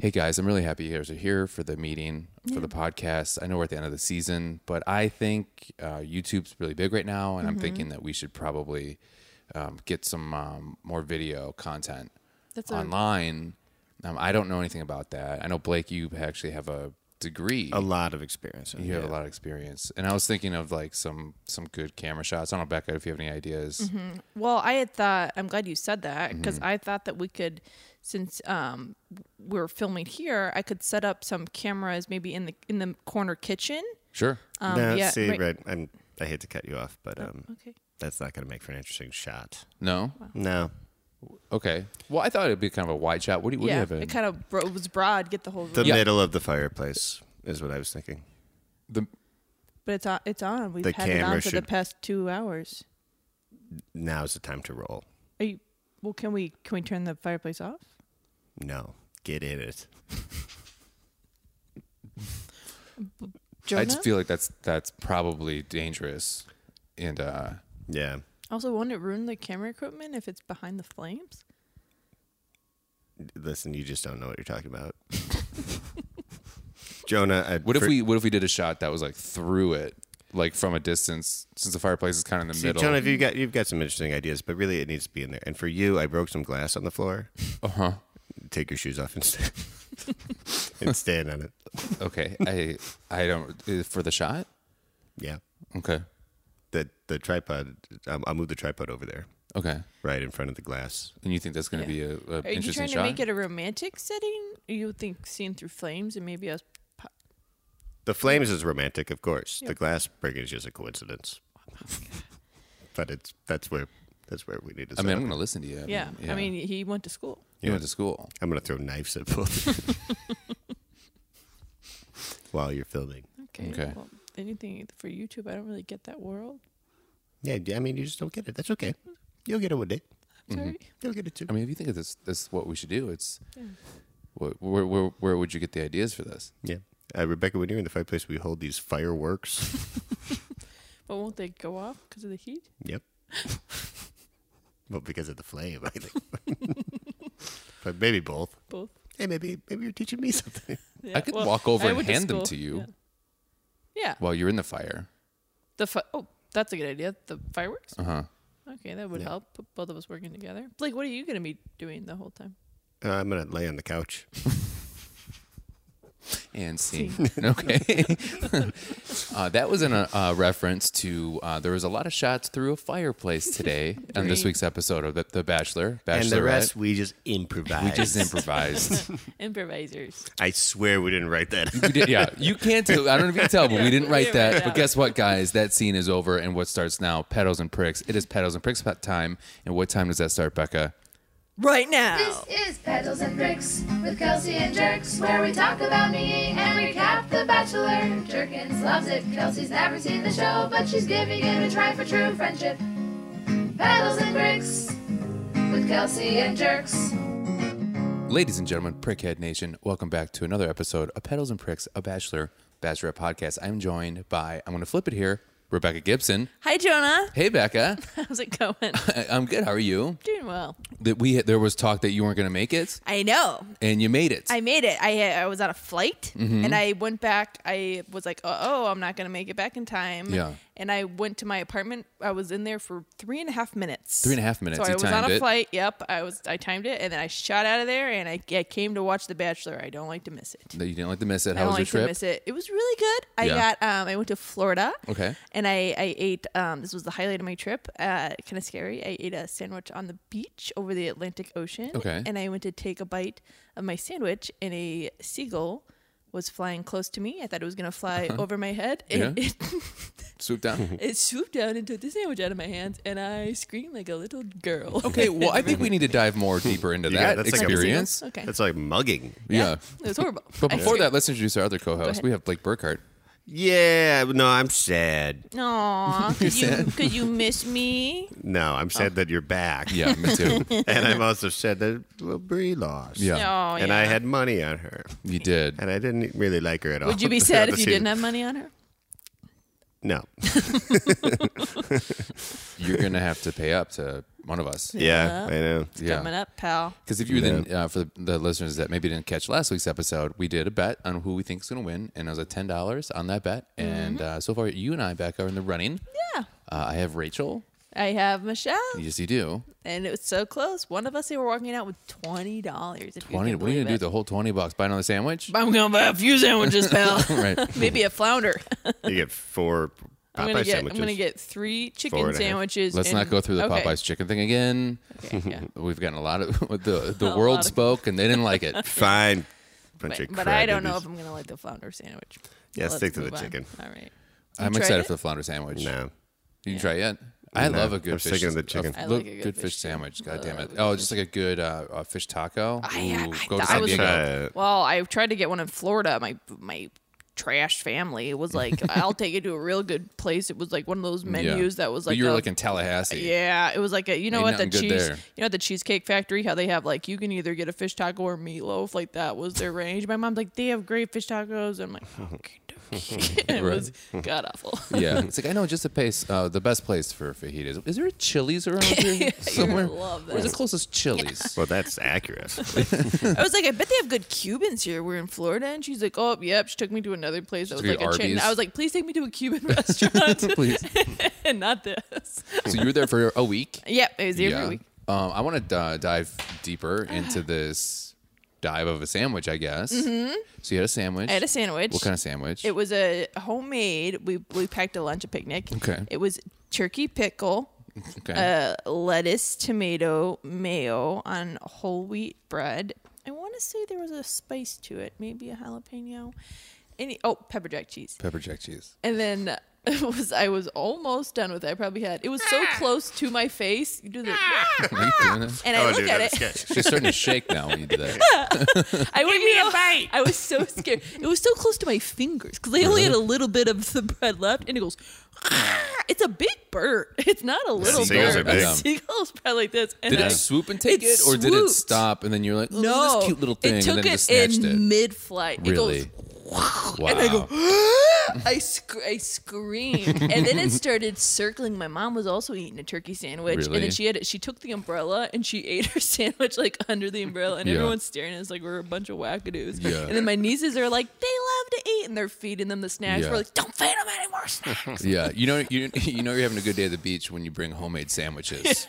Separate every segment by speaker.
Speaker 1: hey guys, I'm really happy you guys are here for the meeting, for the podcast. I know we're at the end of the season, but I think uh, YouTube's really big right now, and
Speaker 2: Mm-hmm.
Speaker 1: I'm thinking that we should probably um, get some um, more video content
Speaker 2: That's a-
Speaker 1: online. Um, I don't know anything about that. I know Blake, you actually have a degree.
Speaker 3: A lot of experience.
Speaker 1: you have a lot of experience, and I was thinking of like some some good camera shots. I don't know, Becca, if you have any ideas.
Speaker 2: Mm-hmm. Well, I had thought. I'm glad you said that because I thought that we could, since um, we're filming here, I could set up some cameras maybe in the in the corner kitchen.
Speaker 1: Sure.
Speaker 2: Um,
Speaker 3: no,
Speaker 2: yeah,
Speaker 3: see,
Speaker 2: right-
Speaker 3: right. I'm, I hate to cut you off, but um,
Speaker 2: Okay.
Speaker 3: that's not going to make for an interesting shot.
Speaker 1: No.
Speaker 3: No.
Speaker 1: Okay. Well, I thought it'd be kind of a wide shot. What do you, what do you
Speaker 2: yeah,
Speaker 1: have? In?
Speaker 2: it kind of bro- it was broad. Get the whole room,
Speaker 3: The
Speaker 1: Yeah.
Speaker 3: middle of the fireplace is what I was thinking.
Speaker 1: the
Speaker 2: but it's on. It's on. We've
Speaker 3: The
Speaker 2: had it on
Speaker 3: camera
Speaker 2: for the
Speaker 3: should-
Speaker 2: past two hours.
Speaker 3: Now's the time to roll.
Speaker 2: Are you? Well, can we can we turn the fireplace off?
Speaker 3: No. Get in it.
Speaker 2: Jonah?
Speaker 1: I just feel like that's that's probably dangerous, and uh,
Speaker 3: Yeah.
Speaker 2: also, won't it ruin the camera equipment if it's behind the flames?
Speaker 3: Listen, you just don't know what you're talking about. Jonah, I,
Speaker 1: what if
Speaker 3: for-
Speaker 1: we what if we did a shot that was like through it, like from a distance, since the fireplace is kind of in the
Speaker 3: See,
Speaker 1: middle.
Speaker 3: Jonah, if you got you've got some interesting ideas, but really it needs to be in there. And for you, I broke some glass on the floor.
Speaker 1: uh huh.
Speaker 3: Take your shoes off and stand, and stand on it.
Speaker 1: Okay. I I don't uh, for the shot.
Speaker 3: Yeah.
Speaker 1: Okay.
Speaker 3: The the tripod. I'll, I'll move the tripod over there,
Speaker 1: Okay.
Speaker 3: right in front of the glass.
Speaker 1: And you think that's going to
Speaker 2: Yeah.
Speaker 1: be a, a
Speaker 2: Are you
Speaker 1: interesting
Speaker 2: trying
Speaker 1: shot?
Speaker 2: to make it a romantic setting? You think seeing through flames and maybe us? po-
Speaker 3: The flames is romantic, of course.
Speaker 2: Yeah.
Speaker 3: The glass breaking is just a coincidence. but it's that's where that's where we need to.
Speaker 1: I
Speaker 3: I
Speaker 1: mean, I'm going to listen to you. I
Speaker 2: Yeah. I mean, he went to school.
Speaker 1: you went to school.
Speaker 3: I'm gonna throw knives at both while you're filming.
Speaker 2: Okay.
Speaker 1: Okay.
Speaker 2: Well, anything for YouTube, I don't really get that world.
Speaker 3: Yeah, I mean, you just don't get it. That's okay. You'll get it one day.
Speaker 1: Mm-hmm.
Speaker 2: Sorry.
Speaker 3: You'll get it too.
Speaker 1: I mean, if you think of this, that's what we should do. It's wh- where, where where would you get the ideas for this?
Speaker 3: Yeah. Uh, Rebecca, when you're in the fireplace, we hold these fireworks.
Speaker 2: But won't they go off because of the heat?
Speaker 3: yep. well, because of the flame, I think. but maybe both.
Speaker 2: Both.
Speaker 3: Hey, maybe maybe you're teaching me something.
Speaker 2: Yeah,
Speaker 1: could
Speaker 2: well,
Speaker 1: walk over
Speaker 2: I
Speaker 1: and
Speaker 2: went to
Speaker 1: hand them to
Speaker 2: school.
Speaker 1: you.
Speaker 2: Yeah. Yeah.
Speaker 1: While you're in the fire.
Speaker 2: The fi- oh, that's a good idea. The fireworks.
Speaker 1: Uh huh.
Speaker 2: Okay, that would
Speaker 3: Yeah.
Speaker 2: help. Put both of us working together. Blake, what are you going to be doing the whole time?
Speaker 3: Uh, I'm gonna lay on the couch.
Speaker 1: and scene. okay. uh, that was in a uh, reference to uh, there was a lot of shots through a fireplace today on this week's episode of The, the Bachelor. Bachelorette.
Speaker 3: and the rest we just improvise.
Speaker 1: we just improvised.
Speaker 2: Improvisers.
Speaker 3: I swear we didn't write that.
Speaker 1: We did- yeah, you can't tell. I don't know if you can tell, but we didn't write
Speaker 2: Yeah,
Speaker 1: that.
Speaker 2: yeah.
Speaker 1: But guess what, guys? That scene is over, and what starts now? Pedals and pricks. It is pedals and pricks time. And what time does that start, Becca?
Speaker 2: Right now.
Speaker 4: This is Pedals and Bricks with Kelsey and Jerks, where we talk about me and recap The Bachelor. Jerkins loves it. Kelsey's never seen the show, but she's giving it a try for true friendship. Pedals and Bricks with Kelsey and Jerks.
Speaker 1: Ladies and gentlemen, Prickhead Nation, welcome back to another episode of Pedals and Pricks, a Bachelor Bachelorette podcast. I'm joined by, I'm going to flip it here, Rebecca Gibson.
Speaker 2: Hi, Jonah.
Speaker 1: Hey, Becca.
Speaker 2: How's it going?
Speaker 1: I- I'm good. How are you?
Speaker 2: doing well.
Speaker 1: That we there was talk that you weren't going to make it,
Speaker 2: I know.
Speaker 1: and you made it.
Speaker 2: I made it. I I was on a flight
Speaker 1: Mm-hmm.
Speaker 2: and I went back. I was like, oh, oh, I'm not gonna make it back in time.
Speaker 1: Yeah.
Speaker 2: And I went to my apartment. I was in there for three and a half minutes.
Speaker 1: Three and a half minutes.
Speaker 2: So I
Speaker 1: You
Speaker 2: was
Speaker 1: timed
Speaker 2: on a
Speaker 1: it.
Speaker 2: flight. Yep. I was. I timed it and then I shot out of there and I, I came to watch The Bachelor. I don't like to miss it.
Speaker 1: That you didn't like to miss it.
Speaker 2: Oh, I
Speaker 1: How was
Speaker 2: don't
Speaker 1: your
Speaker 2: like to
Speaker 1: trip?
Speaker 2: miss it. It was really good. I
Speaker 1: Yeah.
Speaker 2: got. Um, I went to Florida.
Speaker 1: Okay.
Speaker 2: And I, I ate. Um, this was the highlight of my trip. Uh, kind of scary. I ate a sandwich on the beach over the Atlantic Ocean.
Speaker 1: Okay.
Speaker 2: And I went to take a bite of my sandwich, and a seagull was flying close to me. I thought it was gonna fly over my head, and
Speaker 1: Uh-huh. Yeah.
Speaker 2: it,
Speaker 1: Swoop down.
Speaker 2: it swooped down and took the sandwich out of my hands, and I screamed like a little girl.
Speaker 1: okay. Well, I think we need to dive more deeper into
Speaker 3: Yeah,
Speaker 1: that
Speaker 3: that's like a-
Speaker 1: experience.
Speaker 2: Okay.
Speaker 3: That's like mugging.
Speaker 1: yeah.
Speaker 2: It was horrible.
Speaker 1: But
Speaker 2: I
Speaker 1: before
Speaker 2: screamed.
Speaker 1: that, let's introduce our other co-host.
Speaker 2: ahead.
Speaker 1: We have Blake Burkhardt.
Speaker 3: Yeah. No, I'm sad.
Speaker 2: Aw, could you could you miss me?
Speaker 3: No, I'm
Speaker 2: Oh.
Speaker 3: sad that you're back.
Speaker 1: Yeah, me too.
Speaker 3: and I'm also sad that well, Brie lost.
Speaker 1: Yeah.
Speaker 2: Oh,
Speaker 3: and
Speaker 2: yeah.
Speaker 3: I had money on her,
Speaker 1: you did.
Speaker 3: and I didn't really like her at all.
Speaker 2: Would you be
Speaker 3: throughout
Speaker 2: sad if
Speaker 3: the
Speaker 2: you
Speaker 3: season.
Speaker 2: didn't have money on her?
Speaker 3: No.
Speaker 1: You're gonna have to pay up to one of us.
Speaker 2: Uh-huh.
Speaker 3: Yeah, I know.
Speaker 1: Yeah.
Speaker 2: Coming up, pal.
Speaker 1: Because if you didn't, uh, for the, the listeners that maybe didn't catch last week's episode, we did a bet on who we think is going to win, and it was at ten dollars on that bet. And uh, so far, you and I, Becca, are in the running.
Speaker 2: Mm-hmm. Yeah.
Speaker 1: Uh, I have Rachel.
Speaker 2: I have Michelle,
Speaker 1: Yes, you do.
Speaker 2: and it was so close. One of us, they were walking out with twenty dollars.
Speaker 1: Twenty. We're going to do the whole twenty bucks. Buy another sandwich.
Speaker 2: I'm gonna buy a few sandwiches, pal.
Speaker 1: right.
Speaker 2: Maybe a flounder.
Speaker 3: You get four Popeye
Speaker 2: I'm gonna get.
Speaker 3: sandwiches.
Speaker 2: I'm gonna get three chicken
Speaker 3: Four and a half.
Speaker 2: sandwiches.
Speaker 1: Let's
Speaker 2: and-
Speaker 1: not go through the
Speaker 2: okay.
Speaker 1: Popeyes chicken thing again.
Speaker 2: Okay, yeah.
Speaker 1: We've gotten a lot of the
Speaker 2: A
Speaker 1: the
Speaker 2: lot of-
Speaker 1: world spoke, and they didn't like it.
Speaker 3: Fine. Bunch
Speaker 2: But,
Speaker 3: of
Speaker 2: but I don't know
Speaker 3: crybabies.
Speaker 2: if I'm gonna like the flounder sandwich.
Speaker 3: Yeah,
Speaker 2: Let's
Speaker 3: stick to the
Speaker 2: move on.
Speaker 3: chicken.
Speaker 2: All right.
Speaker 1: I'm
Speaker 2: tried
Speaker 1: excited
Speaker 2: it?
Speaker 1: for the flounder sandwich.
Speaker 3: No.
Speaker 1: You can try it. I
Speaker 3: No,
Speaker 1: love a good
Speaker 3: I'm
Speaker 1: fish.
Speaker 3: sticking to the chicken.
Speaker 2: I
Speaker 1: A,
Speaker 2: like
Speaker 1: look,
Speaker 2: a
Speaker 1: good, fish,
Speaker 2: too.
Speaker 1: sandwich. God damn
Speaker 2: I
Speaker 1: it.
Speaker 2: love a
Speaker 1: Oh, just like a good uh, uh, fish taco.
Speaker 2: I-
Speaker 1: Ooh, go
Speaker 2: I- I
Speaker 1: to
Speaker 2: thought
Speaker 1: San
Speaker 2: it was
Speaker 1: Diego.
Speaker 3: Try it.
Speaker 2: Well, I tried to get one in Florida. My my trash family was like, "I'll take you to a real good place." It was like one of those
Speaker 1: Yeah.
Speaker 2: menus that was
Speaker 1: But
Speaker 2: like,
Speaker 1: you were
Speaker 2: a-
Speaker 1: like in Tallahassee.
Speaker 2: yeah, it was like a you know
Speaker 1: Ain't
Speaker 2: what the
Speaker 1: nothing good
Speaker 2: cheese
Speaker 1: there.
Speaker 2: you know at the cheesecake factory how they have like you can either get a fish taco or meatloaf like that was their range. My mom's like, "They have great fish tacos," and I'm like, "Okay, it
Speaker 1: Right.
Speaker 2: was god awful."
Speaker 1: Yeah. It's like I know just the place, uh, the best place for fajitas. Is there a Chili's around here somewhere?
Speaker 2: love
Speaker 1: Where's the
Speaker 2: that.
Speaker 1: closest Chili's?
Speaker 3: Well, that's accurate.
Speaker 2: I was like, I bet they have good Cubans here. We're in Florida, and she's like, "Oh, yep." She took me to another place that was
Speaker 1: took you
Speaker 2: like
Speaker 1: to
Speaker 2: a chain.
Speaker 1: Arby's?
Speaker 2: I was like, "Please take me to a Cuban restaurant,
Speaker 1: Please.
Speaker 2: and not this."
Speaker 1: So you were there for a week.
Speaker 2: Yep, it was every week.
Speaker 1: Um, I want to uh, dive deeper into this dive of a sandwich, I guess. Mm-hmm. So you had a sandwich.
Speaker 2: I had a sandwich.
Speaker 1: What kind of sandwich?
Speaker 2: It was a homemade. We we packed a lunch, a picnic.
Speaker 1: Okay.
Speaker 2: It was turkey pickle,
Speaker 1: okay.
Speaker 2: uh, lettuce, tomato, mayo on whole wheat bread. I want to say there was a spice to it, maybe a jalapeno. Any oh pepper jack cheese.
Speaker 1: Pepper jack cheese.
Speaker 2: And then it was I was almost done with it. I probably had it was so close to my face. You do the
Speaker 1: Are you doing this?
Speaker 2: and I
Speaker 3: oh,
Speaker 2: look
Speaker 3: dude,
Speaker 2: at
Speaker 3: that's
Speaker 2: it.
Speaker 3: sketch.
Speaker 1: She's starting to shake now when you do that.
Speaker 2: I would be a bite. I was so scared. It was so close to my fingers because they only had a little bit of the bread left, and it goes. "Ah." It's a big bird. It's not a little
Speaker 3: Seagulls
Speaker 2: bird.
Speaker 3: are big.
Speaker 2: A seagull's probably like this. And
Speaker 1: Did
Speaker 2: I-
Speaker 1: it swoop and take it, or did it
Speaker 2: swooped.
Speaker 1: stop and then you're like, oh, look at
Speaker 2: No,
Speaker 1: this cute little thing,
Speaker 2: It took
Speaker 1: and then
Speaker 2: it
Speaker 1: just snatched
Speaker 2: in
Speaker 1: it?
Speaker 2: mid-flight.
Speaker 1: Really?
Speaker 2: It goes.
Speaker 1: wow.
Speaker 2: And I go, I, sc- I screamed. And then it started circling. My mom was also eating a turkey sandwich. And
Speaker 1: Really?
Speaker 2: then she had it. She took the umbrella and she ate her sandwich like under the umbrella. And
Speaker 1: Yeah.
Speaker 2: everyone's staring at us like we're a bunch of wackadoos.
Speaker 1: Yeah.
Speaker 2: And then my nieces are like, they love to eat. And they're feeding them the snacks.
Speaker 1: Yeah.
Speaker 2: We're like, don't feed them any more snacks.
Speaker 1: yeah, you know, you you know, you're having a good day at the beach when you bring homemade sandwiches.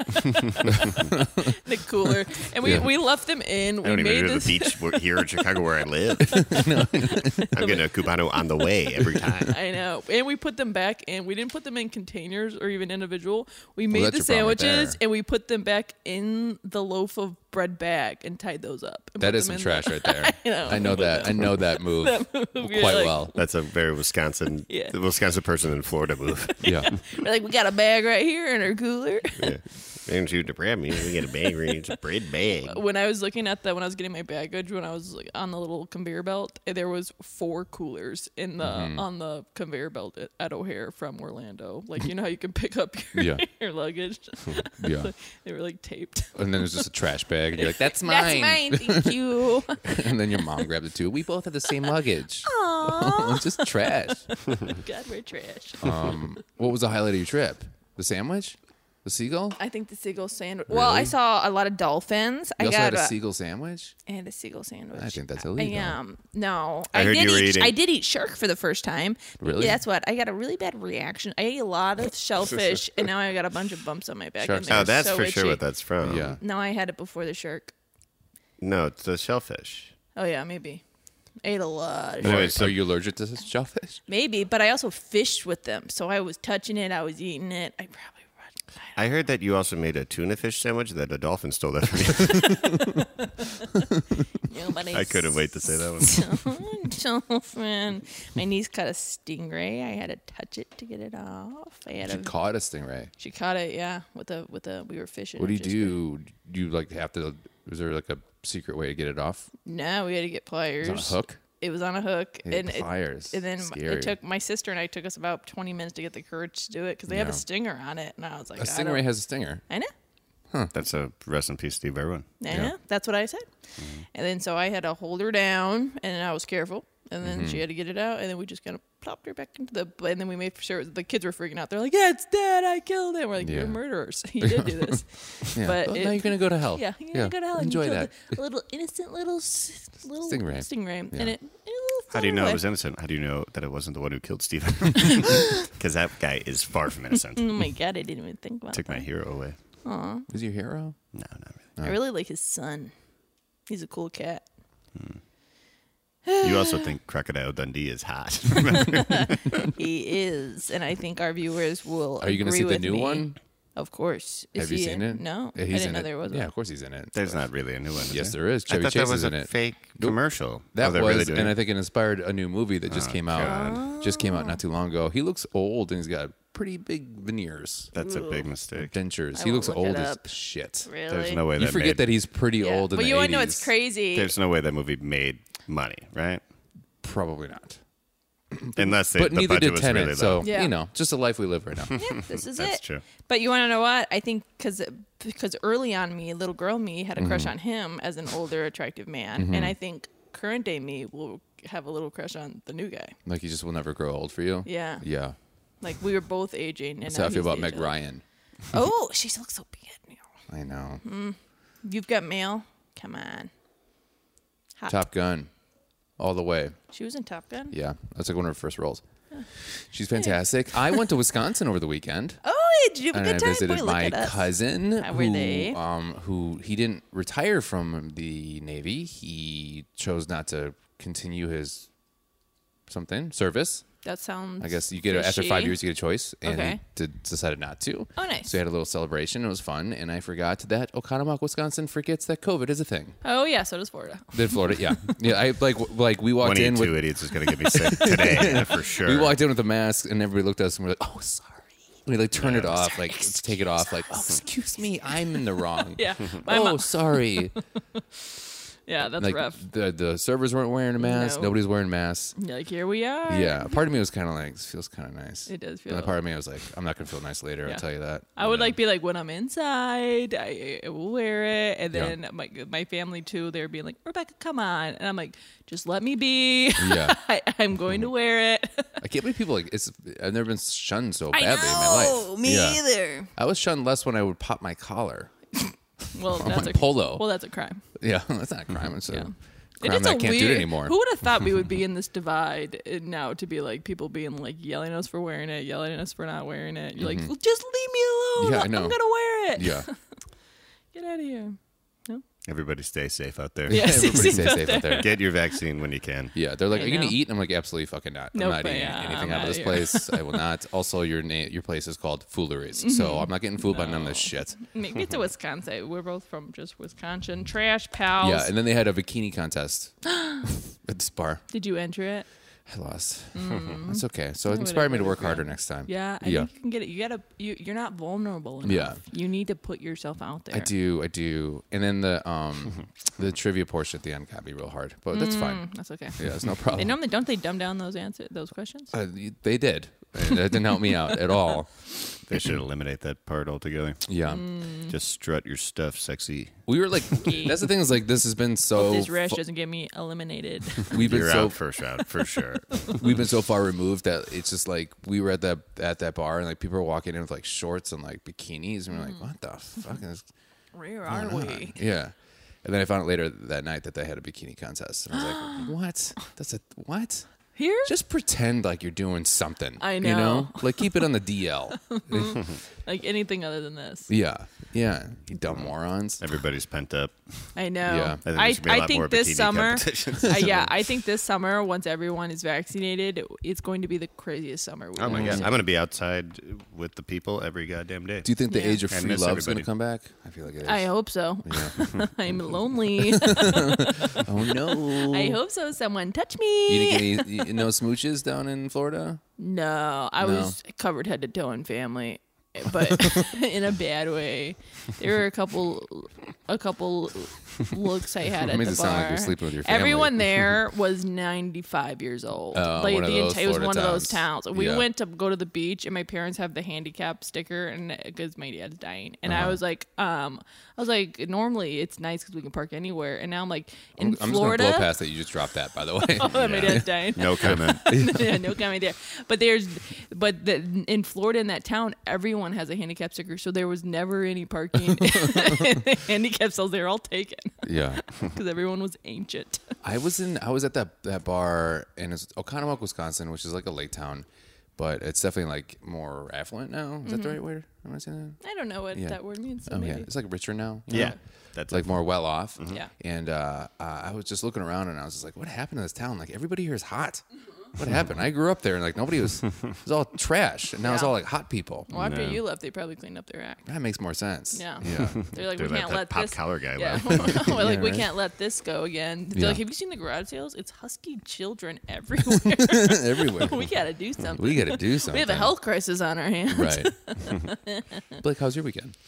Speaker 2: the cooler. And we,
Speaker 1: Yeah.
Speaker 2: we left them in.
Speaker 3: I
Speaker 2: We
Speaker 3: don't even
Speaker 2: made
Speaker 3: go to
Speaker 2: this.
Speaker 3: the beach where- here in Chicago where I live. I'm getting a Cubano on the way every time.
Speaker 2: I know. And we put them back in. We didn't put them in containers or even individual. We made
Speaker 1: that's
Speaker 2: the
Speaker 1: your problem right
Speaker 2: sandwiches
Speaker 1: there.
Speaker 2: and we put them back in the loaf of bread bag and tied those up. and
Speaker 1: That
Speaker 2: put
Speaker 1: is some
Speaker 2: them in
Speaker 1: trash
Speaker 2: the-
Speaker 1: right there. I
Speaker 2: know.
Speaker 1: that. I know that move,
Speaker 2: move,
Speaker 1: quite
Speaker 2: you're like-
Speaker 1: well.
Speaker 3: That's a very Wisconsin,
Speaker 2: Yeah.
Speaker 3: the Wisconsin person in Florida move.
Speaker 1: Yeah,
Speaker 2: We're like, we got a bag right here in our cooler.
Speaker 3: Yeah. And you deprave me. We get a bag. We get a bread bag.
Speaker 2: when I was looking at the when I was getting my baggage when I was like on the little conveyor belt, eh, there was four coolers in the
Speaker 1: Mm-hmm.
Speaker 2: on the conveyor belt at, at O'Hare from Orlando. Like you know how you can pick up your
Speaker 1: Yeah.
Speaker 2: your luggage.
Speaker 1: yeah.
Speaker 2: they were like taped.
Speaker 1: And then there's just a trash bag, and you're like, "That's mine."
Speaker 2: That's mine. Thank you.
Speaker 1: And then your mom grabbed it too. We both have the same luggage. it's just trash.
Speaker 2: God, we're trash.
Speaker 1: Um, what was the highlight of your trip? The sandwich, the seagull.
Speaker 2: I think the seagull sandwich. Well, I
Speaker 1: Really?
Speaker 2: saw a lot of dolphins.
Speaker 1: You
Speaker 2: I
Speaker 1: also
Speaker 2: got
Speaker 1: had a
Speaker 2: a-
Speaker 1: seagull sandwich.
Speaker 2: I had a seagull sandwich.
Speaker 1: I think that's illegal.
Speaker 2: I um, no.
Speaker 3: I heard
Speaker 2: did
Speaker 3: you were
Speaker 2: eat,
Speaker 3: eating-
Speaker 2: I did eat shark for the first time.
Speaker 1: Really?
Speaker 2: that's what I got a really bad reaction. I ate a lot of shellfish, and now I got a bunch of bumps on my back.
Speaker 1: Sharks-
Speaker 2: and they're
Speaker 3: Oh, that's
Speaker 2: so
Speaker 3: for sure
Speaker 2: itchy.
Speaker 3: what that's from.
Speaker 1: Yeah.
Speaker 2: No, I had it before the shark.
Speaker 3: No, it's the shellfish.
Speaker 2: Oh yeah, maybe. I ate a lot. Of
Speaker 3: Anyway,
Speaker 2: shark.
Speaker 1: Wait,
Speaker 3: so-
Speaker 1: so are you allergic to shellfish?
Speaker 2: Maybe, but I also fished with them, so I was touching it. I was eating it. I probably.
Speaker 3: I heard that you also made a tuna fish sandwich that a dolphin stole that from you.
Speaker 2: Nobody
Speaker 3: I couldn't wait to say that one.
Speaker 2: dolphin. My niece caught a stingray. I had to touch it to get it off. I had
Speaker 1: She
Speaker 2: a,
Speaker 1: caught a stingray.
Speaker 2: she caught it, yeah, with a with a we were fishing.
Speaker 1: What do you
Speaker 2: with just-
Speaker 1: do? Do you like have to? Is there like a secret way to get it off?
Speaker 2: No, we had to get pliers.
Speaker 1: On a hook?
Speaker 2: It was on a hook,
Speaker 1: Hey,
Speaker 2: and it-
Speaker 1: pliers.
Speaker 2: and then
Speaker 1: Scary.
Speaker 2: it took my sister and I took us about twenty minutes to get the courage to do it because they have
Speaker 1: Yeah.
Speaker 2: a stinger on it, and I was like,
Speaker 1: A
Speaker 2: I
Speaker 1: stingray
Speaker 2: don't-
Speaker 1: has a stinger.
Speaker 2: I know.
Speaker 3: That's a rest in peace, Steve Irwin.
Speaker 2: Uh-huh.
Speaker 1: Mm-hmm.
Speaker 2: I know. That's what I said. And then so I had to hold her down, and I was careful. and then
Speaker 1: Mm-hmm.
Speaker 2: she had to get it out, and then we just kind of plopped her back into the. And then we made sure the kids were freaking out. They're like, "Yeah, it's dead. I killed him." We're like,
Speaker 1: Yeah.
Speaker 2: "You're murderers. You did do this."
Speaker 1: Yeah.
Speaker 2: But
Speaker 1: Well,
Speaker 2: it-
Speaker 1: now you're gonna go to hell.
Speaker 2: Yeah, you're gonna go to hell. and you
Speaker 1: Oh, Enjoy
Speaker 2: killed
Speaker 1: that.
Speaker 2: A little innocent little s- little
Speaker 1: Stingray.
Speaker 2: Stingray,
Speaker 1: Yeah.
Speaker 2: and it. it
Speaker 3: How do you
Speaker 2: flew
Speaker 3: know
Speaker 2: away.
Speaker 3: it was innocent? How do you know that it wasn't the one who killed Stephen? Because that guy is far from innocent.
Speaker 2: Oh my god! I didn't even think about.
Speaker 3: Took my
Speaker 2: that.
Speaker 3: hero away.
Speaker 1: Is your hero?
Speaker 3: No, not
Speaker 2: I
Speaker 3: really.
Speaker 1: Oh.
Speaker 2: really like his son. He's a cool cat.
Speaker 3: You also think Crocodile Dundee is hot.
Speaker 2: He is, and I think our viewers will.
Speaker 1: Are you gonna
Speaker 2: going to
Speaker 1: see the new one?
Speaker 2: Of course. Is
Speaker 1: Have you
Speaker 2: he
Speaker 1: seen
Speaker 2: in?
Speaker 1: it?
Speaker 2: No,
Speaker 1: Yeah,
Speaker 2: I
Speaker 1: he's
Speaker 2: didn't
Speaker 1: in
Speaker 2: know
Speaker 1: it.
Speaker 2: there was
Speaker 1: Yeah,
Speaker 2: one.
Speaker 1: of course he's in it.
Speaker 3: There's not really a new one. Is
Speaker 1: Yes, there is. Chevy
Speaker 3: I thought
Speaker 1: Chase
Speaker 3: that was
Speaker 1: is in
Speaker 3: a
Speaker 1: it.
Speaker 3: fake commercial.
Speaker 1: That
Speaker 3: oh, they're
Speaker 1: was,
Speaker 3: really Oh, doing
Speaker 1: and I
Speaker 3: it?
Speaker 1: think it inspired a new movie that just came out. Just came out not too long ago. He looks old and he's got pretty big veneers,
Speaker 3: that's a big mistake.
Speaker 1: dentures.
Speaker 2: I
Speaker 1: He
Speaker 2: won't
Speaker 1: looks
Speaker 2: look
Speaker 1: old
Speaker 2: it
Speaker 1: as
Speaker 2: up.
Speaker 1: shit.
Speaker 2: Really?
Speaker 3: There's no way
Speaker 1: You
Speaker 3: that
Speaker 1: forget
Speaker 3: made,
Speaker 1: that he's pretty
Speaker 2: Yeah.
Speaker 1: old in
Speaker 2: But
Speaker 1: the
Speaker 2: you
Speaker 1: 80s.
Speaker 2: wanna know it's crazy.
Speaker 3: There's no way that movie made money, right?
Speaker 1: Probably not.
Speaker 3: Unless they,
Speaker 1: But
Speaker 3: the
Speaker 1: neither
Speaker 3: budget
Speaker 1: did
Speaker 3: was
Speaker 1: Tenet.
Speaker 3: really
Speaker 1: so
Speaker 3: low.
Speaker 2: Yeah.
Speaker 1: you know, just the life we live right now.
Speaker 2: Yeah, this is
Speaker 3: That's
Speaker 2: it.
Speaker 3: true.
Speaker 2: But you want to know what? I think because because early on me, little girl me, had a crush
Speaker 1: Mm-hmm.
Speaker 2: on him as an older attractive man, and I think current day me will have a little crush on the new guy.
Speaker 1: like he just will never grow old for you.
Speaker 2: Yeah.
Speaker 1: Yeah.
Speaker 2: Like we were both aging, and
Speaker 1: That's how
Speaker 2: now
Speaker 1: I feel
Speaker 2: he's
Speaker 1: about Meg
Speaker 2: aging.
Speaker 1: Ryan.
Speaker 2: Oh, she looks so bad now.
Speaker 1: I know.
Speaker 2: Mm. You've got mail. Come on. Hot.
Speaker 1: Top Gun, all the way.
Speaker 2: She was in Top Gun.
Speaker 1: Yeah, that's like one of her first roles. She's fantastic. I went to Wisconsin over the weekend.
Speaker 2: Oh, did you have a
Speaker 1: and
Speaker 2: good
Speaker 1: I
Speaker 2: time?
Speaker 1: visited
Speaker 2: Boy, look
Speaker 1: my
Speaker 2: at us.
Speaker 1: cousin
Speaker 2: How were
Speaker 1: who,
Speaker 2: they?
Speaker 1: um, who he didn't retire from the Navy. He chose not to continue his something service.
Speaker 2: That sounds.
Speaker 1: I guess you get a, after five
Speaker 2: fishy.
Speaker 1: years you get a choice, and he
Speaker 2: Okay.
Speaker 1: did, decided not to.
Speaker 2: Oh, nice.
Speaker 1: So we had a little celebration. It was fun, and I forgot that Oconomowoc, Wisconsin, forgets that COVID is a thing.
Speaker 2: Oh yeah, so does Florida.
Speaker 1: Then Florida, yeah, yeah. I like w- like we walked
Speaker 3: One of you
Speaker 1: in
Speaker 3: two
Speaker 1: with
Speaker 3: idiots is going to get me sick today, for sure.
Speaker 1: we walked in with a mask, and everybody looked at us and we're like, oh sorry. We like turn it off, like let's take it off, like oh excuse me, I'm in the wrong.
Speaker 2: Yeah, my
Speaker 1: oh,
Speaker 2: mo-
Speaker 1: sorry.
Speaker 2: yeah, that's
Speaker 1: like
Speaker 2: rough.
Speaker 1: the the servers weren't wearing a mask.
Speaker 2: No.
Speaker 1: Nobody's wearing masks.
Speaker 2: Like here we are.
Speaker 1: Yeah, part of me was kind of like, this feels kind of nice.
Speaker 2: It does
Speaker 1: And
Speaker 2: feel-
Speaker 1: the part of me was like, I'm not gonna feel nice later.
Speaker 2: Yeah.
Speaker 1: I'll tell you that.
Speaker 2: I would like be like when I'm inside, I, I will wear it, and
Speaker 1: Yeah.
Speaker 2: then my my family too. They're being like, Rebecca, come on, and I'm like, just let me be.
Speaker 1: Yeah.
Speaker 2: I, I'm going to wear it.
Speaker 1: I can't believe people like it's. I've never been shunned so
Speaker 2: I
Speaker 1: badly in my
Speaker 2: know,
Speaker 1: life.
Speaker 2: me
Speaker 1: Yeah.
Speaker 2: either.
Speaker 1: I was shunned less when I would pop my collar.
Speaker 2: Well, that's
Speaker 1: my
Speaker 2: a
Speaker 1: polo.
Speaker 2: Well, that's a crime.
Speaker 1: Yeah, that's not a crime. It's a
Speaker 2: Yeah.
Speaker 1: crime that I can't do it anymore.
Speaker 2: Who would have thought we would be in this divide and now to be like people being like yelling at us for wearing it, yelling at us for not wearing it? You're like, well, just leave me alone.
Speaker 1: Mm-hmm. Yeah, I
Speaker 2: I'm
Speaker 1: know.
Speaker 2: gonna wear it.
Speaker 1: yeah,
Speaker 2: Get out of here.
Speaker 3: Everybody stay safe out there.
Speaker 2: Yeah. Yes,
Speaker 1: everybody stay
Speaker 2: exactly.
Speaker 1: safe out there.
Speaker 3: Get your vaccine when you can.
Speaker 1: Yeah, they're like,
Speaker 2: I
Speaker 1: "Are you gonna
Speaker 2: know.
Speaker 1: eat?" And I'm like, "Absolutely fucking not.
Speaker 2: Nope,
Speaker 1: I'm not eating
Speaker 2: yeah,
Speaker 1: anything
Speaker 2: I'm
Speaker 1: out of
Speaker 2: e-" outta
Speaker 1: this
Speaker 2: here."
Speaker 1: place. I will not." Also, your name, your place is called Fooleries,
Speaker 2: Mm-hmm.
Speaker 1: so I'm not getting fooled by none of this shit.
Speaker 2: Maybe it's a Wisconsin. We're both from just Wisconsin. Trash pals.
Speaker 1: Yeah, and then they had a bikini contest at this bar.
Speaker 2: Did you enter it?
Speaker 1: I lost.
Speaker 2: Mm.
Speaker 1: That's okay. So it inspired me to work harder next time.
Speaker 2: Yeah, I
Speaker 1: yeah.
Speaker 2: think you can get it. You gotta. You, you're not vulnerable enough.
Speaker 1: Yeah.
Speaker 2: You need to put yourself out there.
Speaker 1: I do, I do, and then the um the trivia portion at the end got me real hard, but that's fine.
Speaker 2: That's okay.
Speaker 1: Yeah, it's no
Speaker 2: They
Speaker 1: problem.
Speaker 2: normally don't they dumb down those answer those questions.
Speaker 1: Uh, they did. And that didn't help me out at all.
Speaker 3: They should eliminate that part altogether.
Speaker 1: Yeah.
Speaker 3: Just strut your stuff, sexy.
Speaker 1: We were like, that's the thing is like, this has been so.
Speaker 2: this rash
Speaker 1: fu-
Speaker 2: doesn't get me eliminated.
Speaker 1: we've been
Speaker 3: You're
Speaker 1: so
Speaker 3: out first round for sure.
Speaker 1: we've been so far removed that it's just like we were at that at that bar and like people were walking in with like shorts and like bikinis and we're like, what the fuck is
Speaker 2: Where are we?
Speaker 1: yeah. And then I found out later that night that they had a bikini contest, and I was like, "What? That's a what?
Speaker 2: Here?
Speaker 1: Just pretend like you're doing something.
Speaker 2: I
Speaker 1: You know,
Speaker 2: know.
Speaker 1: like keep it on the DL.
Speaker 2: like anything other than this.
Speaker 1: yeah, yeah. You dumb morons.
Speaker 3: Everybody's pent up.
Speaker 2: I know.
Speaker 1: Yeah. I
Speaker 3: I
Speaker 2: I,
Speaker 3: think, there should be a lot
Speaker 2: I think
Speaker 3: more
Speaker 2: this
Speaker 3: bikini
Speaker 2: summer.
Speaker 3: competitions.
Speaker 2: uh, yeah, I think this summer, once everyone is vaccinated, it's going to be the craziest summer. We've
Speaker 3: Oh my
Speaker 2: ever
Speaker 3: god!
Speaker 2: seen.
Speaker 3: I'm gonna be outside with the people every goddamn day.
Speaker 1: Do you think the
Speaker 2: Yeah.
Speaker 1: age of
Speaker 3: I
Speaker 1: free
Speaker 3: miss
Speaker 1: love is going to
Speaker 3: everybody.
Speaker 1: come back? I feel like it is.
Speaker 2: I hope so. I'm lonely.
Speaker 1: oh no!
Speaker 2: I hope so. Someone touch
Speaker 1: You
Speaker 2: me.
Speaker 1: didn't get any, you- no smooches down in Florida?
Speaker 2: no, I
Speaker 1: No.
Speaker 2: was covered head to toe in family. but in a bad way. There were a couple, a couple looks I had at
Speaker 1: Makes
Speaker 2: the
Speaker 1: it
Speaker 2: bar.
Speaker 1: sound like you're sleeping with your family.
Speaker 2: Everyone there was 95 years old.
Speaker 1: Oh,
Speaker 2: like
Speaker 1: one of
Speaker 2: the
Speaker 1: those
Speaker 2: entire, it was
Speaker 1: Florida
Speaker 2: one of those
Speaker 1: towns.
Speaker 2: towns. We
Speaker 1: Yeah.
Speaker 2: went to go to the beach, and my parents have the handicap sticker, and because my dad's dying, and
Speaker 1: Uh-huh.
Speaker 2: I was like, um, I was like, normally it's nice because we can park anywhere, and now I'm like,
Speaker 1: I'm,
Speaker 2: in
Speaker 1: I'm just gonna
Speaker 2: Florida.
Speaker 1: blow past that. You just dropped that, by the way.
Speaker 2: Oh, my dad's dying.
Speaker 3: No comment.
Speaker 2: yeah, no comment there. But there's, but the, in Florida, in that town, everyone has a handicap sticker, so there was never any parking. handicap stalls, they're all taken
Speaker 1: yeah.
Speaker 2: because everyone was ancient.
Speaker 1: I was in I was at that that bar in Oconomowoc, Wisconsin, which is like a lake town, but it's definitely like more affluent now. Is that the right word? Am I saying that?
Speaker 2: I don't know what
Speaker 1: Yeah.
Speaker 2: that word means. So
Speaker 1: Oh yeah,
Speaker 2: Mm-hmm. maybe.
Speaker 1: it's like richer now. you
Speaker 3: yeah,
Speaker 1: know?
Speaker 3: that's
Speaker 1: like more well off.
Speaker 2: Yeah.
Speaker 1: And uh, uh, I was just looking around and I was just like, what happened to this town? Like everybody here is hot.
Speaker 2: Mm-hmm.
Speaker 1: What happened? I grew up there and like nobody was. It was all trash, and now it's
Speaker 2: Yeah.
Speaker 1: all like hot people.
Speaker 2: Well, after
Speaker 3: No.
Speaker 2: you left, they probably cleaned up their act.
Speaker 1: That makes more sense.
Speaker 2: Yeah.
Speaker 1: Yeah.
Speaker 2: They're like,
Speaker 3: They're
Speaker 2: we
Speaker 3: like
Speaker 2: can't
Speaker 3: that
Speaker 2: let
Speaker 3: pop
Speaker 2: this.
Speaker 3: collar guy
Speaker 2: Yeah.
Speaker 3: left.
Speaker 2: We're like,
Speaker 1: Yeah,
Speaker 2: we
Speaker 1: right.
Speaker 2: can't let this go again. They're
Speaker 1: Yeah.
Speaker 2: like, have you seen the garage sales? It's husky children everywhere.
Speaker 1: Everywhere.
Speaker 2: we got to do something.
Speaker 1: We got to do something.
Speaker 2: We have a health crisis on our hands.
Speaker 1: Right. Blake, how's your weekend?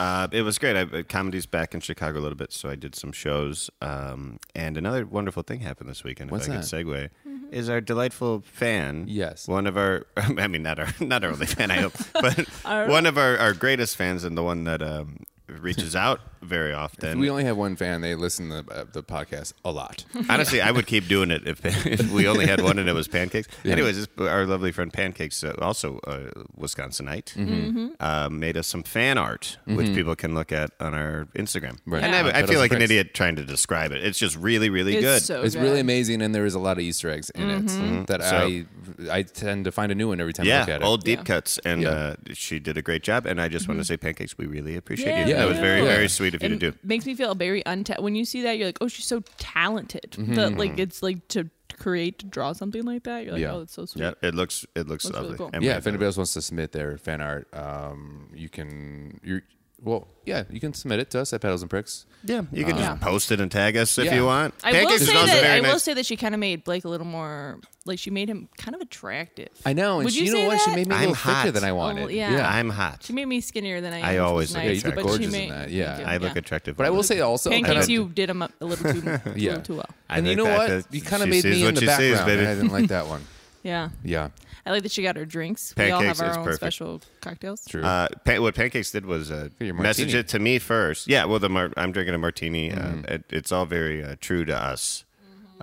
Speaker 3: Uh, it was great. I, uh, comedy's back in Chicago a little bit, so I did some shows. Um, and another wonderful thing happened this weekend.
Speaker 1: What's
Speaker 3: if I
Speaker 1: that?
Speaker 3: could segue,
Speaker 2: Mm-hmm.
Speaker 3: is our delightful fan.
Speaker 1: Yes.
Speaker 3: one of our. I mean, not our, not our only fan. I hope, but
Speaker 2: Our-
Speaker 3: one of our, our greatest fans, and the one that um, reaches out very often.
Speaker 1: we only have one fan. They listen to the, uh, the podcast a lot.
Speaker 3: Honestly, I would keep doing it if, if we only had one and it was pancakes. Anyways, this, our lovely friend Pancakes, uh, also uh, Wisconsinite,
Speaker 1: Mm-hmm.
Speaker 2: Mm-hmm.
Speaker 3: uh, made us some fan art, which people can look at on our Instagram.
Speaker 1: Right.
Speaker 3: And
Speaker 1: Yeah.
Speaker 3: I, I
Speaker 1: But
Speaker 3: feel
Speaker 1: as
Speaker 3: like an
Speaker 1: friends.
Speaker 3: idiot trying to describe it. It's just really, really
Speaker 2: It's
Speaker 3: good.
Speaker 2: so
Speaker 1: it's
Speaker 2: good. Mm-hmm.
Speaker 1: really amazing, and there is a lot of Easter eggs in it that I I tend to find a new one every time I look
Speaker 3: yeah,
Speaker 1: at it.
Speaker 3: all deep
Speaker 2: Yeah. Mm-hmm.
Speaker 3: cuts, and
Speaker 1: Yeah.
Speaker 3: uh, she did a great job. And I just want to say, pancakes, we really appreciate
Speaker 2: Yeah,
Speaker 3: you.
Speaker 1: Yeah.
Speaker 3: that was very,
Speaker 1: yeah.
Speaker 3: very sweet of you
Speaker 2: And
Speaker 3: to do.
Speaker 2: Makes me feel very untapped. When you see that, you're like, oh, she's so talented.
Speaker 3: Mm-hmm.
Speaker 2: That like it's like to create to draw something like that. You're like,
Speaker 1: Yeah.
Speaker 2: oh, that's so sweet.
Speaker 3: Yeah, it looks, it looks,
Speaker 2: Looks really
Speaker 3: lovely.
Speaker 2: cool.
Speaker 3: And
Speaker 1: yeah,
Speaker 3: we-
Speaker 1: if anybody else wants to submit their fan art, um, you can. You're well, yeah, you can submit it to us at Pedals and Pricks.
Speaker 3: yeah, you can
Speaker 2: Yeah.
Speaker 3: just post it and tag us if
Speaker 1: Uh-huh. Yeah.
Speaker 3: you want.
Speaker 2: I will
Speaker 3: pancakes
Speaker 2: say
Speaker 3: is also
Speaker 2: that
Speaker 3: very
Speaker 2: I
Speaker 3: nice.
Speaker 2: will say that she kind of made Blake a little more like she made him kind of attractive.
Speaker 1: I know, and
Speaker 2: Would
Speaker 1: she,
Speaker 2: you
Speaker 1: you know
Speaker 2: say
Speaker 1: what? She
Speaker 2: that? Oh,
Speaker 1: made me a
Speaker 3: I'm
Speaker 1: little
Speaker 3: hot.
Speaker 1: thicker than I wanted.
Speaker 2: yeah.
Speaker 1: yeah.
Speaker 3: I'm hot.
Speaker 2: She made me skinnier than I am.
Speaker 3: I
Speaker 2: which is
Speaker 3: always look
Speaker 2: nice,
Speaker 1: Yeah, you look
Speaker 2: but she
Speaker 1: gorgeous in
Speaker 2: made-
Speaker 1: that, yeah.
Speaker 2: thank you,
Speaker 3: I look
Speaker 2: yeah.
Speaker 3: attractive.
Speaker 1: but I will say also,
Speaker 2: Pancakes,
Speaker 1: kinda-
Speaker 2: you did him up a little too, a
Speaker 1: Yeah.
Speaker 2: little too well.
Speaker 3: I
Speaker 1: and you
Speaker 3: think
Speaker 1: know
Speaker 3: that-
Speaker 1: what?
Speaker 3: that
Speaker 1: You kind of
Speaker 3: she
Speaker 1: made
Speaker 3: sees
Speaker 1: me in
Speaker 3: what
Speaker 1: the
Speaker 3: she sees,
Speaker 1: background.
Speaker 3: baby.
Speaker 1: and I didn't like that one.
Speaker 2: Yeah,
Speaker 1: Yeah,
Speaker 2: I like that she got her drinks. we all
Speaker 3: Pancakes
Speaker 2: have our
Speaker 3: is
Speaker 2: own
Speaker 3: perfect.
Speaker 2: special cocktails.
Speaker 1: true.
Speaker 3: Uh, pa- what Pancakes did was uh,
Speaker 1: Your
Speaker 3: message
Speaker 1: martini.
Speaker 3: it to me first. Yeah, well, the mar- I'm drinking a martini.
Speaker 1: Mm-hmm.
Speaker 3: Uh, it, it's all very uh, true to us.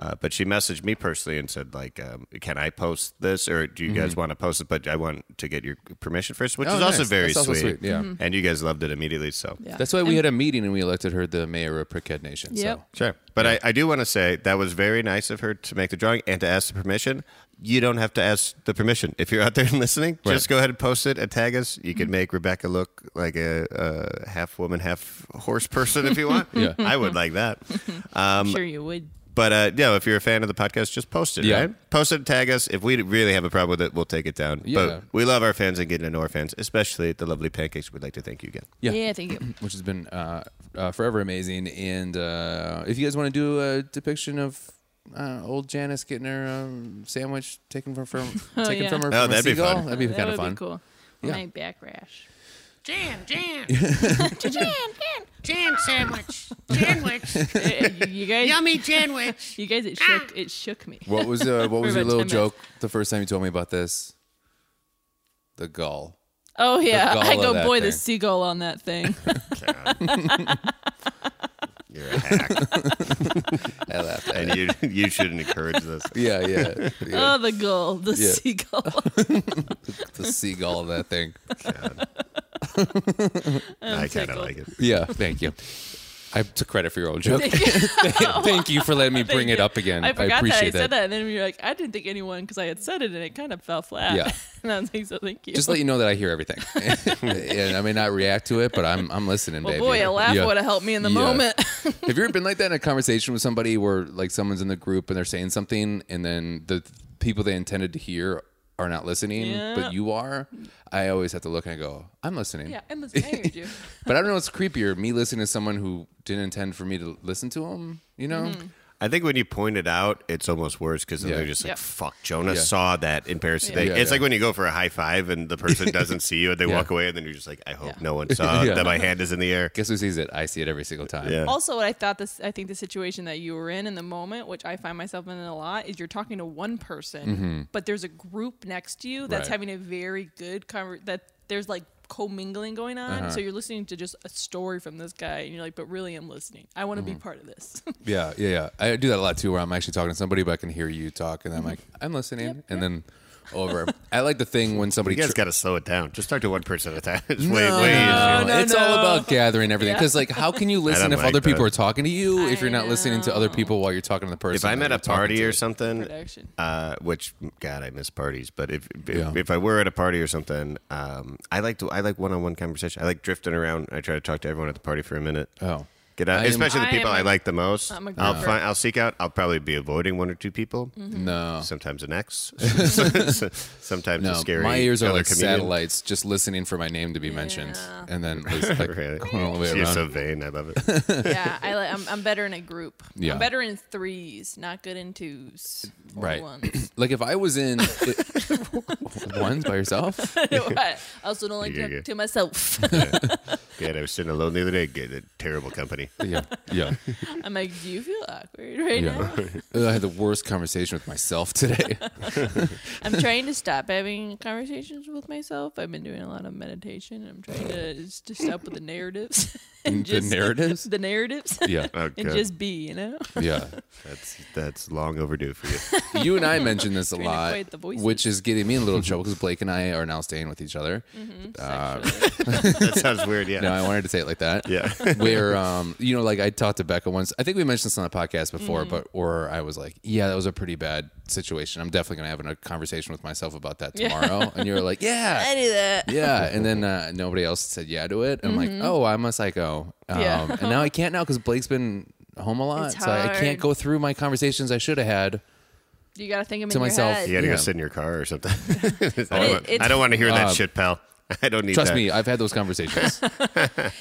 Speaker 3: Uh, but she messaged me personally and said, like, um, can I post this or do you guys want to post it? But I want to get your permission first, which
Speaker 1: Mm-hmm. Oh,
Speaker 3: is also
Speaker 1: nice.
Speaker 3: very
Speaker 1: That's also sweet, yeah. Mhm.
Speaker 3: And you guys loved it immediately. So,
Speaker 2: Yeah.
Speaker 1: That's why we had a meeting and we elected her the mayor of Prickhead Nation.
Speaker 2: Yep.
Speaker 1: So.
Speaker 3: Sure. But I, I do want to say that was very nice of her to make the drawing and to ask the permission. You don't have to ask the permission. If you're out there and listening, just go ahead and post it and tag us. You
Speaker 1: Mm-hmm.
Speaker 3: can make Rebecca look like a, a half woman, half horse person if you want.
Speaker 1: Yeah.
Speaker 3: I would like that.
Speaker 1: um,
Speaker 2: I'm sure you would.
Speaker 3: But uh, yeah, if you're a fan of the podcast, just post it,
Speaker 1: Yeah.
Speaker 3: right? Post it, tag us. If we really have a problem with it, we'll take it down.
Speaker 1: Yeah.
Speaker 3: But we love our fans and getting to know our fans, especially the lovely pancakes. We'd like to thank you again.
Speaker 1: Yeah.
Speaker 2: yeah thank you.
Speaker 1: which has been uh, uh, forever amazing. And uh, if you guys want to do a depiction of uh, old Janice getting her um, sandwich taken from, from
Speaker 2: Oh,
Speaker 1: taken
Speaker 2: yeah.
Speaker 1: from her
Speaker 3: Oh,
Speaker 1: from a
Speaker 3: that'd be
Speaker 1: seagull,
Speaker 3: fun.
Speaker 1: that'd be
Speaker 2: that
Speaker 1: kind
Speaker 2: would
Speaker 1: of fun.
Speaker 2: Be cool.
Speaker 1: Yeah.
Speaker 2: My back rash.
Speaker 5: Jan, Jan. Jan, Jan. Jan sandwich. Janwich.
Speaker 2: Eh, you- you guys,
Speaker 5: Yummy Janwich.
Speaker 2: you guys, it shook, it shook me.
Speaker 1: What was uh, what was
Speaker 2: We're
Speaker 1: your
Speaker 2: about
Speaker 1: little
Speaker 2: 10 minutes.
Speaker 1: joke the first time you told me about this? The gull.
Speaker 2: Oh yeah,
Speaker 1: gall
Speaker 2: I
Speaker 1: of
Speaker 2: go,
Speaker 1: that
Speaker 2: boy,
Speaker 1: thing."
Speaker 2: the seagull on that thing.
Speaker 3: You're a hack,
Speaker 1: I laughed. At it.
Speaker 3: and you, you shouldn't encourage this.
Speaker 1: Yeah, yeah, yeah.
Speaker 2: Oh, the gull, the
Speaker 1: Yeah.
Speaker 2: seagull.
Speaker 1: the seagull of that thing.
Speaker 3: I kind of
Speaker 2: tickled.
Speaker 3: like it.
Speaker 1: Yeah, thank you. I took credit for your own joke. thank you for letting me bring it up again. I,
Speaker 2: I forgot that I
Speaker 1: appreciate
Speaker 2: said that. and then we were like, I didn't think anyone because I had said it, and it kind of fell flat.
Speaker 1: Yeah.
Speaker 2: and I was like, so thank you.
Speaker 1: just let you know that I hear everything, and I may not react to it, but I'm I'm listening,
Speaker 2: well,
Speaker 1: baby.
Speaker 2: Oh, boy, a laugh
Speaker 1: Yeah.
Speaker 2: would have helped me in the
Speaker 1: Yeah.
Speaker 2: moment.
Speaker 1: have you ever been like that in a conversation with somebody where like someone's in the group and they're saying something, and then the th- people they intended to hear are not listening,
Speaker 2: Yeah.
Speaker 1: but you are? I always have to look and I go, I'm listening.
Speaker 2: yeah, and listen, I heard you. Mm-hmm.
Speaker 1: But I don't know what's creepier, me listening to someone who didn't intend for me to listen to them, you know?
Speaker 3: I think when you point it out, it's almost worse because then
Speaker 1: Yeah.
Speaker 3: they're just like,
Speaker 2: Yep.
Speaker 3: "Fuck, Jonah
Speaker 1: Yeah.
Speaker 3: saw that in Paris today."
Speaker 1: Yeah,
Speaker 3: it's
Speaker 1: yeah.
Speaker 3: like when you go for a high five and the person doesn't see you and they
Speaker 1: Yeah.
Speaker 3: walk away, and then you're just like, "I hope
Speaker 2: Yeah.
Speaker 3: no one saw
Speaker 1: Yeah.
Speaker 3: that my hand is in the air."
Speaker 1: Guess who sees it? I see it every single time.
Speaker 3: Yeah.
Speaker 2: Also, what I thought this, I think the situation that you were in in the moment, which I find myself in a lot, is you're talking to one person, but there's a group next to you
Speaker 1: Mm-hmm.
Speaker 2: that's
Speaker 1: Right.
Speaker 2: having a very good conver- that there's like commingling going on.
Speaker 1: Uh-huh.
Speaker 2: So you're listening to just a story from this guy, and you're like, but really, I'm listening. I want to
Speaker 1: Mm-hmm.
Speaker 2: be part of this.
Speaker 1: Yeah, yeah, yeah. I do that a lot too, where I'm actually talking to somebody, but I can hear you talk, and I'm
Speaker 2: Mm-hmm.
Speaker 1: like, I'm listening, and then over. I like the thing when somebody.
Speaker 3: You guys
Speaker 1: tr-
Speaker 3: got to slow it down. Just talk to one person at a time. It's way,
Speaker 1: No, no,
Speaker 3: way easier.
Speaker 1: no,
Speaker 2: no,
Speaker 1: it's
Speaker 2: no.
Speaker 1: all about gathering everything.
Speaker 2: Yeah.
Speaker 1: Because like, how can you listen if
Speaker 3: like
Speaker 1: other people
Speaker 3: that.
Speaker 1: are talking to you if you're not listening to other
Speaker 2: know.
Speaker 1: people while you're talking to the person?
Speaker 3: If I'm
Speaker 1: that
Speaker 3: at
Speaker 1: you're
Speaker 3: a
Speaker 1: talking
Speaker 3: party
Speaker 1: to?
Speaker 3: or something,
Speaker 2: Production.
Speaker 3: uh, which God, I miss parties. But if if,
Speaker 1: Yeah.
Speaker 3: if I were at a party or something, um, I like to I like one on one conversation. I like drifting around. I try to talk to everyone at the party for a minute.
Speaker 1: oh,
Speaker 3: Get out,
Speaker 1: I am-
Speaker 3: especially the
Speaker 2: I
Speaker 3: people
Speaker 2: am
Speaker 3: I
Speaker 2: a-
Speaker 3: like the most.
Speaker 2: I'm a
Speaker 3: I'll
Speaker 2: groomer.
Speaker 3: find, I'll seek out. I'll probably be avoiding one or two people.
Speaker 2: Mm-hmm.
Speaker 1: no,
Speaker 3: Sometimes an ex. sometimes a
Speaker 1: no,
Speaker 3: scary.
Speaker 1: my ears are
Speaker 3: other
Speaker 1: like
Speaker 3: comedian.
Speaker 1: satellites, just listening for my name to be mentioned,
Speaker 2: Yeah.
Speaker 1: and then it's like
Speaker 3: Really?
Speaker 1: going all the way
Speaker 3: You're
Speaker 1: around.
Speaker 3: so vain. I love it.
Speaker 2: yeah, I, li- I'm, I'm better in a group.
Speaker 1: Yeah.
Speaker 2: I'm better in threes, not good in twos. or
Speaker 1: Right.
Speaker 2: Ones.
Speaker 1: like if I was in ones by yourself,
Speaker 2: I also don't like
Speaker 3: Yeah,
Speaker 2: to,
Speaker 3: yeah.
Speaker 2: to myself.
Speaker 3: God, I was sitting alone the other day. Good, a terrible company.
Speaker 1: yeah, yeah.
Speaker 2: I'm like, do you feel awkward right now?
Speaker 1: I had the worst conversation with myself today.
Speaker 2: I'm trying to stop having conversations with myself. I've been doing a lot of meditation. and I'm trying to just to stop with the narratives. and
Speaker 1: The narratives?
Speaker 2: The narratives.
Speaker 1: yeah.
Speaker 3: Oh,
Speaker 2: and
Speaker 3: God.
Speaker 2: just be, you know?
Speaker 1: Yeah.
Speaker 3: that's that's long overdue for you.
Speaker 1: You and I mentioned this a
Speaker 2: to
Speaker 1: lot,
Speaker 2: quiet the voices.
Speaker 1: which is getting me in a little trouble because Blake and I are now staying with each other.
Speaker 2: Mm-hmm. Sexually.
Speaker 3: that sounds weird. Yeah.
Speaker 1: No, I wanted to say it like that.
Speaker 3: yeah.
Speaker 1: Where, um, you know, like I talked to Becca once. I think we mentioned this on the podcast before,
Speaker 2: Mm-hmm.
Speaker 1: but where I was like, "Yeah, that was a pretty bad situation. I'm definitely gonna have a conversation with myself about that tomorrow." And you were like, "Yeah,
Speaker 2: I do that.
Speaker 1: yeah and then uh, nobody else said yeah to it i'm like oh i'm a psycho um,
Speaker 2: Mm-hmm. Yeah.
Speaker 1: and now i can't now because blake's been home a lot
Speaker 2: It's
Speaker 1: so i can't
Speaker 2: hard.
Speaker 1: go through my conversations i should have had
Speaker 2: You got to think of
Speaker 1: To
Speaker 2: in
Speaker 1: myself.
Speaker 2: Your head.
Speaker 3: You got to
Speaker 1: Yeah.
Speaker 3: go sit in your car or something. I, don't, want-
Speaker 2: it's-
Speaker 3: I don't want to hear that
Speaker 1: Uh,
Speaker 3: shit, pal. I don't need
Speaker 1: trust
Speaker 3: that.
Speaker 1: me i've had those conversations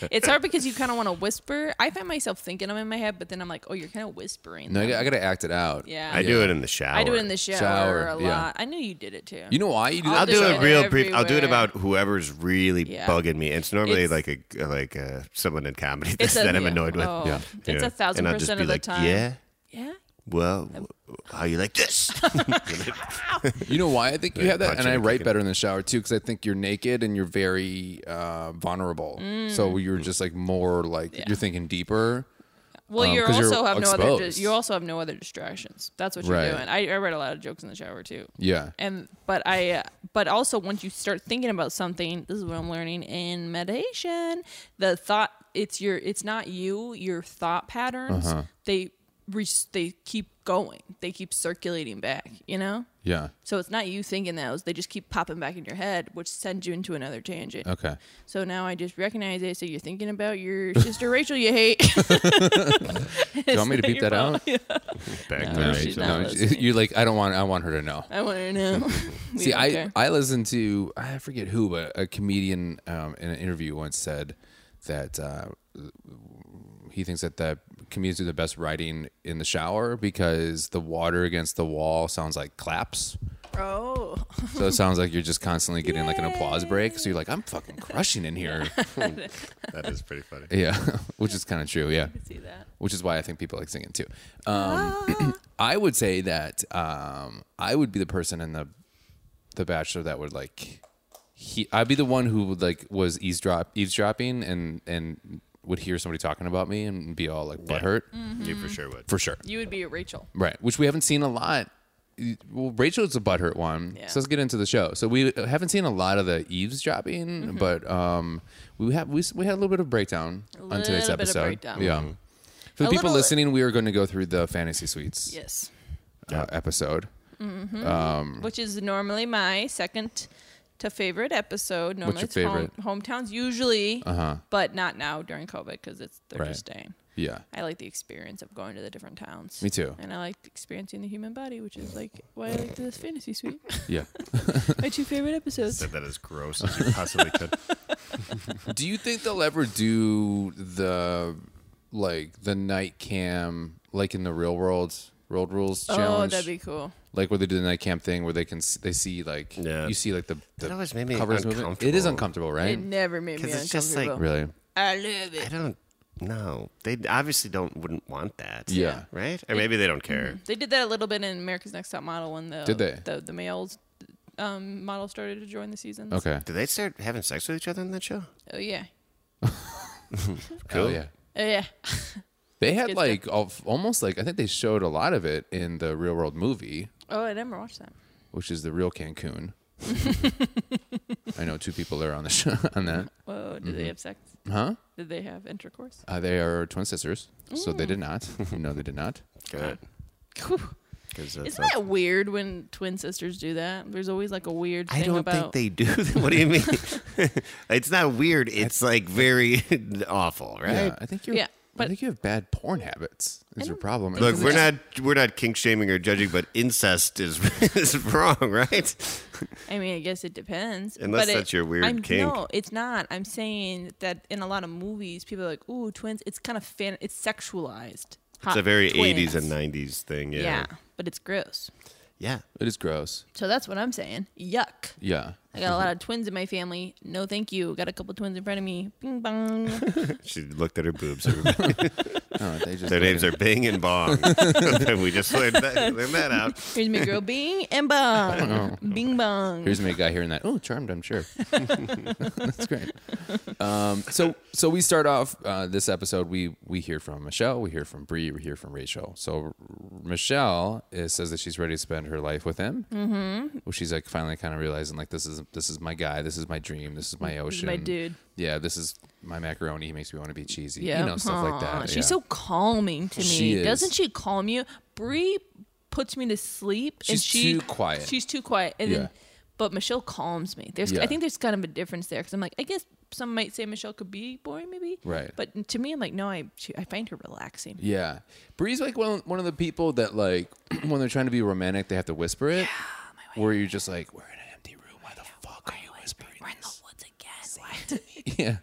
Speaker 2: It's hard because you kind of want to whisper. I find myself thinking them in my head, but then I'm like, oh, you're kind of whispering.
Speaker 1: no, I,
Speaker 2: them.
Speaker 1: gotta- I gotta act it out
Speaker 2: yeah.
Speaker 3: I do it in the shower.
Speaker 2: I do it in the shower,
Speaker 1: Shower,
Speaker 2: a lot.
Speaker 1: yeah.
Speaker 2: I knew you did it too.
Speaker 1: you know why you do
Speaker 2: I'll
Speaker 1: that
Speaker 3: I'll do
Speaker 2: There's
Speaker 3: it
Speaker 2: shit
Speaker 3: real brief. I'll do it
Speaker 2: everywhere.
Speaker 3: about whoever's really
Speaker 2: Yeah.
Speaker 3: bugging me. It's normally
Speaker 2: It's-
Speaker 3: like a like uh someone in comedy
Speaker 2: It's a-
Speaker 3: that I'm
Speaker 2: yeah.
Speaker 3: annoyed with.
Speaker 2: Oh,
Speaker 1: Yeah.
Speaker 2: It's a thousand
Speaker 3: and I'll just
Speaker 2: percent
Speaker 3: be
Speaker 2: of the
Speaker 3: like,
Speaker 2: time.
Speaker 3: Yeah.
Speaker 2: Yeah.
Speaker 3: Well, w- how you like this?
Speaker 1: you know why i think you
Speaker 3: Yeah,
Speaker 1: have that
Speaker 3: punch
Speaker 1: and
Speaker 3: it
Speaker 1: i
Speaker 3: and kick
Speaker 1: write
Speaker 3: it.
Speaker 1: better in the shower too because i think you're naked and you're very uh, vulnerable so you're just like more like you're thinking deeper
Speaker 2: Well,
Speaker 1: Um,
Speaker 2: you
Speaker 1: 'cause you're
Speaker 2: also have no other.
Speaker 1: exposed.
Speaker 2: You also have no other distractions. That's what you're
Speaker 1: Right.
Speaker 2: doing. I, I read a lot of jokes in the shower too.
Speaker 1: yeah
Speaker 2: And but I uh, but also once you start thinking about something, this is what I'm learning in meditation. The thought it's your it's not you. Your thought patterns
Speaker 1: Uh-huh.
Speaker 2: they re- they keep going. They keep circulating back. You know.
Speaker 1: yeah
Speaker 2: So it's not you thinking those. They just keep popping back in your head, which sends you into another tangent.
Speaker 1: okay
Speaker 2: So now I just recognize it. So you're thinking about your sister Rachel you hate.
Speaker 1: do you want me to beep that out
Speaker 2: No,
Speaker 3: Back there,
Speaker 2: she's
Speaker 3: right?
Speaker 2: not.
Speaker 1: no,
Speaker 2: listening.
Speaker 1: you're like i don't want i want her to know
Speaker 2: I want to know. We
Speaker 1: See,
Speaker 2: don't
Speaker 1: I
Speaker 2: care.
Speaker 1: I listened to I forget who, but a comedian um, in an interview once said that uh, he thinks that the comedians do the best writing in the shower because the water against the wall sounds like claps.
Speaker 2: oh,
Speaker 1: So it sounds like you're just constantly getting like an applause break. So you're like, I'm fucking crushing in here.
Speaker 3: That is pretty funny.
Speaker 1: yeah, which is kind of true. Yeah
Speaker 2: see that.
Speaker 1: which is why I think people like singing too. Um, I would say that um, I would be the person in the the Bachelor that would like he. I'd be the one who would like was eavesdrop eavesdropping and and would hear somebody talking about me and be all like butthurt
Speaker 2: Mm-hmm.
Speaker 3: You for sure would.
Speaker 1: for sure.
Speaker 2: You would be a Rachel.
Speaker 1: Right, which we haven't seen a lot. Well, Rachel's a butthurt one,
Speaker 2: Yeah.
Speaker 1: so let's get into the show. So we haven't seen a lot of the eavesdropping,
Speaker 2: Mm-hmm.
Speaker 1: but um, we have we, s- we had a little bit of breakdown on today's
Speaker 2: Little bit of
Speaker 1: episode.
Speaker 2: breakdown.
Speaker 1: Yeah, for the
Speaker 2: A
Speaker 1: people
Speaker 2: little-
Speaker 1: listening, we are going to go through the fantasy suites
Speaker 2: Yes.
Speaker 1: uh, episode.
Speaker 2: Which is normally my second to favorite episode. Normally
Speaker 1: your
Speaker 2: it's home-
Speaker 1: favorite? Uh-huh.
Speaker 2: hometowns usually, but not now during COVID because it's they're
Speaker 1: Right.
Speaker 2: just staying.
Speaker 1: Yeah,
Speaker 2: I like the experience of going to the different towns.
Speaker 1: Me too.
Speaker 2: And I like experiencing the human body, which is like why I like this fantasy suite.
Speaker 1: yeah.
Speaker 2: my two favorite episodes.
Speaker 3: Said that as gross as you possibly could.
Speaker 1: do you think they'll ever do the like the night cam? like in the real world world rules
Speaker 2: Oh,
Speaker 1: challenge
Speaker 2: that'd be cool.
Speaker 1: like where they do the night camp thing where they can see, they see like
Speaker 3: Yeah.
Speaker 1: you see like the, the
Speaker 3: That always made me
Speaker 1: covers moving.
Speaker 3: uncomfortable.
Speaker 1: It is uncomfortable, right?
Speaker 2: It never made me
Speaker 3: 'Cause it's just like-
Speaker 2: uncomfortable.
Speaker 1: really?
Speaker 2: I love
Speaker 3: I
Speaker 2: it.
Speaker 3: don't know. They obviously don't wouldn't want that.
Speaker 1: Yeah.
Speaker 3: Right? Or maybe they don't care.
Speaker 2: They did that a little bit in America's Next Top Model when the
Speaker 1: Did they?
Speaker 2: the, the males um, model started to join the season.
Speaker 1: Okay.
Speaker 3: Do they start having sex with each other in that show?
Speaker 2: Oh yeah.
Speaker 1: Cool. yeah.
Speaker 2: Oh yeah.
Speaker 1: They had
Speaker 2: Good
Speaker 1: like al- almost like I think they showed a lot of it in the real world movie,
Speaker 2: Oh, I never watched that.
Speaker 1: which is the real Cancun. I know two people are on the show on that.
Speaker 2: Whoa, did
Speaker 3: Mm-hmm.
Speaker 2: they have sex?
Speaker 1: Huh?
Speaker 2: Did they have intercourse?
Speaker 1: Uh, they are twin sisters, so they did not. no, they did not.
Speaker 3: Good.
Speaker 2: Whew.
Speaker 3: Because that's
Speaker 2: Isn't that weird when twin sisters do that? There's always like a weird thing
Speaker 3: I don't
Speaker 2: about.
Speaker 3: think they do. what do you mean? it's not weird. It's like very awful, right?
Speaker 1: Yeah, I think you're.
Speaker 2: Yeah,
Speaker 1: I
Speaker 2: but-
Speaker 1: think you have bad porn habits. Is your problem?
Speaker 3: Look, we're not we're not kink shaming or judging, but incest is is wrong, right?
Speaker 2: I mean, I guess it depends.
Speaker 3: Unless
Speaker 2: but it-
Speaker 3: that's your weird
Speaker 2: I'm,
Speaker 3: kink.
Speaker 2: No, it's not. I'm saying that in a lot of movies, people are like, "Ooh, twins." It's kind of fan. It's sexualized.
Speaker 3: It's a very 80s and 90s thing. Yeah.
Speaker 2: Yeah, but it's gross.
Speaker 3: Yeah.
Speaker 1: It is gross.
Speaker 2: So that's what I'm saying. Yuck.
Speaker 1: Yeah.
Speaker 2: I got a lot of twins in my family. No, thank you. Got a couple twins in front of me. Bing bong.
Speaker 3: She looked at her boobs. everybody.
Speaker 1: No, they just
Speaker 3: Their names are Bing and Bong. we just learned that, learned that out.
Speaker 2: Here's my girl. Bing and
Speaker 3: Oh.
Speaker 2: bong. Bing bong.
Speaker 1: Here's me a guy hearing that. Oh, charmed, I'm sure. That's great. Um, so, so we start off uh, this episode. We we hear from Michelle, we hear from Bree, we hear from Rachel. So R- Michelle is, says that she's ready to spend her life with him. Mm-hmm. Well, she's like finally kind of realizing like this is this is my guy, this is my dream, this is my
Speaker 2: is
Speaker 1: ocean,
Speaker 2: my dude.
Speaker 1: Yeah, this is my macaroni. He makes me want to be cheesy.
Speaker 2: Yeah,
Speaker 1: you know stuff like
Speaker 2: Aw,
Speaker 1: that.
Speaker 2: She's
Speaker 1: yeah.
Speaker 2: so calming to me.
Speaker 1: She is.
Speaker 2: Doesn't she calm you? Bree puts me to sleep. and
Speaker 1: She's
Speaker 2: she,
Speaker 1: too quiet.
Speaker 2: She's too quiet. And
Speaker 1: Yeah.
Speaker 2: then, but Michelle calms me. There's,
Speaker 1: Yeah.
Speaker 2: I think there's kind of a difference there because I'm like, I guess some might say Michelle could be boring, maybe.
Speaker 1: Right.
Speaker 2: But to me, I'm like, no, I, she, I find her relaxing.
Speaker 1: Yeah, Bree's like one one of the people that like when they're trying to be romantic, they have to whisper it. where you're just like, we're in an empty room. Why the fuck are you whispering?
Speaker 2: We're in the
Speaker 1: this?"
Speaker 2: woods Oh, again. Why?
Speaker 1: Yeah,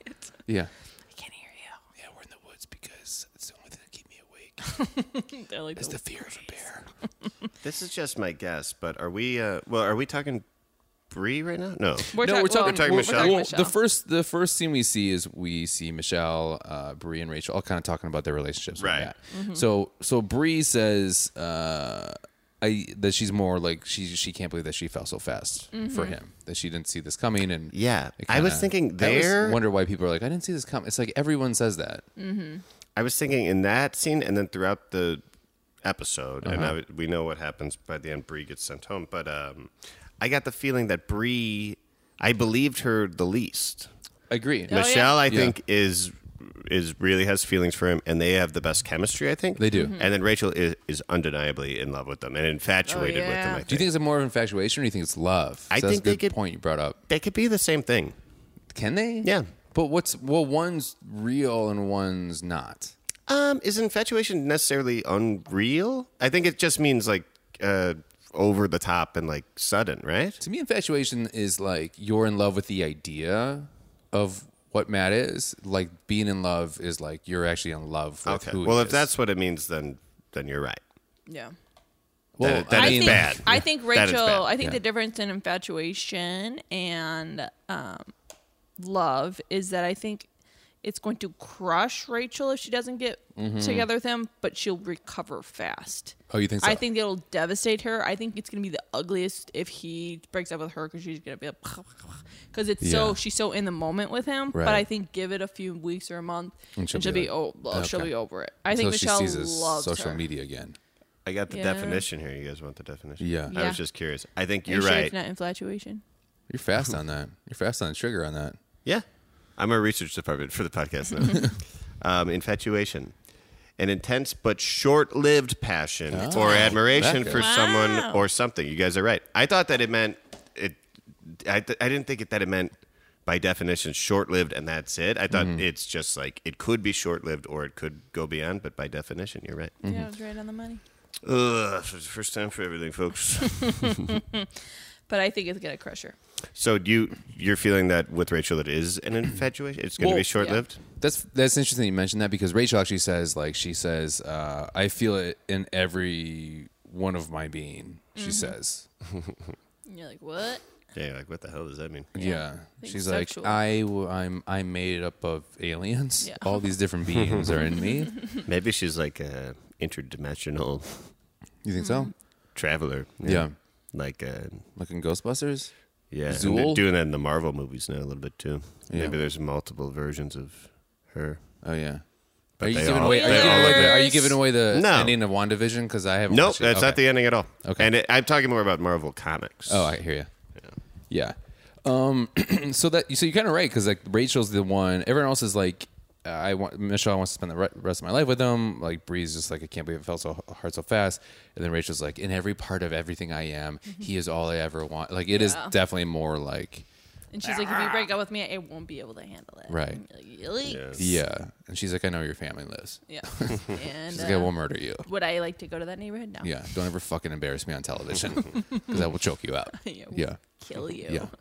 Speaker 1: yeah,
Speaker 2: I can't hear you.
Speaker 1: yeah. We're in the woods because it's the only thing that keep me awake.
Speaker 2: They're like,
Speaker 1: It's
Speaker 2: the-
Speaker 1: the fear of a bear.
Speaker 3: This is just my guess, but are we? Uh, well, are we talking Brie right now? No.
Speaker 2: we're,
Speaker 1: No,
Speaker 2: talk-
Speaker 1: we're
Speaker 2: well,
Speaker 1: talking
Speaker 3: Michelle.
Speaker 2: we're
Speaker 3: Well,
Speaker 2: talking Michelle.
Speaker 1: The first, the first scene we see is we see Michelle, uh, Bree, and Rachel all kind of talking about their relationships. with
Speaker 3: Right.
Speaker 1: Matt.
Speaker 2: Mm-hmm.
Speaker 1: So, so Bree says uh, I, that she's more like she she can't believe that she fell so fast
Speaker 2: Mm-hmm.
Speaker 1: for him that she didn't see this coming and
Speaker 3: Yeah,
Speaker 1: it
Speaker 3: I was
Speaker 1: kinda-
Speaker 3: thinking
Speaker 1: I always
Speaker 3: there-
Speaker 1: wonder why people are like I didn't see this coming. It's like everyone says that.
Speaker 2: Mm.
Speaker 3: I was thinking in that scene, and then throughout the episode, and I,
Speaker 1: Uh-huh.
Speaker 3: w- we know what happens by the end. Bree gets sent home, but um, I got the feeling that Bree, I believed her the least.
Speaker 1: I agree.
Speaker 3: Michelle, I
Speaker 1: Oh, Yeah.
Speaker 3: think is is really has feelings for him, and they have the best chemistry. I think
Speaker 1: They do.
Speaker 3: And then Rachel is, is undeniably in love with them and infatuated with them.
Speaker 2: yeah.
Speaker 3: I
Speaker 1: Do you think it's more of infatuation or do you think it's love?
Speaker 3: I
Speaker 1: So that's
Speaker 3: think
Speaker 1: a
Speaker 3: they
Speaker 1: good
Speaker 3: could-
Speaker 1: point you brought up.
Speaker 3: they could be the same thing?
Speaker 1: Can they?
Speaker 3: Yeah.
Speaker 1: But what's well one's real and one's not.
Speaker 3: Um, is infatuation necessarily unreal? I think it just means like uh, over the top and like sudden, right?
Speaker 1: To me, infatuation is like you're in love with the idea of what Matt is. Like being in love is like you're actually in love with
Speaker 3: Okay.
Speaker 1: who. he
Speaker 3: Well, if
Speaker 1: is.
Speaker 3: that's what it means, then then you're right.
Speaker 2: yeah.
Speaker 1: well,
Speaker 3: that- that
Speaker 1: I
Speaker 3: is
Speaker 1: mean,
Speaker 2: think,
Speaker 3: bad.
Speaker 2: I think
Speaker 3: That is
Speaker 2: Rachel.
Speaker 3: bad.
Speaker 2: I think
Speaker 1: Yeah.
Speaker 2: the difference in infatuation and um, love is that I think it's going to crush Rachel if she doesn't get
Speaker 1: Mm-hmm.
Speaker 2: together with him, but she'll recover fast.
Speaker 1: Oh, you think so?
Speaker 2: I think it'll devastate her. I think it's going to be the ugliest if he breaks up with her because she's going to be like, because it's
Speaker 1: Yeah.
Speaker 2: so she's so in the moment with him. But
Speaker 1: Right.
Speaker 2: I think give it a few weeks or a month, and she'll, be,
Speaker 1: like,
Speaker 2: oh, well, she'll
Speaker 1: okay.
Speaker 2: be over it. I
Speaker 1: until
Speaker 2: think Michelle
Speaker 1: she sees his
Speaker 2: loves
Speaker 1: social
Speaker 2: her.
Speaker 1: media again.
Speaker 3: I got the
Speaker 2: Yeah.
Speaker 3: definition here. You guys want the definition?
Speaker 1: Yeah.
Speaker 3: I
Speaker 2: Yeah.
Speaker 3: was just curious. I think
Speaker 2: And
Speaker 3: you're
Speaker 2: she has
Speaker 3: right.
Speaker 2: Not infatuation.
Speaker 1: You're fast on that. You're fast on the trigger on that.
Speaker 3: Yeah. I'm a research department for the podcast now. um, infatuation. An intense but short lived passion or admiration
Speaker 1: that
Speaker 3: for
Speaker 2: goes.
Speaker 3: someone
Speaker 2: Wow.
Speaker 3: or something. You guys are right. I thought that it meant it. I, th- I didn't think it, that it meant by definition short lived and that's it. I
Speaker 1: Mm-hmm.
Speaker 3: thought it's just like it could be short lived or it could go beyond, but by definition, you're right.
Speaker 1: Mm-hmm.
Speaker 2: Yeah, it was right on the money.
Speaker 3: Ugh, first time for everything, folks.
Speaker 2: But I think it's gonna crush her.
Speaker 3: So do you you're feeling that with Rachel, it is an infatuation. It's going to
Speaker 1: Well,
Speaker 3: be short lived.
Speaker 1: That's that's interesting you mentioned that because Rachel actually says like she says uh, I feel it in every one of my being.
Speaker 2: Mm-hmm.
Speaker 1: She says,
Speaker 2: And you're like, what?
Speaker 3: Yeah. you're like what the hell does that mean?
Speaker 1: yeah.
Speaker 2: think
Speaker 1: She's
Speaker 2: sexual.
Speaker 1: like I w- I'm I'm made up of aliens.
Speaker 2: Yeah.
Speaker 1: All these different beings are in me.
Speaker 3: Maybe she's like a interdimensional
Speaker 1: You think so?
Speaker 3: Mm. traveler.
Speaker 1: Yeah.
Speaker 3: Like uh,
Speaker 1: Like in Ghostbusters.
Speaker 3: yeah, and
Speaker 1: Zool?
Speaker 3: they're doing that in the Marvel movies now a little bit too.
Speaker 1: Yeah.
Speaker 3: Maybe there's multiple versions of her.
Speaker 1: Oh yeah.
Speaker 3: But
Speaker 1: are you
Speaker 3: they
Speaker 1: giving
Speaker 3: all-
Speaker 1: away? Are you
Speaker 3: they all
Speaker 1: giving,
Speaker 3: look
Speaker 1: away-
Speaker 3: good.
Speaker 1: are you giving away the
Speaker 3: No.
Speaker 1: ending of Wandavision? Because I haven't.
Speaker 3: Nope,
Speaker 1: watched it.
Speaker 3: that's not
Speaker 1: Okay.
Speaker 3: the ending at all.
Speaker 1: Okay.
Speaker 3: and it, I'm talking more about Marvel comics.
Speaker 1: Oh, I hear you. Yeah. Um. so that so you're kind of right because like Rachel's the one. Everyone else is like, uh, I want Michelle wants to spend the re- rest of my life with him. Like Bree's just like I can't believe it felt so hard so fast. And then Rachel's like, in every part of everything I am, he is all I ever want. Like it is
Speaker 2: Yeah.
Speaker 1: definitely more like
Speaker 2: And she's like, if you break up with me, I won't be able to handle it.
Speaker 1: Right.
Speaker 2: And you're like, really?
Speaker 1: yeah. And she's like, I know where your family lives.
Speaker 2: Yeah. and
Speaker 1: She's like, I
Speaker 2: uh,
Speaker 1: will murder you.
Speaker 2: would I like to go to that neighborhood? No.
Speaker 1: Yeah. Don't ever fucking embarrass me on television because I will choke you out.
Speaker 2: Yeah, we'll
Speaker 1: Yeah.
Speaker 2: Kill you.
Speaker 1: Mm-hmm. Yeah.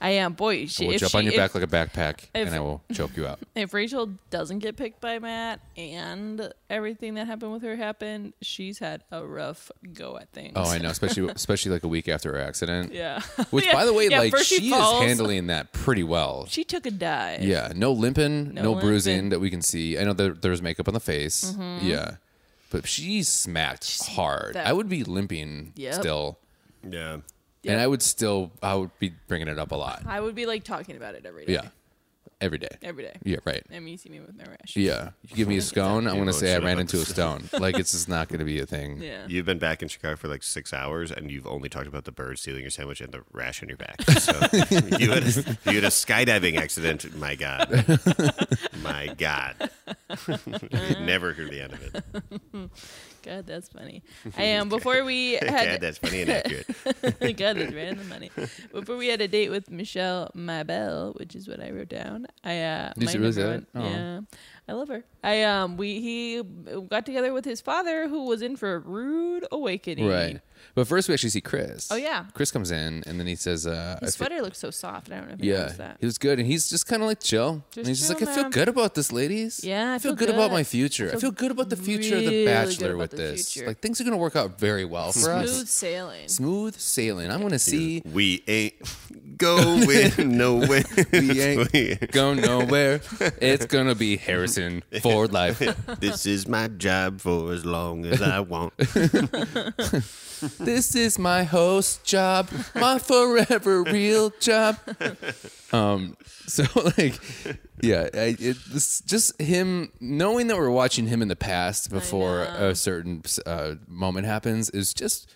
Speaker 2: I am. Boy, she,
Speaker 1: I will
Speaker 2: if
Speaker 1: jump
Speaker 2: she-
Speaker 1: on your
Speaker 2: if-
Speaker 1: back like a backpack
Speaker 2: if-
Speaker 1: and I will choke you out.
Speaker 2: if Rachel doesn't get picked by Matt and everything that happened with her happened, she's had a rough go at things.
Speaker 1: Oh, I know, especially especially like a week after her accident.
Speaker 2: Yeah.
Speaker 1: Which,
Speaker 2: Yeah.
Speaker 1: by the way,
Speaker 2: Yeah,
Speaker 1: like
Speaker 2: first
Speaker 1: she,
Speaker 2: she
Speaker 1: is
Speaker 2: falls.
Speaker 1: handling that pretty well.
Speaker 2: She took a dive.
Speaker 1: yeah, no limping,
Speaker 2: No
Speaker 1: no, bruising
Speaker 2: limping. Mm-hmm.
Speaker 1: that we can see. I know there, there's makeup on the face. Yeah, but she smacked hard.
Speaker 2: that-
Speaker 1: I would be limping
Speaker 2: Yep.
Speaker 1: still,
Speaker 3: yeah.
Speaker 1: and I would still I would be bringing it up a lot.
Speaker 2: I would be like talking about it every day.
Speaker 1: Yeah, every day.
Speaker 2: Every day.
Speaker 1: Yeah, right.
Speaker 2: And you see me with no rash.
Speaker 1: Yeah, you give me a scone, I'm gonna
Speaker 3: People
Speaker 1: say I
Speaker 3: shut
Speaker 1: ran
Speaker 3: up.
Speaker 1: into a stone. like it's just not gonna be a thing.
Speaker 2: Yeah.
Speaker 3: You've been back in Chicago for like six hours, and you've only talked about the bird stealing your sandwich and the rash on your back. So you had you had a skydiving accident. My God, my God, you never hear the end of it.
Speaker 2: God, that's funny. I am. Before we
Speaker 3: God,
Speaker 2: had
Speaker 3: that's funny and accurate.
Speaker 2: God, that's random money. Before we had a date with Michelle Mabel, which is what I wrote down. I uh,
Speaker 1: Did
Speaker 2: my
Speaker 1: you really say that?
Speaker 2: number one-
Speaker 1: Oh.
Speaker 2: Yeah, I love her. I um, we he got together with his father, who was in for a rude awakening.
Speaker 1: Right. But first, we actually see Chris.
Speaker 2: Oh, yeah.
Speaker 1: Chris comes in, and then he says, uh, I
Speaker 2: His
Speaker 1: feel-
Speaker 2: sweater looks so soft. I don't know if you
Speaker 1: Yeah,
Speaker 2: noticed that.
Speaker 1: he was good, and he's just kind of like chill. and
Speaker 2: Just
Speaker 1: he's just
Speaker 2: chill,
Speaker 1: like, I feel
Speaker 2: man.
Speaker 1: good about this, ladies.
Speaker 2: Yeah, I
Speaker 1: feel,
Speaker 2: feel
Speaker 1: good, about
Speaker 2: good.
Speaker 1: my future. I feel,
Speaker 2: feel
Speaker 1: good about the future of The
Speaker 2: really good
Speaker 1: Bachelor
Speaker 2: about
Speaker 1: with
Speaker 2: the
Speaker 1: this.
Speaker 2: future.
Speaker 1: Like things are gonna work out very well for
Speaker 2: Smooth
Speaker 1: us.
Speaker 2: sailing.
Speaker 1: Smooth sailing. I'm gonna see.
Speaker 3: We ain't going nowhere.
Speaker 1: We ain't go nowhere. It's gonna be Harrison for life.
Speaker 3: this is my job for as long as I want.
Speaker 1: This is my host job, my forever real job. Um, so like, yeah, I, it, this, just him knowing that we're watching him in the past before a certain uh, moment happens is just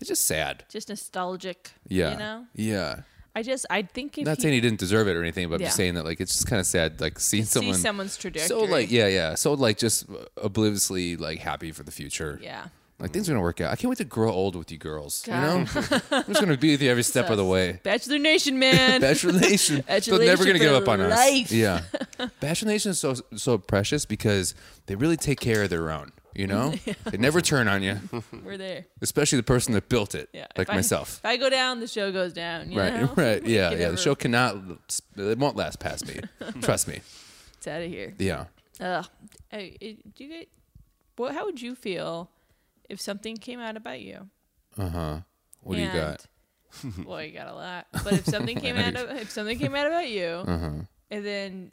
Speaker 1: it's just sad.
Speaker 2: Just nostalgic.
Speaker 1: Yeah,
Speaker 2: You know.
Speaker 1: yeah.
Speaker 2: I just I think if
Speaker 1: Not
Speaker 2: he,
Speaker 1: saying he didn't deserve it or anything, but I'm just
Speaker 2: Yeah.
Speaker 1: saying that like it's just kind of sad, like seeing someone
Speaker 2: see someone's trajectory.
Speaker 1: so like yeah, yeah, so like just obliviously like happy for the future.
Speaker 2: Yeah.
Speaker 1: Like things are gonna work out. I can't wait to grow old with you girls. You
Speaker 2: God.
Speaker 1: know, I'm just gonna be with you every step of the way.
Speaker 2: Bachelor Nation, man.
Speaker 1: Bachelor Nation,
Speaker 2: Bachelor
Speaker 1: they're never
Speaker 2: Nation
Speaker 1: gonna give
Speaker 2: for
Speaker 1: up on us.
Speaker 2: life.
Speaker 1: Yeah, Bachelor Nation is so so precious because they really take care of their own. You know, they never turn on you,
Speaker 2: We're there.
Speaker 1: especially the person that built it,
Speaker 2: Yeah.
Speaker 1: like
Speaker 2: if I-
Speaker 1: myself.
Speaker 2: if I go down, the show goes down. You
Speaker 1: right,
Speaker 2: know?
Speaker 1: right, yeah, yeah.
Speaker 2: It never-
Speaker 1: The show cannot, it won't last past me. Trust me.
Speaker 2: It's out of here.
Speaker 1: Yeah.
Speaker 2: Ugh. Hey, it- do you get what? How would you feel if something came out about you?
Speaker 1: What do you got?
Speaker 2: got? Well, you got a lot. But if something came out of if something came out about you,
Speaker 1: Uh-huh.
Speaker 2: and then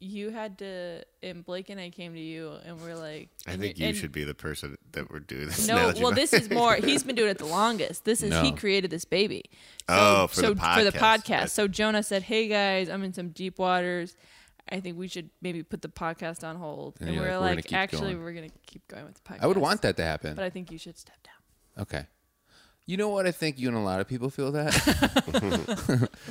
Speaker 2: you had to, and Blake and I came to you, and we're like,
Speaker 3: I
Speaker 2: and
Speaker 3: think
Speaker 2: you-
Speaker 3: you
Speaker 2: and-
Speaker 3: should be the person that we're doing this. now
Speaker 2: No,
Speaker 3: that you
Speaker 2: well,
Speaker 3: brought-
Speaker 2: this is more. He's been doing it the longest. This is he
Speaker 1: No.
Speaker 2: created this baby.
Speaker 3: Oh, for
Speaker 2: so
Speaker 3: the
Speaker 2: for the
Speaker 3: podcast.
Speaker 2: podcast. So Jonah said, "Hey guys, I'm in some deep waters. I think we should maybe put the podcast on hold."
Speaker 1: And
Speaker 2: And,
Speaker 1: you're
Speaker 2: we're
Speaker 1: like, "We're gonna
Speaker 2: like,
Speaker 1: keep
Speaker 2: "Actually,
Speaker 1: going."
Speaker 2: we're gonna keep going with the podcast."
Speaker 1: I would want that to happen.
Speaker 2: but I think you should step down.
Speaker 1: okay. You know what? I think you and a lot of people feel that.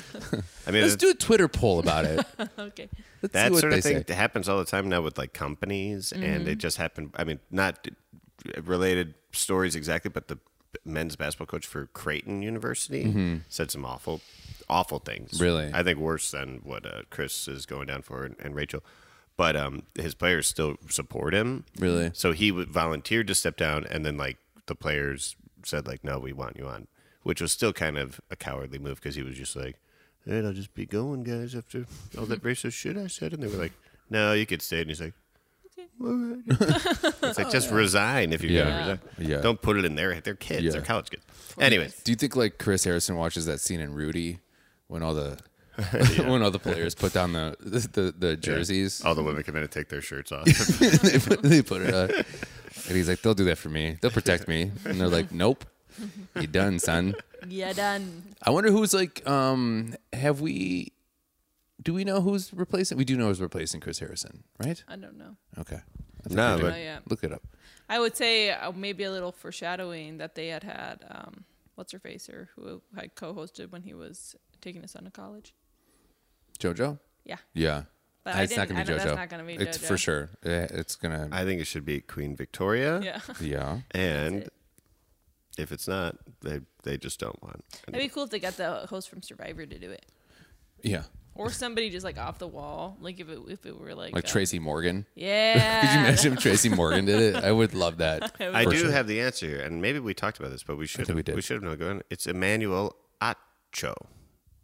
Speaker 3: I mean,
Speaker 1: Let's do a Twitter poll about it.
Speaker 2: Okay.
Speaker 1: Let's see
Speaker 3: that
Speaker 1: what
Speaker 3: sort
Speaker 1: they
Speaker 3: of thing
Speaker 1: say.
Speaker 3: happens all the time now with like companies and it just happened i mean not related stories exactly but the men's basketball coach for creighton university said some awful awful things
Speaker 1: Mm-hmm. Really?
Speaker 3: i think worse than what uh, chris is going down for and, and rachel but um, his players still support him
Speaker 1: Really?
Speaker 3: so he w- volunteered to step down and then like the players said like no we want you on which was still kind of a cowardly move because he was just like, "All right, I'll just be going, guys, after all that racist shit I said." And they were like, "No, you could stay." And he's like, "All right." it's like just resign if you're
Speaker 1: Yeah.
Speaker 3: gonna resign.
Speaker 1: Yeah.
Speaker 3: Don't put it in their their kids,
Speaker 1: Yeah.
Speaker 3: their college kids. Anyways,
Speaker 1: Do you think like Chris Harrison watches that scene in Rudy when all the when all the players put down the the, the jerseys?
Speaker 3: all the women come in and take their shirts off.
Speaker 1: they, put, they put it on. And he's like, they'll do that for me. They'll protect me. And they're like, nope. You done, son.
Speaker 2: Yeah, done.
Speaker 1: I wonder who's like, um, have we, do we know who's replacing? We do know who's replacing Chris Harrison, right?
Speaker 2: I don't know.
Speaker 1: Okay.
Speaker 3: no,
Speaker 2: Oh
Speaker 3: but
Speaker 2: yeah.
Speaker 1: Look it up.
Speaker 2: I would say uh, maybe a little foreshadowing that they had had um, what's her face or who had co-hosted when he was taking his son to college.
Speaker 1: JoJo?
Speaker 2: Yeah,
Speaker 1: Yeah. Uh,
Speaker 2: But I
Speaker 1: it's not gonna be
Speaker 2: didn't- I
Speaker 1: JoJo.
Speaker 2: know that's not gonna be
Speaker 1: It's
Speaker 2: JoJo.
Speaker 1: for sure. Yeah, It's gonna.
Speaker 3: I think it should be Queen Victoria.
Speaker 2: yeah.
Speaker 1: yeah.
Speaker 3: And if it's not, they they just don't want.
Speaker 2: That'd be cool if they got the host from Survivor to do it,
Speaker 1: Yeah.
Speaker 2: or somebody just like off the wall, like if it if it were like
Speaker 1: Like
Speaker 2: um,
Speaker 1: Tracy Morgan.
Speaker 2: Yeah.
Speaker 1: Could you imagine if Tracy Morgan did it? I would love that.
Speaker 3: I
Speaker 1: For
Speaker 3: do
Speaker 1: sure.
Speaker 3: have the answer, here, and maybe we talked about this, but we should have,
Speaker 1: we
Speaker 3: we,
Speaker 1: did.
Speaker 3: should have known going. It's Emmanuel Acho.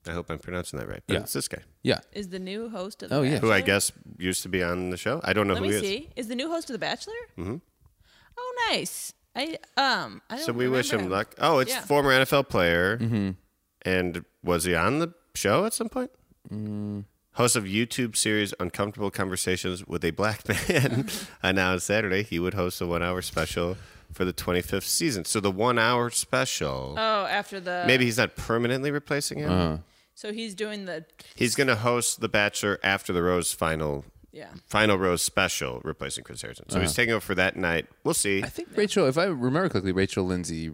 Speaker 3: I hope I'm pronouncing that right. But
Speaker 1: Yeah.
Speaker 3: it's this guy
Speaker 1: Yeah.
Speaker 2: Is the new host of the
Speaker 1: Oh, yeah.
Speaker 2: Bachelor?
Speaker 3: who I guess used to be on the show. I don't know
Speaker 2: Let
Speaker 3: who
Speaker 2: me
Speaker 3: he is.
Speaker 2: see. Is the new host of the Bachelor? Mm-hmm. Oh, nice. I um. I don't
Speaker 3: So we wish
Speaker 2: remember
Speaker 3: him luck. Oh, it's
Speaker 2: Yeah.
Speaker 3: former NFL player, and was he on the show at some point? Host of YouTube series Uncomfortable Conversations with a Black Man announced Saturday he would host a one-hour special for the 25th season. So the one-hour special.
Speaker 2: Oh, after the
Speaker 3: Maybe he's not permanently replacing him.
Speaker 2: So he's doing the
Speaker 3: He's going to host The Bachelor after the Rose final
Speaker 2: yeah.
Speaker 3: final Rose special, replacing Chris Harrison. So he's taking over for that night. We'll see.
Speaker 1: I think Rachel, if I remember correctly, Rachel Lindsay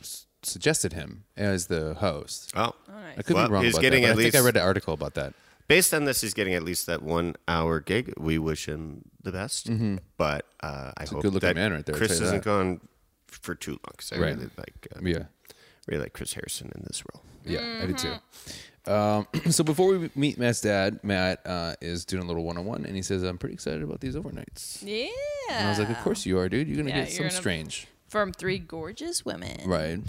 Speaker 1: s- suggested him as the host.
Speaker 3: Oh,
Speaker 1: I could
Speaker 3: Well,
Speaker 1: be wrong
Speaker 3: he's
Speaker 1: about
Speaker 3: getting
Speaker 1: that. but
Speaker 3: at
Speaker 1: I think I
Speaker 3: least-
Speaker 1: read an article about that.
Speaker 3: based on this, he's getting at least that one hour gig. We wish him the best. But uh, I hope
Speaker 1: Mm-hmm. good-looking
Speaker 3: that
Speaker 1: man right there, I'll
Speaker 3: Chris
Speaker 1: tell you
Speaker 3: isn't
Speaker 1: that.
Speaker 3: gone for too long because I
Speaker 1: Right.
Speaker 3: really like uh,
Speaker 1: Yeah,
Speaker 3: really like Chris Harrison in this role.
Speaker 1: yeah, I did
Speaker 2: Mm-hmm.
Speaker 1: too. Um, so before we meet Matt's dad, Matt uh, is doing a little one-on-one, and he says, "I'm pretty excited about these overnights."
Speaker 2: Yeah.
Speaker 1: And I was like, "Of course you are, dude. You're gonna
Speaker 2: Yeah,
Speaker 1: get
Speaker 2: you're
Speaker 1: some
Speaker 2: gonna-
Speaker 1: strange,
Speaker 2: From three gorgeous women.
Speaker 1: right?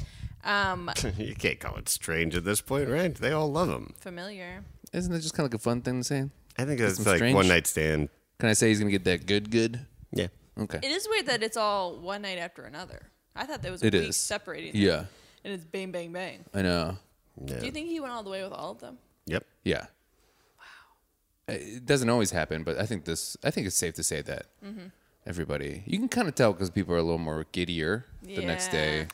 Speaker 2: Um,
Speaker 3: you can't call it strange at this point, right? They all love him.
Speaker 2: familiar.
Speaker 1: Isn't that just kind of like a fun thing to say?
Speaker 3: I think that's
Speaker 1: Isn't
Speaker 3: like
Speaker 1: strange?
Speaker 3: one night stand.
Speaker 1: Can I say he's gonna get that good, good?
Speaker 3: Yeah.
Speaker 1: Okay,
Speaker 2: It is weird that it's all one night after another. I thought there was a
Speaker 1: It
Speaker 2: week
Speaker 1: is.
Speaker 2: separating. them,
Speaker 1: yeah,
Speaker 2: And it's bang, bang, bang.
Speaker 1: I know.
Speaker 3: yeah.
Speaker 2: Do you think he went all the way with all of them?
Speaker 3: Yep.
Speaker 1: Yeah. Wow. It doesn't always happen, but I think this. I think it's safe to say that
Speaker 2: Mm-hmm.
Speaker 1: everybody. You can kind of tell because people are a little more giddier the next day.
Speaker 2: Yeah.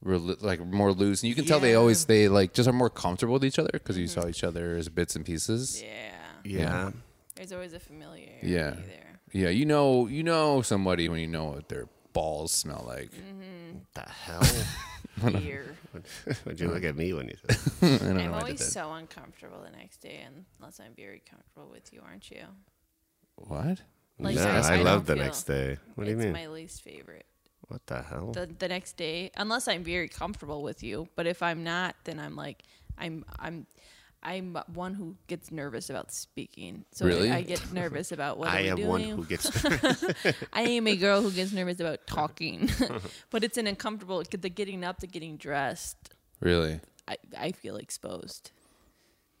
Speaker 1: We're li- like more loose, and you can tell they
Speaker 2: Yeah. Mm-hmm.
Speaker 1: always they like just are more comfortable with each other because you saw each other as bits and pieces.
Speaker 2: Yeah.
Speaker 3: Yeah.
Speaker 2: There's always a familiarity
Speaker 1: Yeah.
Speaker 2: there.
Speaker 1: Yeah, you know, you know somebody when you know what their balls smell like.
Speaker 2: Mm-hmm.
Speaker 3: The hell.
Speaker 2: Here.
Speaker 3: Would you look at me when you? Say?
Speaker 2: I'm always so uncomfortable the next day unless I'm very comfortable with you, aren't you?
Speaker 1: What?
Speaker 2: Like,
Speaker 3: no,
Speaker 2: I-
Speaker 3: I,
Speaker 2: I don't
Speaker 3: love the
Speaker 2: feel-
Speaker 3: next day. What do you
Speaker 2: it's
Speaker 3: mean?
Speaker 2: my least favorite.
Speaker 3: What the hell?
Speaker 2: the the next day unless I'm very comfortable with you. But if I'm not, then I'm like I'm I'm I'm one who gets nervous about speaking. So
Speaker 1: Really?
Speaker 2: I, I get nervous about what
Speaker 3: I
Speaker 2: I
Speaker 3: am
Speaker 2: am
Speaker 3: one
Speaker 2: doing.
Speaker 3: who gets.
Speaker 2: I am a girl who gets nervous about talking. but it's an uncomfortable the getting up, the getting dressed.
Speaker 1: Really?
Speaker 2: I, I feel exposed.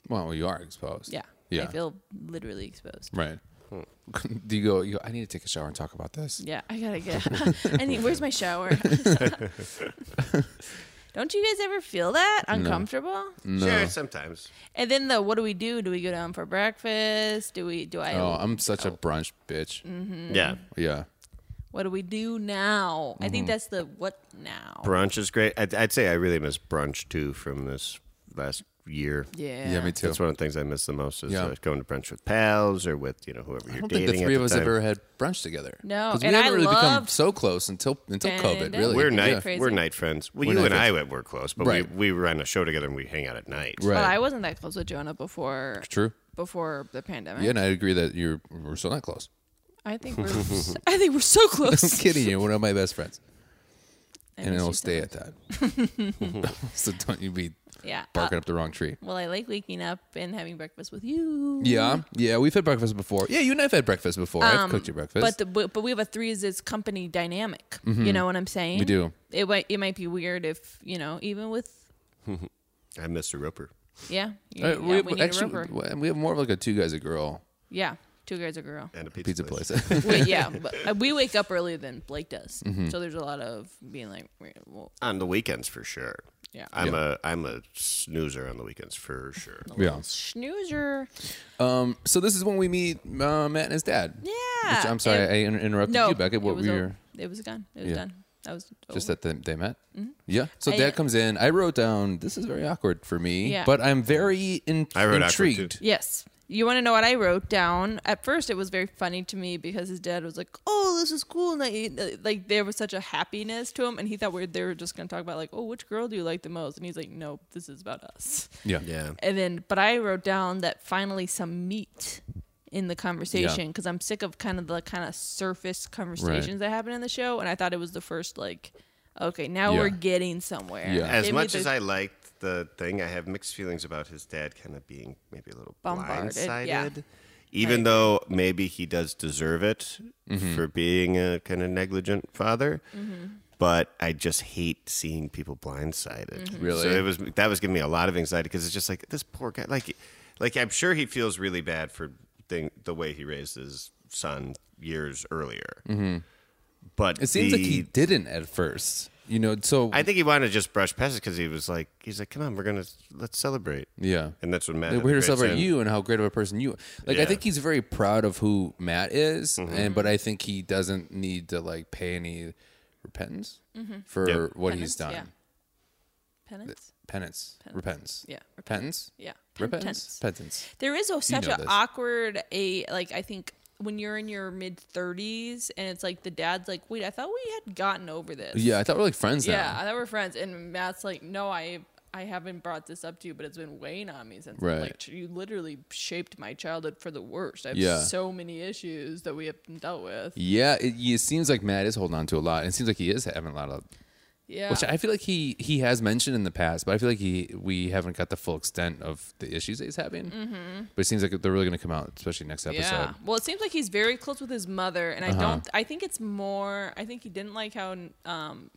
Speaker 1: Well, you are exposed.
Speaker 2: Yeah.
Speaker 1: Yeah.
Speaker 2: I feel literally exposed.
Speaker 1: right. Do you go? You go, I need to take a shower and talk about this.
Speaker 2: Yeah, I gotta get. I need. Where's my shower? Don't you guys ever feel that uncomfortable?
Speaker 1: Mm.
Speaker 3: Sure, sometimes.
Speaker 2: And then the what do we do? Do we go down for breakfast? Do we do I
Speaker 1: Oh, I'm such a brunch bitch.
Speaker 2: Mm.
Speaker 3: Yeah.
Speaker 1: Yeah.
Speaker 2: what do we do now? I
Speaker 1: Mm-hmm.
Speaker 2: think that's the what now.
Speaker 3: Brunch is great. I'd, I'd say I really miss brunch too from this last year.
Speaker 2: yeah.
Speaker 1: Yeah, me too.
Speaker 3: That's one of the things I miss the most is
Speaker 1: Yeah.
Speaker 3: uh, going to brunch with pals or with you know whoever
Speaker 1: I
Speaker 3: you're
Speaker 1: don't think
Speaker 3: dating.
Speaker 1: the three
Speaker 3: at
Speaker 1: of us
Speaker 3: time.
Speaker 1: ever had brunch together.
Speaker 2: No,
Speaker 1: 'Cause we
Speaker 2: and I
Speaker 1: haven't really become
Speaker 2: loved-
Speaker 1: so close until until
Speaker 2: And
Speaker 1: COVID.
Speaker 2: that-
Speaker 1: Really,
Speaker 3: We're
Speaker 2: Yeah.
Speaker 3: night
Speaker 2: Crazy.
Speaker 3: we're night friends. Well,
Speaker 1: We're
Speaker 3: you
Speaker 1: night
Speaker 3: and I
Speaker 1: friends.
Speaker 3: were close, but
Speaker 1: Right.
Speaker 3: we we ran a show together and we hang out at night.
Speaker 1: Right.
Speaker 2: Well, I wasn't that close with Jonah before
Speaker 1: True.
Speaker 2: before the pandemic.
Speaker 1: Yeah, and I agree that you're we're still not close.
Speaker 2: I think we're s- I think we're so
Speaker 1: I'm
Speaker 2: close.
Speaker 1: kidding you. One of my best friends,
Speaker 2: I
Speaker 1: and
Speaker 2: miss
Speaker 1: it'll
Speaker 2: you so
Speaker 1: stay
Speaker 2: much.
Speaker 1: at that. so don't you be
Speaker 2: Yeah.
Speaker 1: barking
Speaker 2: Uh,
Speaker 1: up the wrong tree.
Speaker 2: well, I like waking up and having breakfast with you.
Speaker 1: Yeah, yeah, we've had breakfast before. Yeah, you and I've had breakfast before. I've cooked you breakfast.
Speaker 2: Um, But the, but but we have a three is its company dynamic. You know what I'm saying?
Speaker 1: Mm-hmm. We do.
Speaker 2: It might it might be weird if you know even with
Speaker 3: I'm Mr. Roper.
Speaker 2: yeah you,
Speaker 1: Uh,
Speaker 2: yeah, we, need
Speaker 1: actually
Speaker 2: a roper.
Speaker 1: we have more of like a two guys a girl
Speaker 2: yeah, two guys a girl.
Speaker 3: And a
Speaker 1: pizza
Speaker 3: pizza, place.
Speaker 1: place.
Speaker 2: Wait, yeah, but uh, we wake up earlier than Blake does,
Speaker 1: Mm-hmm.
Speaker 2: so there's a lot of being like, well,
Speaker 3: On the weekends for sure.
Speaker 2: Yeah.
Speaker 3: I'm a I'm a snoozer on the weekends for sure.
Speaker 1: yeah.
Speaker 2: snoozer.
Speaker 1: Um, So this is when we meet uh, Matt and his dad. Yeah.
Speaker 2: Yeah.
Speaker 1: I'm sorry,
Speaker 2: It-
Speaker 1: I inter- interrupted
Speaker 2: no,
Speaker 1: you, Beckett. What
Speaker 2: it
Speaker 1: were
Speaker 2: was
Speaker 1: your
Speaker 2: over. It was gone. It was
Speaker 1: Yeah.
Speaker 2: done. That was
Speaker 1: just
Speaker 2: over.
Speaker 1: that they, they met? Yeah. So
Speaker 2: Mm-hmm. I-
Speaker 1: dad comes in. I wrote down this is very awkward for me,
Speaker 2: Yeah.
Speaker 1: but I'm very in-
Speaker 3: I wrote awkward, too.
Speaker 1: intrigued.
Speaker 2: Yes. You want to know what I wrote down? At first, it was very funny to me because his dad was like, "Oh, this is cool," and I, like there was such a happiness to him, and he thought we they were just going to talk about like, "Oh, which girl do you like the most?" And he's like, "No, this is about us."
Speaker 1: Yeah.
Speaker 3: Yeah.
Speaker 2: And then, but I wrote down that finally some meat in the conversation because I'm sick of kind of the kind of surface conversations that happen in the show, and I thought it was the first like, okay, now
Speaker 1: Yeah.
Speaker 2: we're getting somewhere.
Speaker 1: Yeah.
Speaker 3: As
Speaker 2: Give me
Speaker 3: much
Speaker 2: the-
Speaker 3: as I liked the thing, I have mixed feelings about his dad kind of being maybe a little
Speaker 2: Bombarded,
Speaker 3: blindsided.
Speaker 2: yeah.
Speaker 3: Even though maybe he does deserve it
Speaker 1: Mm-hmm.
Speaker 3: for being a kind of negligent father.
Speaker 2: Mm-hmm.
Speaker 3: But I just hate seeing people blindsided.
Speaker 2: Mm-hmm.
Speaker 1: Really?
Speaker 3: So it was that was giving me a lot of anxiety because it's just like this poor guy. Like, like I'm sure he feels really bad for thing, the way he raised his son years earlier. But
Speaker 1: Mm-hmm. It seems like he
Speaker 3: the-
Speaker 1: didn't at first. You know, so
Speaker 3: I think he wanted to just brush past it because he was like, he's like, come on, we're gonna let's celebrate.
Speaker 1: yeah.
Speaker 3: And that's what Matt.
Speaker 1: Like,
Speaker 3: had
Speaker 1: we're here to
Speaker 3: the great
Speaker 1: celebrate
Speaker 3: saying.
Speaker 1: you and how great of a person you. Like I
Speaker 3: Yeah. Mm-hmm.
Speaker 1: think he's very proud of who Matt is, and but I think he doesn't need to like pay any repentance for
Speaker 3: Yep.
Speaker 1: what he's done.
Speaker 2: Penance, Mm-hmm. yeah. Penance.
Speaker 1: Penance, repentance,
Speaker 2: Yeah,
Speaker 1: repentance,
Speaker 2: Yeah.
Speaker 1: repentance, repentance.
Speaker 2: There is a, such
Speaker 1: know
Speaker 2: an
Speaker 1: this.
Speaker 2: awkward a like I think when you're in your mid 30s and it's like the dad's like, "Wait, I thought we had gotten over this."
Speaker 1: Yeah, I thought we were like friends now.
Speaker 2: Yeah, I thought we're friends and Matt's like, "No, I I haven't brought this up to you, but it's been weighing on me since
Speaker 1: Right.
Speaker 2: I'm like you literally shaped my childhood for the worst. I have
Speaker 1: Yeah.
Speaker 2: so many issues that we haven't dealt with."
Speaker 1: Yeah, it, it seems like Matt is holding on to a lot, and it seems like he is having a lot of,
Speaker 2: Yeah.
Speaker 1: which I feel like he he has mentioned in the past, but I feel like he we haven't got the full extent of the issues that he's having. Mm-hmm. But it seems like they're really going to come out, especially next episode. Uh-huh.
Speaker 2: Yeah. Well, it seems like he's very close with his mother, and I don't. I think it's more. I think he didn't like how um,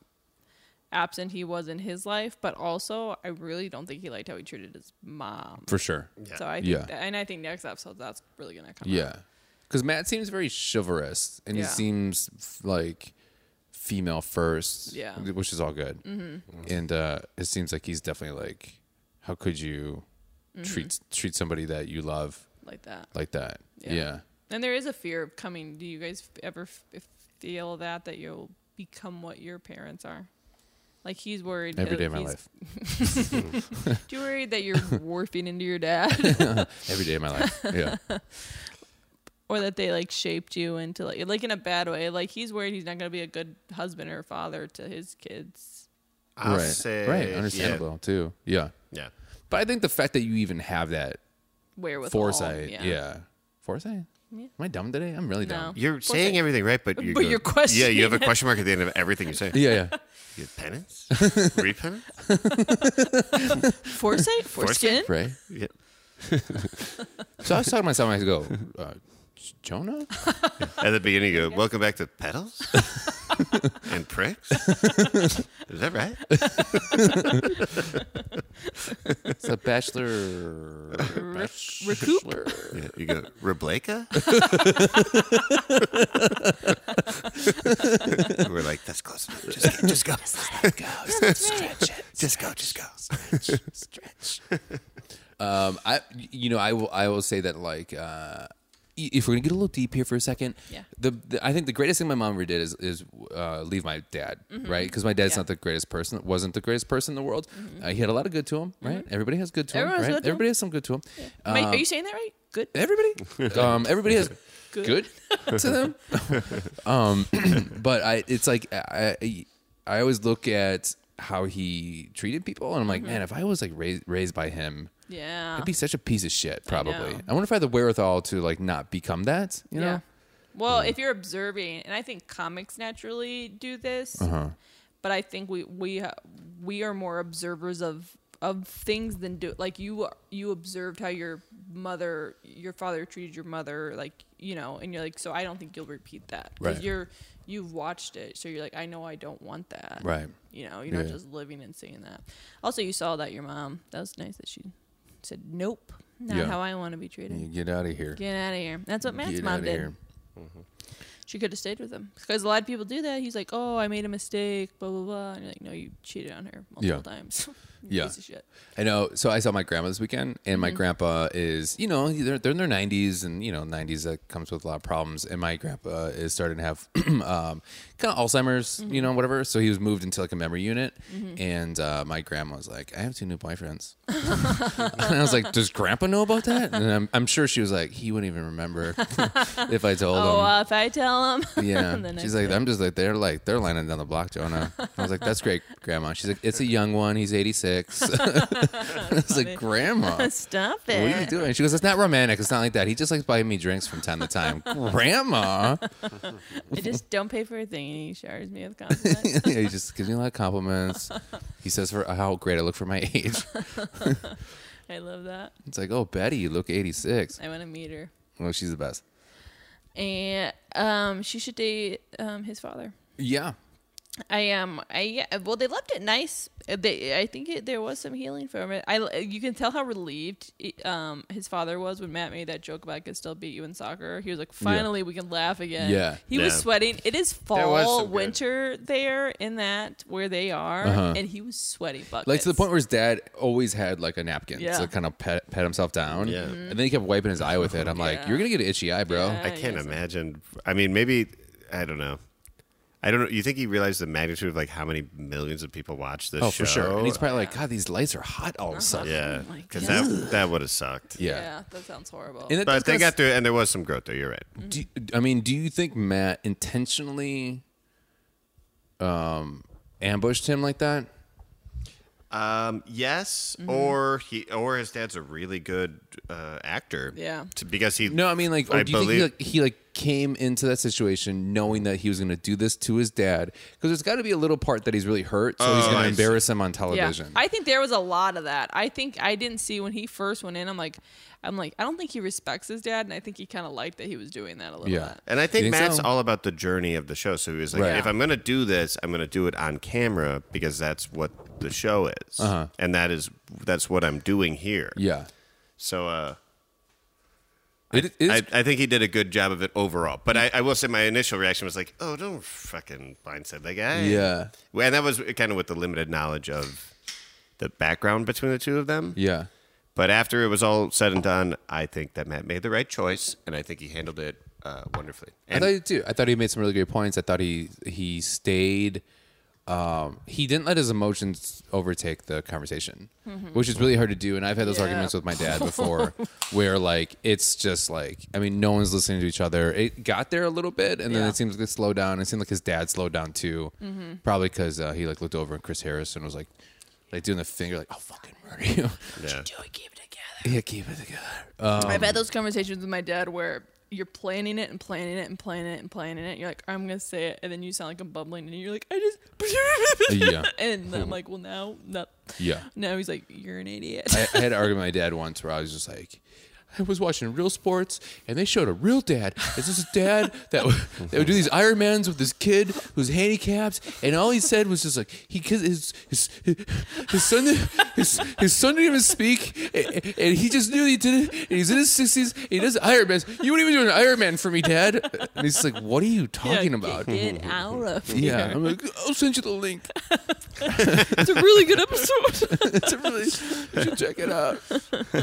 Speaker 2: absent he was in his life, but also I really don't think he liked how he treated his mom.
Speaker 1: for sure.
Speaker 2: So I think
Speaker 1: Yeah.
Speaker 2: that, and I think next episode that's really gonna come.
Speaker 1: Yeah,
Speaker 2: out.
Speaker 1: because Matt seems very chivalrous, and
Speaker 2: Yeah.
Speaker 1: he seems f- like female first.
Speaker 2: Yeah. Mm-hmm.
Speaker 1: which is all good. And uh, it seems like he's definitely like, how could you
Speaker 2: Mm-hmm.
Speaker 1: treat treat somebody that you love
Speaker 2: like that.
Speaker 1: like that?
Speaker 2: Yeah.
Speaker 1: yeah.
Speaker 2: And there is a fear of coming. Do you guys f- ever f- f- feel that that you'll become what your parents are? Like he's worried.
Speaker 1: Every
Speaker 2: uh,
Speaker 1: day of my
Speaker 2: he's-
Speaker 1: life.
Speaker 2: Do you worry that you're warping into your dad,
Speaker 1: Every day of my life. Yeah.
Speaker 2: or that they like shaped you into like like in a bad way? Like he's worried he's not gonna be a good husband or father to his kids.
Speaker 3: I'll
Speaker 1: right.
Speaker 3: say-
Speaker 1: right. Understandable too. Yeah.
Speaker 3: Yeah.
Speaker 1: But I think the fact that you even have that
Speaker 2: Wherewithal.
Speaker 1: foresight. Yeah. Foresight? Am I dumb today? I'm really
Speaker 2: No.
Speaker 1: dumb.
Speaker 3: You're saying everything right, but you
Speaker 2: But
Speaker 3: go-
Speaker 2: you're questioning
Speaker 3: Yeah, you have a question mark at the end of everything you say.
Speaker 1: Yeah, yeah.
Speaker 3: You have penance, repentance,
Speaker 2: Foresight. Foreskin.
Speaker 1: Right?
Speaker 3: yeah.
Speaker 1: So I was talking to myself and I go, uh, Jonah?
Speaker 3: At the beginning, you go, "Welcome back to pedals and pricks." Is that right?
Speaker 1: It's a bachelor.
Speaker 2: recoup?
Speaker 1: bachelor-
Speaker 3: Yeah, you go, "Rebleka." We're like, "That's close enough. Just, just go. Just let it go. Stretch it. Just go. Just go."
Speaker 1: Um, I, you know, I will, I will say that like, uh, i- if we're gonna get a little deep here for a second,
Speaker 2: Yeah.
Speaker 1: The, the I think the greatest thing my mom ever did is is uh, leave my dad, right? Because my dad's
Speaker 2: Mm-hmm. Yeah. Mm-hmm.
Speaker 1: not the greatest person, wasn't the greatest person in the world. Uh, he had a lot of good to him, right? Everybody has good to
Speaker 2: Everyone
Speaker 1: him,
Speaker 2: has
Speaker 1: right?
Speaker 2: good to him.
Speaker 1: Everybody has some good to him.
Speaker 2: Am I- are you saying that right? Good.
Speaker 1: Everybody, um, everybody has
Speaker 2: Good.
Speaker 1: good, to them. um, but I, it's like I, I, I always look at how he treated people, and I'm
Speaker 2: Mm-hmm.
Speaker 1: like, man, if I was like raised raised by him.
Speaker 2: Yeah.
Speaker 1: I'd be such a piece of shit, probably. I,
Speaker 2: know.
Speaker 1: wonder if I had the wherewithal to like not become that. You know?
Speaker 2: Yeah.
Speaker 1: Mm.
Speaker 2: Well, if you're observing, and I think comics
Speaker 1: Uh-huh.
Speaker 2: uh, naturally do this, but I think we we ha- we are more observers of of things than do like you you observed how your mother your father treated your mother like you know and you're like so I don't think you'll repeat that because
Speaker 1: Right.
Speaker 2: you're you've watched it so you're like I know I don't want that
Speaker 1: Right.
Speaker 2: you know you're not
Speaker 1: Yeah.
Speaker 2: just living and seeing that also you saw that your mom that was nice that she said nope not
Speaker 1: Yeah.
Speaker 2: how I want to be treated
Speaker 1: You get out of here.
Speaker 2: Get out of here. That's what Matt's
Speaker 1: Get
Speaker 2: mom
Speaker 1: outta
Speaker 2: did.
Speaker 1: here.
Speaker 2: She could have stayed with him because a lot of people do that. He's like, "Oh, I made a mistake," blah blah blah. And you're like, "No, you cheated on her multiple
Speaker 1: Yeah.
Speaker 2: times." You
Speaker 1: Yeah.
Speaker 2: piece of shit.
Speaker 1: I know. So I saw my grandma this weekend, and
Speaker 2: Mm-hmm.
Speaker 1: my grandpa is, you know, they're, they're in their 90s, and, you know, 90s that comes with a lot of problems. And my grandpa is starting to have um, kind of Alzheimer's, you
Speaker 2: Mm-hmm.
Speaker 1: know, whatever. So he was moved into like a memory unit. And uh, my grandma was like, I have two new boyfriends. and I was like, Does grandpa know about that? And I'm, I'm sure she was like, He wouldn't even remember if I told
Speaker 2: Oh,
Speaker 1: him.
Speaker 2: uh, if I tell him,
Speaker 1: Yeah.
Speaker 2: the next
Speaker 1: She's like,
Speaker 2: day.
Speaker 1: I'm just like, they're like, they're lining down the block, Jonah. I was like, that's great, Grandma. She's like, it's a young one. He's 86. I was like, Grandma, what
Speaker 2: "Stop
Speaker 1: are
Speaker 2: it."
Speaker 1: you doing? She goes, it's not romantic. It's not like that. He just likes buying me drinks from time to time. Grandma.
Speaker 2: I just don't pay for a thing, and he showers me with compliments.
Speaker 1: Yeah, he just gives me a lot of compliments. He says for how great I look for my age.
Speaker 2: I love that.
Speaker 1: It's like, oh, Betty, you look 86.
Speaker 2: I want to meet her,
Speaker 1: Well, she's the best.
Speaker 2: and um, she should date um his father.
Speaker 1: Yeah.
Speaker 2: I am. Um, I yeah, well, they left it nice. Uh, They, I think it, there was some healing from it. I, you can tell how relieved um his father was when Matt made that joke about I could still beat you in soccer. He was like, finally, we can laugh again.
Speaker 1: Yeah.
Speaker 2: he was
Speaker 3: Yeah.
Speaker 2: sweating. It is
Speaker 3: was
Speaker 2: fall,
Speaker 3: some good-
Speaker 2: winter there in that where they are, and he was sweating buckets.
Speaker 1: Uh-huh. Like to the point where his dad always had like a napkin
Speaker 2: Yeah. Mm-hmm.
Speaker 1: to kind of pet, pet himself down.
Speaker 3: Yeah. Mhm.
Speaker 1: And then he kept wiping his eye with it. I'm like,
Speaker 2: Yeah.
Speaker 1: you're going to get an itchy eye, bro.
Speaker 2: Yeah.
Speaker 3: I can't imagine. I mean, maybe I don't know. I don't know. You think he realized the magnitude of like how many millions of people watch this
Speaker 1: Oh, for
Speaker 3: show?
Speaker 1: sure. And he's probably like, God, these lights are hot all of a sudden.
Speaker 3: yeah,
Speaker 2: my
Speaker 3: because that that would have sucked.
Speaker 1: Yeah.
Speaker 2: Uh-huh. yeah. that sounds horrible.
Speaker 1: And it does
Speaker 3: But they
Speaker 1: kinda
Speaker 3: got through, it, and there was some growth there. You're right.
Speaker 1: s- do, I mean, do you think Matt intentionally um, ambushed him like that?
Speaker 3: Um, yes, or he or his dad's a really good uh, actor.
Speaker 2: Yeah.
Speaker 3: to- because he
Speaker 1: No, I mean, like, or
Speaker 3: I
Speaker 1: do you think he
Speaker 3: believe-
Speaker 1: like, he like came into that situation knowing that he was going to do this to his dad? Because there's got to be a little part that he's really hurt, so he's
Speaker 3: Oh,
Speaker 1: going
Speaker 3: I
Speaker 1: to
Speaker 3: see.
Speaker 1: embarrass him on
Speaker 2: yeah,
Speaker 1: television.
Speaker 2: I think there was a lot of that. I think I didn't see when he first went in. I'm like, I'm like, I don't think he respects his dad, and I think he kind of liked that he was doing that a little
Speaker 1: Yeah.
Speaker 2: bit.
Speaker 3: And I think,
Speaker 1: You think
Speaker 3: Matt's
Speaker 1: so?
Speaker 3: all about the journey of the show. So he was like,
Speaker 1: Right.
Speaker 3: if I'm going to do this, I'm going to do it on camera because that's what the show is, and that is that's what I'm doing here.
Speaker 1: Uh-huh. yeah,
Speaker 3: So uh,
Speaker 1: it, it is.
Speaker 3: I, I think he did a good job of it overall. But I, I will say my initial reaction was like, oh, don't fucking blindside that guy.
Speaker 1: yeah,
Speaker 3: And that was kind of with the limited knowledge of the background between the two of them.
Speaker 1: yeah.
Speaker 3: But after it was all said and done, I think that Matt made the right choice, and I think he handled it uh, wonderfully.
Speaker 1: I
Speaker 3: And
Speaker 1: thought he did too. I thought he made some really great points. I thought he he stayed. Um, he didn't let his emotions overtake the conversation, which is really hard to do. And I've had those
Speaker 2: Yeah.
Speaker 1: arguments with my dad before, where like it's just like I mean, no one's listening to each other. It got there a little bit, and then
Speaker 2: Yeah.
Speaker 1: it seems like it slowed down. It seemed like his dad slowed down too, probably because uh, he like looked over and Chris Harrison was like, like doing the finger, like I'll fucking murder you.
Speaker 3: yeah.
Speaker 2: Do we keep it together?
Speaker 1: yeah, keep it together.
Speaker 2: I've
Speaker 1: Um,
Speaker 2: had those conversations with my dad where you're planning it and planning it and planning it and planning it. You're like, I'm gonna say it, and then you sound like I'm bumbling, and you're like, I just.
Speaker 1: Yeah.
Speaker 2: And I'm like, well, now, no.
Speaker 1: Yeah.
Speaker 2: Now he's like, you're an idiot.
Speaker 1: I, I had an argument with my dad once where I was just like, I was watching real sports and they showed a real dad. Is this a dad that would, that would do these Ironmans with this kid who's handicapped? And all he said was just like, he kissed his, his, his son, his, his son didn't even speak and, and he just knew he did it. And he's in his 60s. And he does Ironmans. You wouldn't even do an Ironman for me, dad. And he's like, what are you
Speaker 2: Yeah,
Speaker 1: talking about?
Speaker 2: Get out of here.
Speaker 1: Yeah, I'm like, I'll send you the link.
Speaker 2: It's a really good episode.
Speaker 1: It's a really, you should check it out.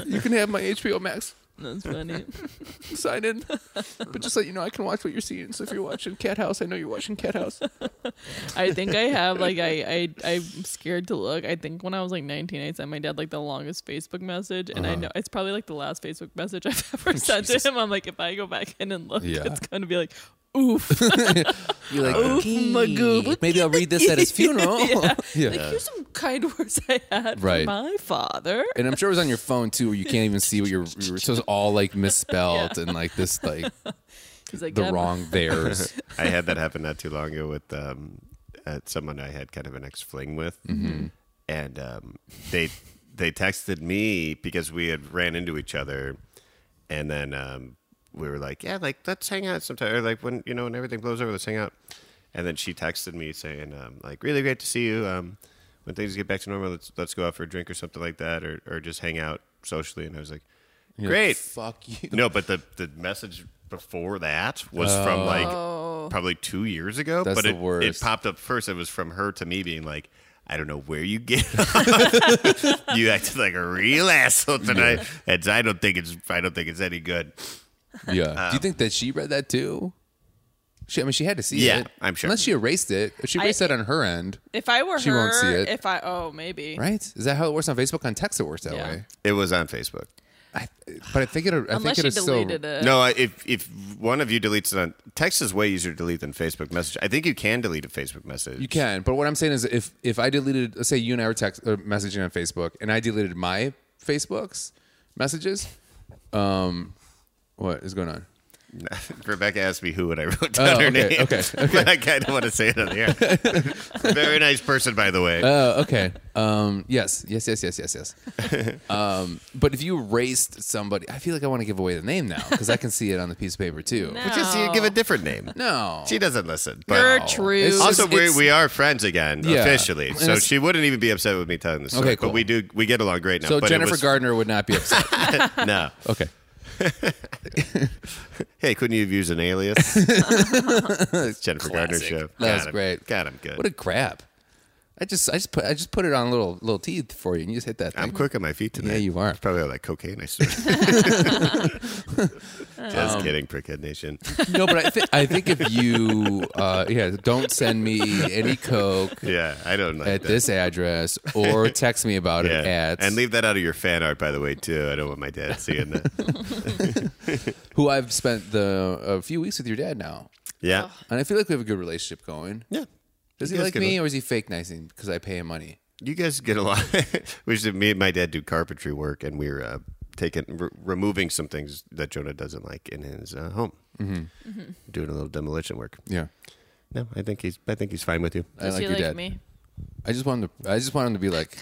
Speaker 1: You can have my HBO Max
Speaker 2: That's funny.
Speaker 1: sign in. But just let you know, I can watch what you're seeing. So if you're watching Cat House, I know you're watching Cat House.
Speaker 2: I think I have like I, I I'm scared to look. I think when I was like 19, I sent my dad like the longest Facebook message, and I know it's probably like the last Facebook message I've ever sent
Speaker 1: Uh-huh. Jesus.
Speaker 2: to him. I'm like, if I go back in and look,
Speaker 1: Yeah.
Speaker 2: it's gonna be like, oof.
Speaker 1: You're like,
Speaker 2: Oh my God.
Speaker 1: Maybe I'll read this at his funeral.
Speaker 2: yeah. Like here's some kind words I had
Speaker 1: Right.
Speaker 2: from my father.
Speaker 1: And I'm sure it was on your phone too, where you can't even see what you're. you're so it's all like misspelled and like this, like
Speaker 2: He's like
Speaker 1: the
Speaker 2: "Dad,
Speaker 1: wrong theirs.
Speaker 3: I had that happen not too long ago with um, uh, someone I had kind of an ex fling with, and um, they they texted me because we had ran into each other, and then um, we were like, "Yeah, like let's hang out sometime." Or like when you know when everything blows over, let's hang out. And then she texted me saying, um, "Like really great to see you. Um, when things get back to normal, let's let's go out for a drink or something like that, or or just hang out socially." And I was like,
Speaker 1: You're like,
Speaker 3: "Great,
Speaker 1: fuck you.
Speaker 3: no, but the the message before that was from like probably two years ago.
Speaker 1: Oh. That's
Speaker 3: but
Speaker 1: the
Speaker 3: it,
Speaker 1: worst.
Speaker 3: it popped up first. It was from her to me being like, I don't know where you get off. you acted like a real asshole tonight. And I don't think it's I don't think it's any good.
Speaker 1: Yeah. Do
Speaker 3: Um,
Speaker 1: you think that she read that too? She, I mean, she had to see
Speaker 3: Yeah,
Speaker 1: it.
Speaker 3: I'm sure.
Speaker 1: Unless she erased it. If she erased that on her end,
Speaker 2: If I were
Speaker 1: She
Speaker 2: her,
Speaker 1: won't see it.
Speaker 2: if I oh maybe
Speaker 1: right? Is that how it works on Facebook? On text, it works that
Speaker 2: Yeah.
Speaker 1: way.
Speaker 3: It was on Facebook.
Speaker 1: I, but I think it. I
Speaker 2: unless
Speaker 1: think
Speaker 2: she
Speaker 1: it is still.
Speaker 2: deleted it.
Speaker 3: No, I- if if one of you deletes it on text is way easier to delete than Facebook message. I think you can delete a Facebook message.
Speaker 1: You can, but what I'm saying is, if if I deleted, let's say you and I were text or messaging on Facebook, and I deleted my Facebook's messages, um, what is going on?
Speaker 3: Rebecca asked me who would I wrote down
Speaker 1: Oh,
Speaker 3: her
Speaker 1: okay,
Speaker 3: name.
Speaker 1: okay,
Speaker 3: but I kind of want to say it on the air. Very nice person, by the way.
Speaker 1: Oh, okay. Um, yes, yes, yes, yes, yes, yes. Um, but if you erased somebody, I feel like I want to give away the name now because I can see it on the piece of paper too.
Speaker 2: No.
Speaker 3: But just you give a different name.
Speaker 1: No.
Speaker 3: She doesn't listen. But
Speaker 2: Gertrude.
Speaker 1: It's
Speaker 3: also,
Speaker 1: just-
Speaker 3: we
Speaker 1: it's-
Speaker 3: we are friends again
Speaker 1: Yeah.
Speaker 3: officially,
Speaker 1: And
Speaker 3: so
Speaker 1: it's-
Speaker 3: she wouldn't even be upset with me telling this story.
Speaker 1: Okay, cool.
Speaker 3: But we do we get along great now.
Speaker 1: So
Speaker 3: but it
Speaker 1: Jennifer
Speaker 3: was-
Speaker 1: Gardner would not be upset.
Speaker 3: No,
Speaker 1: okay.
Speaker 3: hey, couldn't you have used an alias? It's Jennifer Gardner
Speaker 1: Classic.
Speaker 3: show.
Speaker 1: That was
Speaker 3: him.
Speaker 1: great.
Speaker 3: God, I'm good.
Speaker 1: What a crap. I just I just put I just put it on little little teeth for you and you just hit that thing.
Speaker 3: I'm quick on my feet tonight.
Speaker 1: Yeah, you are.
Speaker 3: It's probably all that cocaine I started. Just
Speaker 1: Um,
Speaker 3: kidding, Prickhead Nation.
Speaker 1: No, but I, th- I think if you, uh, yeah, don't send me any coke
Speaker 3: Yeah, I don't like
Speaker 1: at
Speaker 3: that.
Speaker 1: this address or text me about it at
Speaker 3: and leave that out of your fan art, by the way, too. I don't want my dad seeing that.
Speaker 1: who I've spent the a few weeks with your dad now,
Speaker 3: Yeah,
Speaker 1: and I feel like we have a good relationship going.
Speaker 3: yeah.
Speaker 1: Does
Speaker 3: You
Speaker 1: he
Speaker 3: guys
Speaker 1: like
Speaker 3: get
Speaker 1: me
Speaker 3: al-
Speaker 1: or is he fake nicing because I pay him money?
Speaker 3: You guys get along. we should, me and my dad do carpentry work, and we're uh, taking re- removing some things that Jonah doesn't like in his uh, home.
Speaker 1: Mm-hmm.
Speaker 3: Mm-hmm. Doing a little demolition work.
Speaker 1: Yeah,
Speaker 3: No, I think he's. I think he's fine with you.
Speaker 1: I
Speaker 2: Does
Speaker 1: like
Speaker 2: he
Speaker 1: your
Speaker 2: like
Speaker 1: dad.
Speaker 2: me?
Speaker 1: I just want him to. I just want him to be like.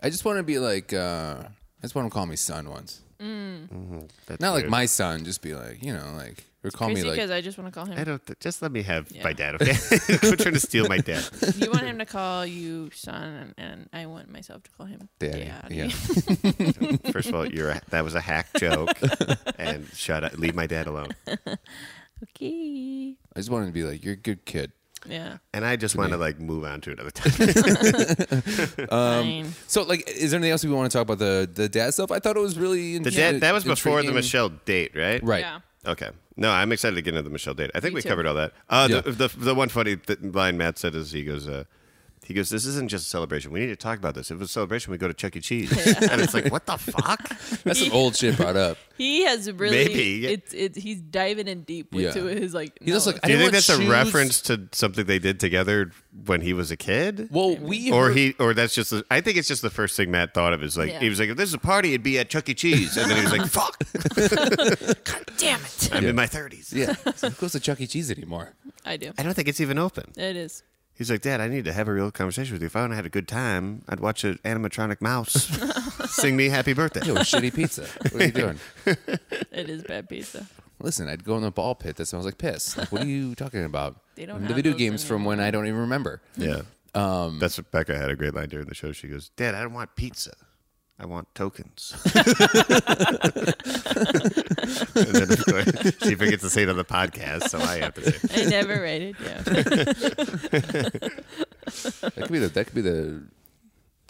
Speaker 1: I just want to be like. uh I just want him to call me son once.
Speaker 3: That's
Speaker 1: Not like
Speaker 3: weird.
Speaker 1: my son. Just be like you know like or call me
Speaker 2: Crazy
Speaker 1: like
Speaker 2: because I just want to call
Speaker 3: I
Speaker 2: him.
Speaker 3: don't. Th- just let me have
Speaker 2: Yeah.
Speaker 3: my dad. Okay. I'm trying to steal my dad.
Speaker 2: You want him to call you son, and, and I want myself to call him
Speaker 1: daddy.
Speaker 2: daddy.
Speaker 1: Yeah.
Speaker 3: First of all, you're a, that was a hack joke, and shut up. Leave my dad alone.
Speaker 2: okay.
Speaker 1: I just want him to be like you're a good kid.
Speaker 2: Yeah.
Speaker 3: And I just want to like move on to another topic.
Speaker 1: Um,
Speaker 2: Fine.
Speaker 1: So, like, is there anything else we want to talk about the the dad stuff? I thought it was really
Speaker 3: The dad, that was before the
Speaker 1: intriguing.
Speaker 3: Michelle date, right?
Speaker 1: right?
Speaker 2: Yeah.
Speaker 3: Okay. No, I'm excited to get into the Michelle date. I think
Speaker 2: Me
Speaker 3: we
Speaker 2: too.
Speaker 3: covered all that. Uh,
Speaker 1: Yeah.
Speaker 3: the, the the one funny th- line Matt said is he goes, uh, he goes, this isn't just a celebration. We need to talk about this. If it was a celebration, we go to Chuck E. Cheese. and it's like, what the fuck?
Speaker 1: That's some old shit brought up.
Speaker 2: He has really.
Speaker 3: Maybe.
Speaker 2: It's, it's, he's diving in deep with
Speaker 1: Yeah.
Speaker 2: to his like.
Speaker 1: He looks like I
Speaker 3: Do you
Speaker 1: didn't
Speaker 3: think that's
Speaker 1: want
Speaker 3: a
Speaker 1: shoes.
Speaker 3: reference to something they did together when he was a kid?
Speaker 1: Well, we
Speaker 3: or
Speaker 1: heard-
Speaker 3: he, or that's just. The, I think it's just the first thing Matt thought of. Is like
Speaker 2: Yeah.
Speaker 3: he was like, if this is a party, it'd be at Chuck E. Cheese, and then he was like, fuck,
Speaker 5: Damn it.
Speaker 3: I'm in my thirties.
Speaker 1: yeah. So who goes to Chuck E. Cheese anymore?
Speaker 2: I do.
Speaker 3: I don't think it's even open.
Speaker 2: It is.
Speaker 3: He's like, Dad, I need to have a real conversation with you. If I want to have a good time, I'd watch an animatronic mouse sing me happy birthday.
Speaker 1: Yo, shitty pizza. What are you doing?
Speaker 2: It is bad pizza.
Speaker 1: Listen, I'd go in the ball pit that smells like piss. Like, what are you talking about?
Speaker 2: They don't
Speaker 1: And the
Speaker 2: have
Speaker 1: video
Speaker 2: those
Speaker 1: games from when I don't even remember.
Speaker 3: Yeah. Um, That's Becca had a great line during the show. She goes, Dad, I don't want pizza. I want tokens. and then, of course, she forgets to say it on the podcast, so I have to say it.
Speaker 2: I never read it. Yeah.
Speaker 1: That could be the that could be the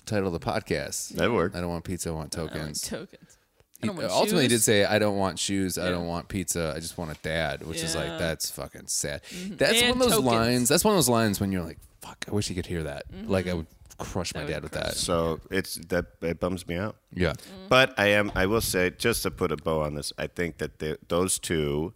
Speaker 1: title of the podcast.
Speaker 3: That'd work.
Speaker 1: I don't want pizza. I want tokens.
Speaker 2: Tokens.
Speaker 1: He
Speaker 2: I don't want
Speaker 1: ultimately
Speaker 2: shoes.
Speaker 1: did say, "I don't want shoes. I don't want pizza. I just want a dad," which is
Speaker 2: Yeah. Mm-hmm.
Speaker 1: like that's fucking sad. That's
Speaker 2: And
Speaker 1: one of those
Speaker 2: tokens.
Speaker 1: lines. That's one of those lines when you're like, "Fuck, I wish he could hear that." Like I would crush my
Speaker 2: Mm-hmm. would
Speaker 1: dad with
Speaker 2: crush. Mm-hmm.
Speaker 1: that.
Speaker 3: So it's that it bums me out.
Speaker 1: Yeah,
Speaker 3: But I am. I will say, just to put a bow on this, I think that the, those two,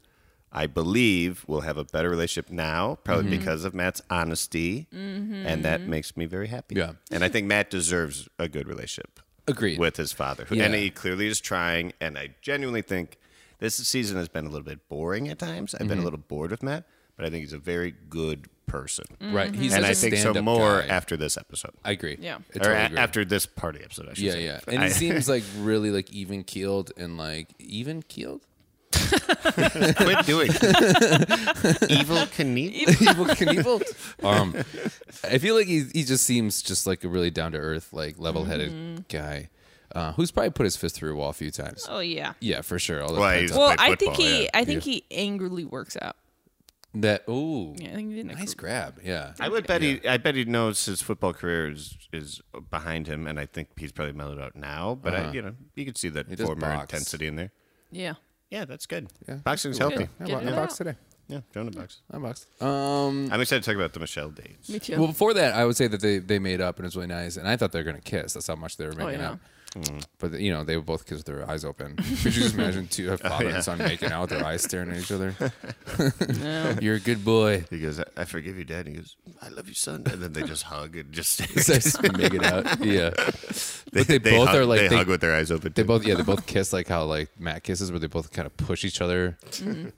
Speaker 3: I believe, will have a better relationship now, probably
Speaker 1: Mm-hmm.
Speaker 3: because of Matt's honesty, and that makes me very happy.
Speaker 1: Yeah.
Speaker 3: and I think Matt deserves a good relationship
Speaker 1: agreed.
Speaker 3: with his father, who, and
Speaker 1: Yeah.
Speaker 3: he clearly is trying. And I genuinely think
Speaker 1: Mm-hmm.
Speaker 3: this season has been a little bit boring at times. I've been a little bored with Matt, but I think he's a very good person.
Speaker 1: Right. Mm-hmm. He's
Speaker 3: And
Speaker 1: like
Speaker 3: I
Speaker 1: a
Speaker 3: think so
Speaker 1: stand-up
Speaker 3: more
Speaker 1: guy.
Speaker 3: after this episode.
Speaker 1: I agree. I
Speaker 2: Yeah. Or
Speaker 1: totally
Speaker 3: or a-
Speaker 1: agree.
Speaker 3: after this party episode, I should
Speaker 1: Yeah,
Speaker 3: say.
Speaker 1: yeah. And
Speaker 3: I-
Speaker 1: he seems like really like even keeled and like even keeled.
Speaker 3: quit doing evil Knievel.
Speaker 1: Evil Knievel. Um, I feel like he he just seems just like a really down to earth, like level headed
Speaker 2: Mm-hmm.
Speaker 1: guy, uh, who's probably put his fist through a wall a few times.
Speaker 2: Oh yeah.
Speaker 1: Yeah, for sure. All that
Speaker 3: Well,
Speaker 1: pent
Speaker 3: he's-
Speaker 1: up-
Speaker 2: Well,
Speaker 3: played
Speaker 2: I think
Speaker 3: football,
Speaker 2: he,
Speaker 3: yeah.
Speaker 2: I think he angrily works out.
Speaker 1: that. Ooh,
Speaker 2: Yeah, I think he did.
Speaker 1: nice grab. Yeah,
Speaker 3: I would bet he. I bet he knows his football career is is behind him, and I think he's probably mellowed out now. But
Speaker 1: Uh-huh.
Speaker 3: I, you know, you could see that
Speaker 1: does
Speaker 3: former
Speaker 1: box.
Speaker 3: intensity in there.
Speaker 2: Yeah.
Speaker 3: Yeah, that's good. Boxing's
Speaker 1: Cool.
Speaker 3: healthy.
Speaker 1: Yeah,
Speaker 2: Get
Speaker 1: I bo- I
Speaker 2: it
Speaker 1: boxed
Speaker 2: out.
Speaker 1: today.
Speaker 3: Yeah, Jonah box.
Speaker 1: I boxed. Um,
Speaker 3: I'm excited to talk about the Michelle dates.
Speaker 2: Me too.
Speaker 1: well, before that, I would say that they they made up and it was really nice, and I thought they were gonna kiss. That's how much they were making
Speaker 2: Oh, yeah.
Speaker 1: up.
Speaker 3: Mm.
Speaker 1: But you know, they would both kiss with their eyes open. Could you just imagine two
Speaker 3: Oh,
Speaker 1: a father and son making out with their eyes staring at each other? You're a good boy.
Speaker 3: He goes, I, I forgive you, Dad. And he goes, I love you, son. And then they just hug and just
Speaker 1: Just make it out. Yeah.
Speaker 3: they,
Speaker 1: they both
Speaker 3: hug,
Speaker 1: are like-
Speaker 3: they,
Speaker 1: they-
Speaker 3: hug with their eyes open.
Speaker 1: They
Speaker 3: too.
Speaker 1: both, yeah, they both kiss like how like Matt kisses, where they both kind of push each other.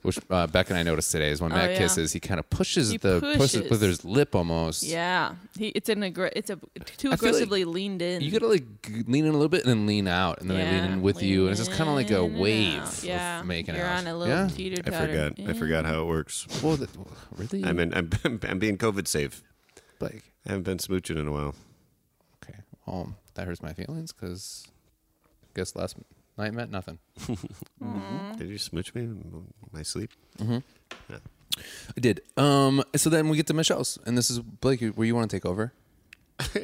Speaker 1: Which uh, Beck and I noticed today is when Matt
Speaker 2: Mm-hmm. Oh, yeah.
Speaker 1: kisses, he kind of pushes
Speaker 2: He
Speaker 1: the pushes
Speaker 2: pushes.
Speaker 1: with his lip almost.
Speaker 2: yeah. He, it's an aggra- It's a too
Speaker 1: I feel like
Speaker 2: aggressively leaned in.
Speaker 1: You gotta like g- lean in a little bit and then lean out, and then they lean
Speaker 2: Yeah,
Speaker 1: in with you, and it's just kind of like a
Speaker 2: lean in and
Speaker 1: wave.
Speaker 2: out.
Speaker 1: of
Speaker 2: Yeah.
Speaker 1: making
Speaker 2: You're
Speaker 1: out.
Speaker 2: on a little
Speaker 1: yeah.
Speaker 2: teeter
Speaker 3: I
Speaker 2: totter.
Speaker 3: forgot. I forgot how it works.
Speaker 1: Well, the, really,
Speaker 3: I'm in, I'm I'm being COVID safe.
Speaker 1: like
Speaker 3: I haven't been smooching in a while.
Speaker 1: okay, um, that hurts my feelings because guess last night meant nothing. Mm.
Speaker 3: Did you smooch me in my sleep?
Speaker 1: I did. Um, so then we get to Michelle's, and this is Blake, where you want to take over.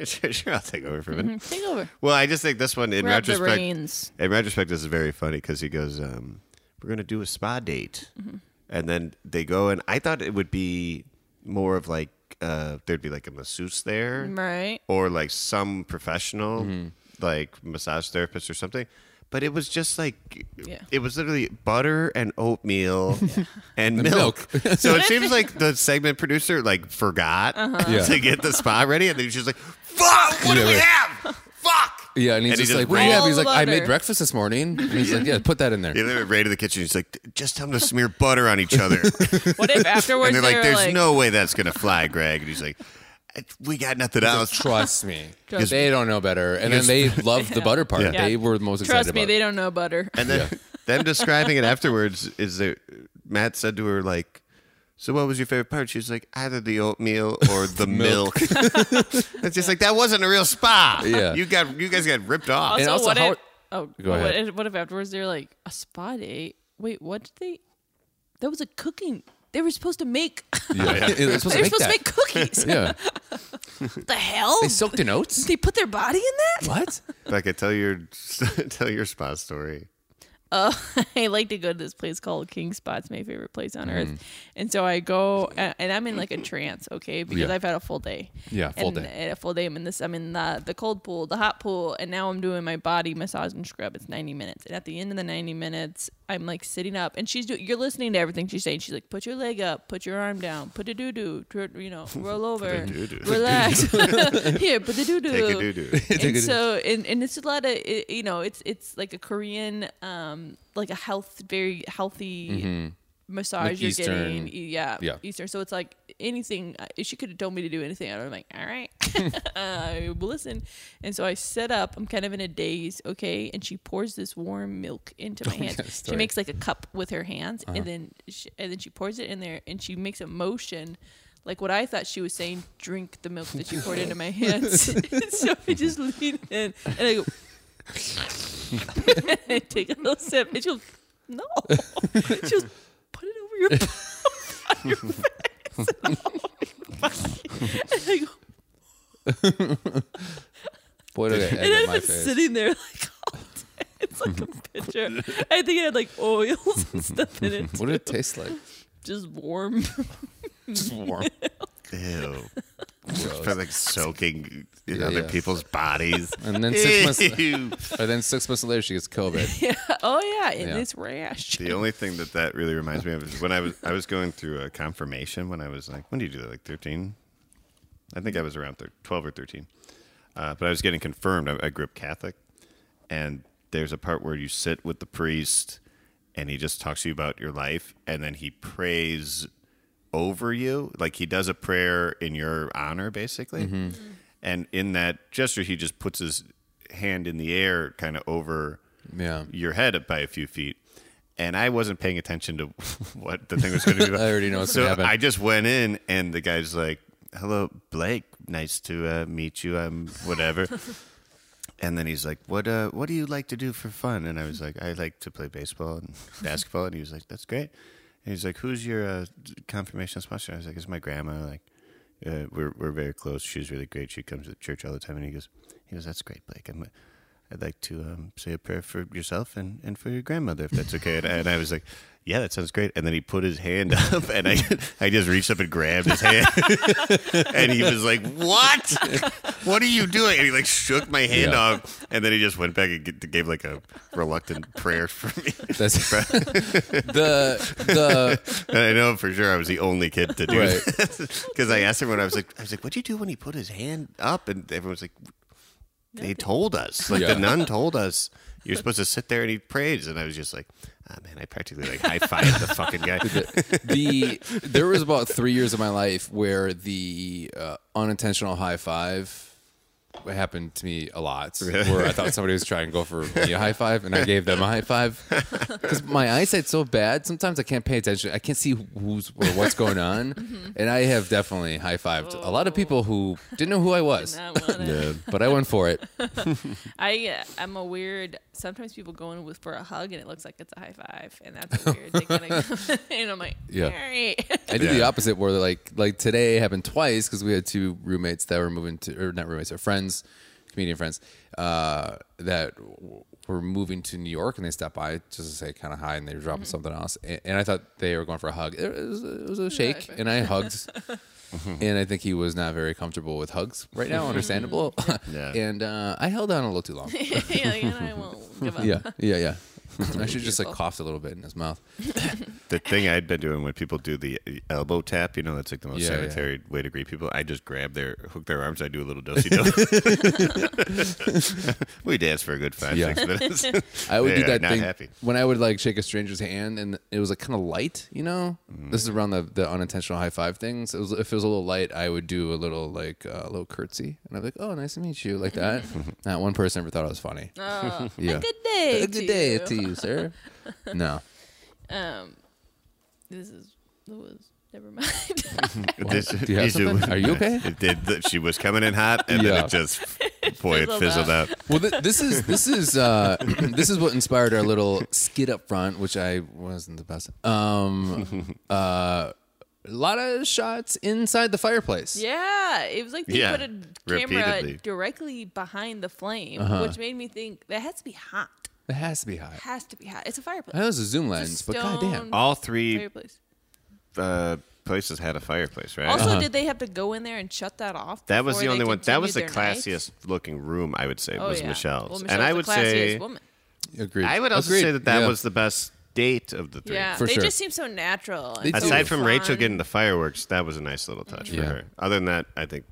Speaker 3: sure, sure, I'll take over for a minute.
Speaker 2: Take over.
Speaker 3: Well, I just think this one in
Speaker 2: Grab Mm-hmm. the
Speaker 3: retrospect.
Speaker 2: reins.
Speaker 3: In retrospect, this is very funny because he goes, um, "We're going to do a spa date,"
Speaker 2: Mm-hmm.
Speaker 3: and then they go and I thought it would be more of like uh, there'd be like a masseuse there,
Speaker 2: Right.
Speaker 3: or like some professional, like massage therapist or something. But it was just like
Speaker 2: Yeah.
Speaker 3: it was literally butter and oatmeal and milk. so it seems like the segment producer like forgot
Speaker 2: Uh-huh.
Speaker 1: Yeah.
Speaker 3: to get the spa ready, and then she's like, "Fuck, what
Speaker 1: Yeah,
Speaker 3: do we
Speaker 1: right.
Speaker 3: have? Fuck!"
Speaker 1: Yeah, and he's
Speaker 3: And he
Speaker 1: just,
Speaker 3: just
Speaker 1: like, "What do you
Speaker 2: ran-
Speaker 1: have?" He's
Speaker 2: All
Speaker 1: like, "I
Speaker 2: butter.
Speaker 1: made breakfast this morning." And he's like, "Yeah, put that in there."
Speaker 3: They literally ran to the kitchen. He's like, "Just tell them to smear butter on each other."
Speaker 2: What if afterwards
Speaker 3: and they're like,
Speaker 2: were
Speaker 3: "There's
Speaker 2: like,
Speaker 3: no way that's gonna fly, Greg." And he's like, "We got nothing else."
Speaker 1: Trust me,
Speaker 2: Trust
Speaker 1: they don't know better, and then
Speaker 3: Yes.
Speaker 1: they love the butter part.
Speaker 3: Yeah.
Speaker 1: They were the most excited
Speaker 2: Trust
Speaker 1: about.
Speaker 2: me,
Speaker 1: it.
Speaker 2: they don't know butter.
Speaker 3: And then them describing it afterwards is that Matt said to her like, "So what was your favorite part?" She was like, "Either the oatmeal or the milk." it's just like that wasn't a real spa.
Speaker 1: Yeah.
Speaker 3: you got you guys got ripped off.
Speaker 1: And also,
Speaker 2: also, what
Speaker 1: how-
Speaker 2: if? Oh,
Speaker 1: Go
Speaker 2: what,
Speaker 1: ahead.
Speaker 2: If, what if afterwards they're like a spa date? Wait, what did they? That was a cooking. They were supposed to make.
Speaker 1: Yeah. They're supposed
Speaker 2: they
Speaker 1: to
Speaker 2: were
Speaker 1: make
Speaker 2: supposed
Speaker 1: that.
Speaker 2: to make cookies.
Speaker 1: yeah,
Speaker 5: The hell?
Speaker 1: they soaked in oats.
Speaker 5: They put their body in that?
Speaker 1: what?
Speaker 3: Becca, tell your tell your spa story.
Speaker 2: Uh, I like to go to this place called King Spot's my favorite place on earth. And so I go a- and I'm in like a trance, okay? Because
Speaker 1: Yeah.
Speaker 2: I've had a full day.
Speaker 1: Yeah, full
Speaker 2: and,
Speaker 1: day.
Speaker 2: and A full day. I'm in this I'm in the the cold pool, the hot pool, and now I'm doing my body massage and scrub. It's 90 minutes. And at the end of the 90 minutes, I'm like sitting up and she's doing you're listening to everything she's saying. She's like, "Put your leg up, put your arm down, put a doo-doo, tur- you know, roll over,
Speaker 3: doo-doo.
Speaker 2: relax. Here, put the doo-doo."
Speaker 3: Take a doo doo.
Speaker 2: and so and, and it's a lot of it, you know it's it's like a korean um like a health very healthy massage
Speaker 1: Mm-hmm. Like
Speaker 2: you're
Speaker 1: Eastern-
Speaker 2: getting E- yeah
Speaker 1: yeah.
Speaker 2: eastern so it's like anything uh, she could have told me to do anything i would have been like all right i will listen and so i set up i'm kind of in a daze okay and she pours this warm milk into my hand
Speaker 1: yes,
Speaker 2: she
Speaker 1: sorry.
Speaker 2: makes like a cup with her hands and then she, and then she pours it in there and she makes a motion like what I thought she was saying, drink the milk that she poured into my hands. so I just lean in and I go, and I take a little sip. And she goes, no. She goes, put it over your, on your face. And I'm like, and I go,
Speaker 1: Boy, did it
Speaker 2: and
Speaker 1: egg
Speaker 2: I've
Speaker 1: on my
Speaker 2: been
Speaker 1: face.
Speaker 2: sitting there like all day. It's like a picture. I think it had like oils and stuff in it.
Speaker 1: What did it taste like?
Speaker 2: Just warm.
Speaker 1: Just warm.
Speaker 3: Ew. For like soaking in
Speaker 1: Yeah,
Speaker 3: other
Speaker 1: yeah.
Speaker 3: people's bodies.
Speaker 1: And then six months,
Speaker 3: Ew.
Speaker 1: or then six months later, she gets COVID.
Speaker 2: yeah. Oh yeah. And
Speaker 1: Yeah.
Speaker 2: it's rash.
Speaker 3: The only thing that that really reminds me of is when I was I was going through a confirmation when I was like, when do you do that? Like thirteen? I think I was around thir- twelve or thirteen. Uh, but I was getting confirmed. I, I grew up Catholic, and there's a part where you sit with the priest, and he just talks to you about your life, and then he prays over you. Like he does a prayer in your honor, basically. And in that gesture, he just puts his hand in the air, kind of over
Speaker 1: Yeah.
Speaker 3: your head up by a few feet. And I wasn't paying attention to what the thing was going to be. about.
Speaker 1: I already know what's
Speaker 3: so
Speaker 1: gonna happen.
Speaker 3: I just went in, and the guy's like, "Hello, Blake. Nice to uh, meet you. I'm whatever." and then he's like, "What? Uh, what do you like to do for fun?" And I was like, "I like to play baseball and basketball." And he was like, "That's great." And he's like, "Who's your uh, confirmation sponsor?" I was like, "It's my grandma. Like, uh, we're we're very close. She's really great. She comes to church all the time." And he goes, "He goes, that's great, Blake. I'm." uh, I'd like to um, say a prayer for yourself and, and for your grandmother, if that's okay. And, and I was like, "Yeah, that sounds great." And then he put his hand up, and I I just reached up and grabbed his hand, and he was like, "What? What are you doing?" And he like shook my hand
Speaker 1: Yeah.
Speaker 3: off, and then he just went back and g gave like a reluctant prayer for me.
Speaker 1: That's the the
Speaker 3: And I know for sure I was the only kid to do
Speaker 1: Right.
Speaker 3: it because I asked everyone. I was like, "I was like, what'd you do when he put his hand up?" And everyone was like, "They told us. Like
Speaker 1: Yeah.
Speaker 3: the nun told us." You're supposed to sit there and he prays, and I was just like, "Ah, man, I practically like high fived the fucking guy."
Speaker 1: the there was about three years of my life where the uh, unintentional high five happened to me a lot where i thought somebody was trying to go for me a high five and i gave them a high five because my eyesight's so bad sometimes i can't pay attention i can't see who's or what's going on and i have definitely high-fived a lot of people who didn't know who i was
Speaker 2: Not what I-
Speaker 1: but i went for it
Speaker 2: I uh, I'm a weird. Sometimes people go in with for a hug and it looks like it's a high five, and that's a weird. thing that I- and I'm like,
Speaker 1: Yeah.
Speaker 2: all right.
Speaker 1: I did the
Speaker 3: Yeah.
Speaker 1: opposite where like like today happened twice because we had two roommates that were moving to or not roommates or friends, comedian friends uh, that w- were moving to New York and they stopped by just to say kind of hi and they were
Speaker 3: Mm-hmm.
Speaker 1: dropping something else and, and I thought they were going for a hug. It was, it was a shake and I hugged. And I think he was not very comfortable with hugs right now, understandable.
Speaker 3: Yeah.
Speaker 1: and uh, I held on a little too long.
Speaker 2: yeah, and I won't give up.
Speaker 1: Yeah, yeah, yeah. I should just like coughed a little bit in his mouth.
Speaker 3: the thing I'd been doing when people do the elbow tap, you know, that's like the most
Speaker 1: Yeah, yeah.
Speaker 3: sanitary way to greet people. I just grab their hook their arms, I do a little dosey do. we dance for a good five
Speaker 1: Yeah.
Speaker 3: six minutes.
Speaker 1: I would
Speaker 3: They
Speaker 1: do
Speaker 3: are
Speaker 1: that
Speaker 3: not
Speaker 1: thing
Speaker 3: happy.
Speaker 1: when I would like shake a stranger's hand, and it was like kind of light, you know.
Speaker 3: Mm-hmm.
Speaker 1: This is around the, the unintentional high five things. It was, if it was a little light, I would do a little like uh, little curtsy, and I'd be like, "Oh, nice to meet you," like that. Not one person ever thought I was funny.
Speaker 2: Oh,
Speaker 1: yeah,
Speaker 2: a good day.
Speaker 1: a
Speaker 2: to
Speaker 1: good day
Speaker 2: you.
Speaker 1: to you, sir. no,
Speaker 2: Um, this is that was never mind.
Speaker 3: This-
Speaker 1: Do you have
Speaker 3: these
Speaker 1: something? Are you okay?
Speaker 3: It did. the- She was coming in hot, and then
Speaker 1: Yeah.
Speaker 3: it just boy, it
Speaker 2: Fizzled
Speaker 3: fizzled out.
Speaker 1: Well, th- this is this is uh, this is what inspired our little skit up front, which I wasn't the best. Um, uh, a lot of shots inside the fireplace.
Speaker 2: yeah, it was like they
Speaker 3: Yeah,
Speaker 2: put a camera
Speaker 3: repeatedly. Uh-huh.
Speaker 2: directly behind the flame, which made me think that has to be hot.
Speaker 1: It has to be hot.
Speaker 2: Has to be hot. It's a
Speaker 1: I
Speaker 2: fireplace.
Speaker 1: know it was a zoom lens,
Speaker 2: It's a
Speaker 1: but goddamn.
Speaker 2: stone
Speaker 3: All three
Speaker 2: fireplace.
Speaker 3: uh, places had a fireplace, right?
Speaker 2: Also, did they have to go in there and shut that off?
Speaker 3: Uh-huh. that was the
Speaker 2: before they
Speaker 3: only one. That was the
Speaker 2: continued their night?
Speaker 3: classiest looking room, I would say,
Speaker 2: Oh,
Speaker 3: was
Speaker 2: yeah.
Speaker 3: Michelle's.
Speaker 2: Well,
Speaker 3: and I would
Speaker 2: Michelle's the classiest
Speaker 3: say,
Speaker 2: woman.
Speaker 1: Agreed.
Speaker 3: I would also
Speaker 1: Agreed.
Speaker 3: say that that
Speaker 1: Yeah.
Speaker 3: was the best date of the three.
Speaker 2: Yeah,
Speaker 1: For
Speaker 2: they
Speaker 1: sure.
Speaker 2: just seem so natural. and
Speaker 1: They
Speaker 2: so
Speaker 1: do.
Speaker 3: Aside from Rachel
Speaker 2: fun.
Speaker 3: getting the fireworks, that was a nice little touch for
Speaker 1: Yeah.
Speaker 3: her. Other than that, I think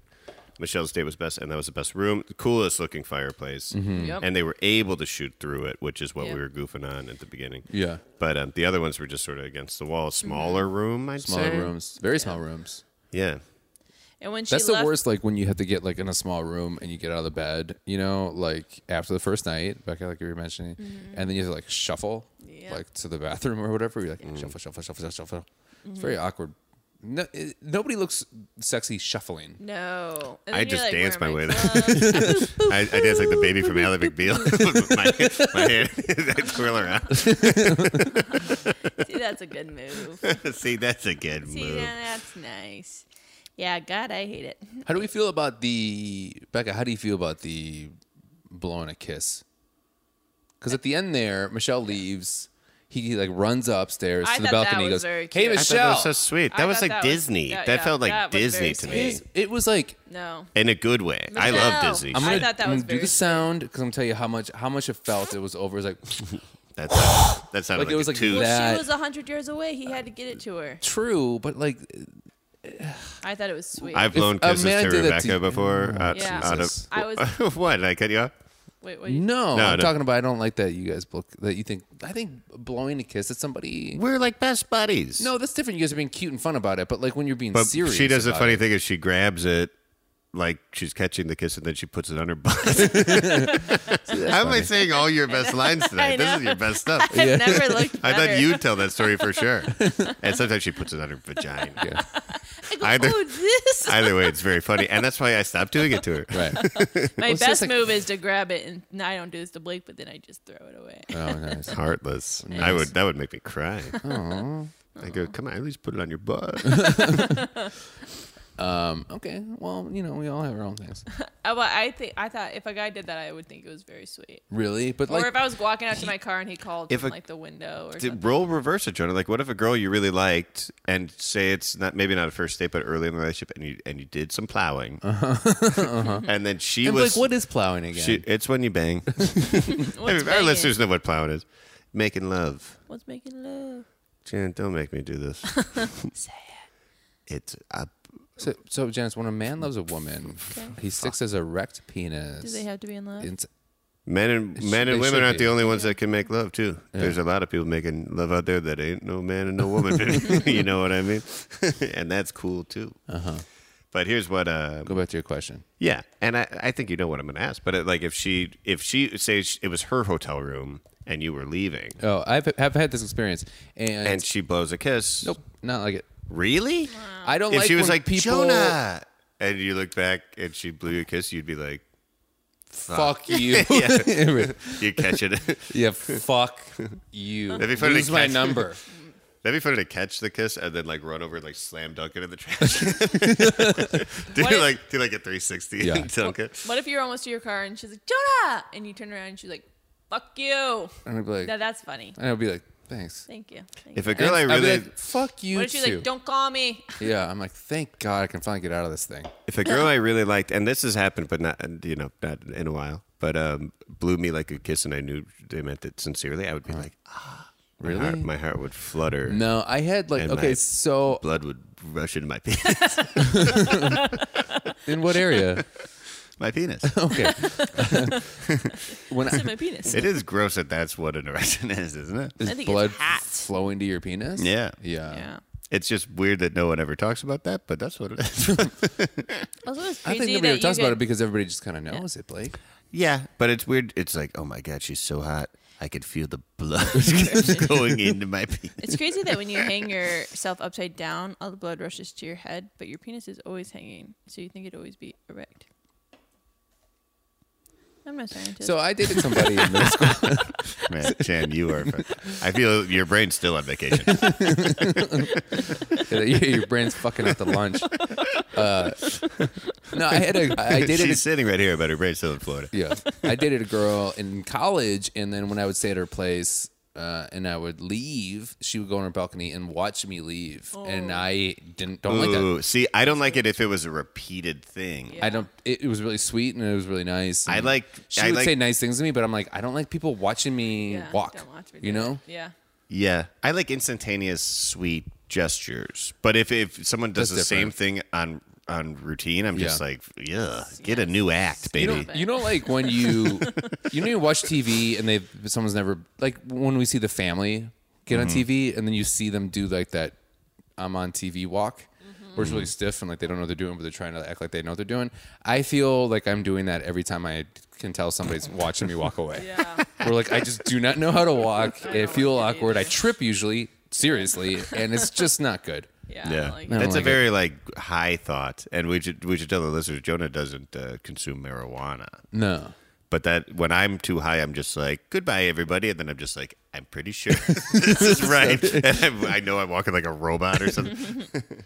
Speaker 3: Michelle's date was best, and that was the best room, the coolest looking fireplace,
Speaker 1: Mm-hmm.
Speaker 2: Yep.
Speaker 3: and they were able to shoot through it, which is what
Speaker 2: Yeah.
Speaker 3: we were goofing on at the beginning.
Speaker 1: Yeah.
Speaker 3: but um, the other ones were just sort of against the wall, smaller
Speaker 2: Mm-hmm.
Speaker 3: room, I'd
Speaker 1: smaller
Speaker 3: say.
Speaker 1: rooms, very small rooms.
Speaker 3: Yeah,
Speaker 2: and when she
Speaker 1: That's
Speaker 2: left,
Speaker 1: the worst. Like when you have to get like in a small room and you get out of the bed, you know, like after the first night, Becca, like you were mentioning,
Speaker 3: Mm-hmm.
Speaker 1: and then you have to like shuffle,
Speaker 2: Yeah.
Speaker 1: like to the bathroom or whatever. You're like shuffle, shuffle, shuffle, shuffle, shuffle.
Speaker 3: Mm-hmm.
Speaker 1: It's very awkward. No, it, nobody looks sexy shuffling.
Speaker 2: No, And
Speaker 3: I
Speaker 2: then you're
Speaker 3: just
Speaker 2: like,
Speaker 3: danced
Speaker 2: where
Speaker 3: my way
Speaker 2: am I?
Speaker 3: there. I, I dance like the baby from Ally McBeal. my, my hand, I twirl around.
Speaker 2: See, that's a good move.
Speaker 3: See, that's a good
Speaker 2: See,
Speaker 3: move.
Speaker 2: yeah, that's nice. Yeah, God, I hate it.
Speaker 1: How do we feel about the Becca? How do you feel about the blowing a kiss? Because at the end there, Michelle leaves. He like runs upstairs
Speaker 2: I
Speaker 1: to the
Speaker 2: thought
Speaker 1: balcony. He
Speaker 2: that was
Speaker 1: goes,
Speaker 2: very
Speaker 1: "Hey,
Speaker 2: cute." I
Speaker 3: I thought that
Speaker 1: Michelle!"
Speaker 3: was so sweet.
Speaker 2: I
Speaker 3: That was
Speaker 2: thought
Speaker 3: like
Speaker 2: that was-
Speaker 3: Disney.
Speaker 2: yeah,
Speaker 3: that
Speaker 2: yeah,
Speaker 3: felt like
Speaker 2: that was
Speaker 3: Disney
Speaker 2: very
Speaker 3: to
Speaker 2: sweet.
Speaker 3: me.
Speaker 1: Is- It was like
Speaker 2: No,
Speaker 3: In a good way. I love
Speaker 2: Michelle!
Speaker 3: Disney.
Speaker 1: I'm
Speaker 2: I
Speaker 1: gonna,
Speaker 2: thought that
Speaker 1: I'm
Speaker 2: was
Speaker 1: gonna do
Speaker 2: very
Speaker 1: the sound because I'm gonna tell you how much how much it felt. It was over. It was like
Speaker 3: That sounded, that sounded
Speaker 1: Like,
Speaker 3: like,
Speaker 1: it was
Speaker 3: a
Speaker 1: like
Speaker 3: toot.
Speaker 1: that.
Speaker 2: she
Speaker 1: That-
Speaker 2: was hundred years away. He had to get it to her.
Speaker 1: true, but like
Speaker 2: I thought it was sweet.
Speaker 3: I've blown
Speaker 1: If a
Speaker 3: kisses
Speaker 1: man
Speaker 3: to
Speaker 1: did that to
Speaker 3: Rebecca
Speaker 1: you-
Speaker 3: before. out-
Speaker 2: Yeah.
Speaker 3: out of-
Speaker 1: Jesus.
Speaker 2: I was-
Speaker 3: what? Did I cut you off?
Speaker 2: Wait, wait.
Speaker 1: No,
Speaker 3: No,
Speaker 1: I'm
Speaker 3: no.
Speaker 1: talking about I don't like that you guys book that you think I think blowing a kiss at somebody.
Speaker 3: We're like best buddies.
Speaker 1: No, that's different. You guys are being cute and fun about it, but like when you're being
Speaker 3: but
Speaker 1: serious,
Speaker 3: she does the
Speaker 1: about
Speaker 3: funny
Speaker 1: it-
Speaker 3: thing is she grabs it like she's catching the kiss and then she puts it on her butt. How am I saying all your best lines tonight? This is your best stuff.
Speaker 2: I've never looked.
Speaker 3: I
Speaker 2: better.
Speaker 3: thought you'd tell that story for sure. and sometimes she puts it on her vagina.
Speaker 1: Yeah.
Speaker 2: I go,
Speaker 3: either-
Speaker 2: "Ooh, this.
Speaker 3: Either way, it's very funny, and that's why I stopped doing it to her.
Speaker 1: Right.
Speaker 2: My
Speaker 1: it's just
Speaker 2: best
Speaker 1: like-
Speaker 2: move is to grab it, and no, I don't do this to Blake, but then I just throw it away.
Speaker 1: Oh, nice.
Speaker 3: Heartless. I would. That would make me cry. I go, come on, at least put it on your butt.
Speaker 1: Um, okay. Well, you know, we all have our own things.
Speaker 2: I, Uh, well, I think I thought if a guy did that, I would think it was very sweet.
Speaker 1: Really? But like
Speaker 2: or if I was walking out to my car and he called
Speaker 3: If
Speaker 2: from
Speaker 3: a-
Speaker 2: like the window or
Speaker 3: Did
Speaker 2: something.
Speaker 3: role reverse it, Jonah. Like, what if a girl you really liked, and say it's not maybe not a first date, but early in the relationship, and you and you did some plowing, and then she
Speaker 1: Uh-huh. And
Speaker 3: was
Speaker 1: like, what is plowing again?
Speaker 3: she, It's when you bang.
Speaker 2: What's
Speaker 3: Our
Speaker 2: making-
Speaker 3: listeners know what plowing is. Making love.
Speaker 2: What's making love?
Speaker 3: Jan, don't make me do this. It's up.
Speaker 1: so, so, Janice, when a man loves a woman, he sticks his erect penis.
Speaker 2: Do they have to be in love?
Speaker 1: It's,
Speaker 3: Men and
Speaker 1: should-
Speaker 3: men and
Speaker 1: they
Speaker 3: women
Speaker 1: should
Speaker 3: aren't
Speaker 1: be.
Speaker 3: the only ones that can make love too. There's a lot of people making love out there that ain't no man and no woman. baby. you know what I mean? and that's cool too.
Speaker 1: Uh-huh.
Speaker 3: But here's what uh,
Speaker 1: go back to your question.
Speaker 3: Yeah, and I, I think you know what I'm going to ask, but it, like if she if she says it was her hotel room and you were leaving
Speaker 1: Oh, I've have had this experience, and,
Speaker 3: and she blows a kiss,
Speaker 1: nope, not like it.
Speaker 3: really?
Speaker 2: Oh.
Speaker 1: I don't
Speaker 3: If
Speaker 1: like
Speaker 3: she was
Speaker 1: when
Speaker 3: like
Speaker 1: people
Speaker 3: Jonah, and you looked back and she blew you a kiss, you'd be like,
Speaker 1: fuck you.
Speaker 3: Yeah. you catch it. That'd
Speaker 1: yeah, fuck you.
Speaker 3: be funny to
Speaker 1: Lose my
Speaker 3: catch-
Speaker 1: number.
Speaker 3: be funny to catch the kiss and then like run over and like slam dunk it in the trash. do
Speaker 2: What if-
Speaker 3: like do like a 360
Speaker 1: Yeah.
Speaker 3: and dunk it.
Speaker 2: What if you're almost to your car and she's like, Jonah! And you turn around and she's like, fuck you.
Speaker 1: And I'd be like,
Speaker 2: Now that's funny.
Speaker 1: and I'd be like, thanks.
Speaker 2: Thank you. Thank
Speaker 3: If
Speaker 2: you.
Speaker 3: a girl I
Speaker 1: And I'd be
Speaker 3: really
Speaker 1: like, fuck you
Speaker 2: what if she's
Speaker 1: too.
Speaker 2: like, don't call me?
Speaker 1: yeah, I'm like, thank God I can finally get out of this thing.
Speaker 3: if a girl I really liked, and this has happened, but not and, you know not in a while, but um, blew me like a kiss, and I knew they meant it sincerely, I would be like, ah, really? My heart, my heart would flutter,
Speaker 1: No, I had like,
Speaker 3: And
Speaker 1: okay,
Speaker 3: my-
Speaker 1: so
Speaker 3: blood would rush into my penis,
Speaker 1: in what area?
Speaker 3: my penis.
Speaker 1: Okay. when
Speaker 2: It's in
Speaker 1: I,
Speaker 2: my penis.
Speaker 3: it is gross that that's what an erection is, isn't it?
Speaker 1: is
Speaker 2: think it's
Speaker 1: blood
Speaker 2: hot.
Speaker 1: flowing to your penis?
Speaker 3: Yeah.
Speaker 1: Yeah.
Speaker 2: yeah.
Speaker 3: It's just weird that no one ever talks about that, but that's what it is.
Speaker 2: Also, it's
Speaker 1: I think
Speaker 2: crazy that
Speaker 1: nobody ever
Speaker 2: you
Speaker 1: talks
Speaker 2: get-
Speaker 1: about it because everybody just kind of knows it, Blake.
Speaker 3: yeah, but it's weird. It's like, oh my god, she's so hot. I could feel the blood going into my penis.
Speaker 2: It's crazy that when you hang yourself upside down, all the blood rushes to your head, but your penis is always hanging, so you think it'd always be erect. I'm not scientist.
Speaker 1: So I dated somebody in middle school.
Speaker 3: Man, Chan, you are. I feel your brain's still on vacation.
Speaker 1: Your- your brain's fucking out the lunch. Uh, no, I had a. I dated a
Speaker 3: She's sitting right here, but her brain's still in Florida.
Speaker 1: yeah. I dated a girl in college, and then when I would stay at her place uh, and I would leave, she would go on her balcony and watch me leave, and
Speaker 2: Oh.
Speaker 1: I didn't don't like that.
Speaker 3: Ooh, see, I don't like it if it was a repeated thing.
Speaker 1: I don't. It, it was really sweet and it was really nice.
Speaker 3: I
Speaker 1: and
Speaker 3: like-
Speaker 1: She
Speaker 3: I
Speaker 1: would
Speaker 3: like-
Speaker 1: say nice things to me, but I'm like, I don't like people watching me
Speaker 2: Yeah,
Speaker 1: walk.
Speaker 2: don't watch me do
Speaker 1: you know.
Speaker 2: that. Yeah.
Speaker 3: Yeah, I like instantaneous sweet gestures, but if if someone does
Speaker 1: That's
Speaker 3: the same
Speaker 1: different.
Speaker 3: thing on on routine, I'm just
Speaker 1: Yeah.
Speaker 3: like, yeah, get a new act,
Speaker 1: You
Speaker 3: baby.
Speaker 1: know, you know, like when you, you know, you watch TV and they someone's never like when we see the family get
Speaker 3: Mm-hmm.
Speaker 1: on TV and then you see them do like that I'm on TV walk,
Speaker 2: Mm-hmm.
Speaker 1: where it's really stiff and like they don't know what they're doing, but they're trying to act like they know what they're doing. I feel like I'm doing that every time I can tell somebody's watching me walk away.
Speaker 2: Yeah.
Speaker 1: We're like, I just do not know how to walk. I feel
Speaker 2: what to do
Speaker 1: awkward. I
Speaker 2: either.
Speaker 1: trip usually, seriously, and it's just not good.
Speaker 2: Yeah.
Speaker 3: yeah,
Speaker 2: Like,
Speaker 1: No.
Speaker 3: that's
Speaker 1: like
Speaker 3: a
Speaker 1: it.
Speaker 3: very like high thought, and we should we should tell the listeners Jonah doesn't uh, consume marijuana,
Speaker 1: No.
Speaker 3: but that when I'm too high, I'm just like goodbye everybody, and then I'm just like I'm pretty sure this is right, and I'm, I know I'm walking like a robot or something.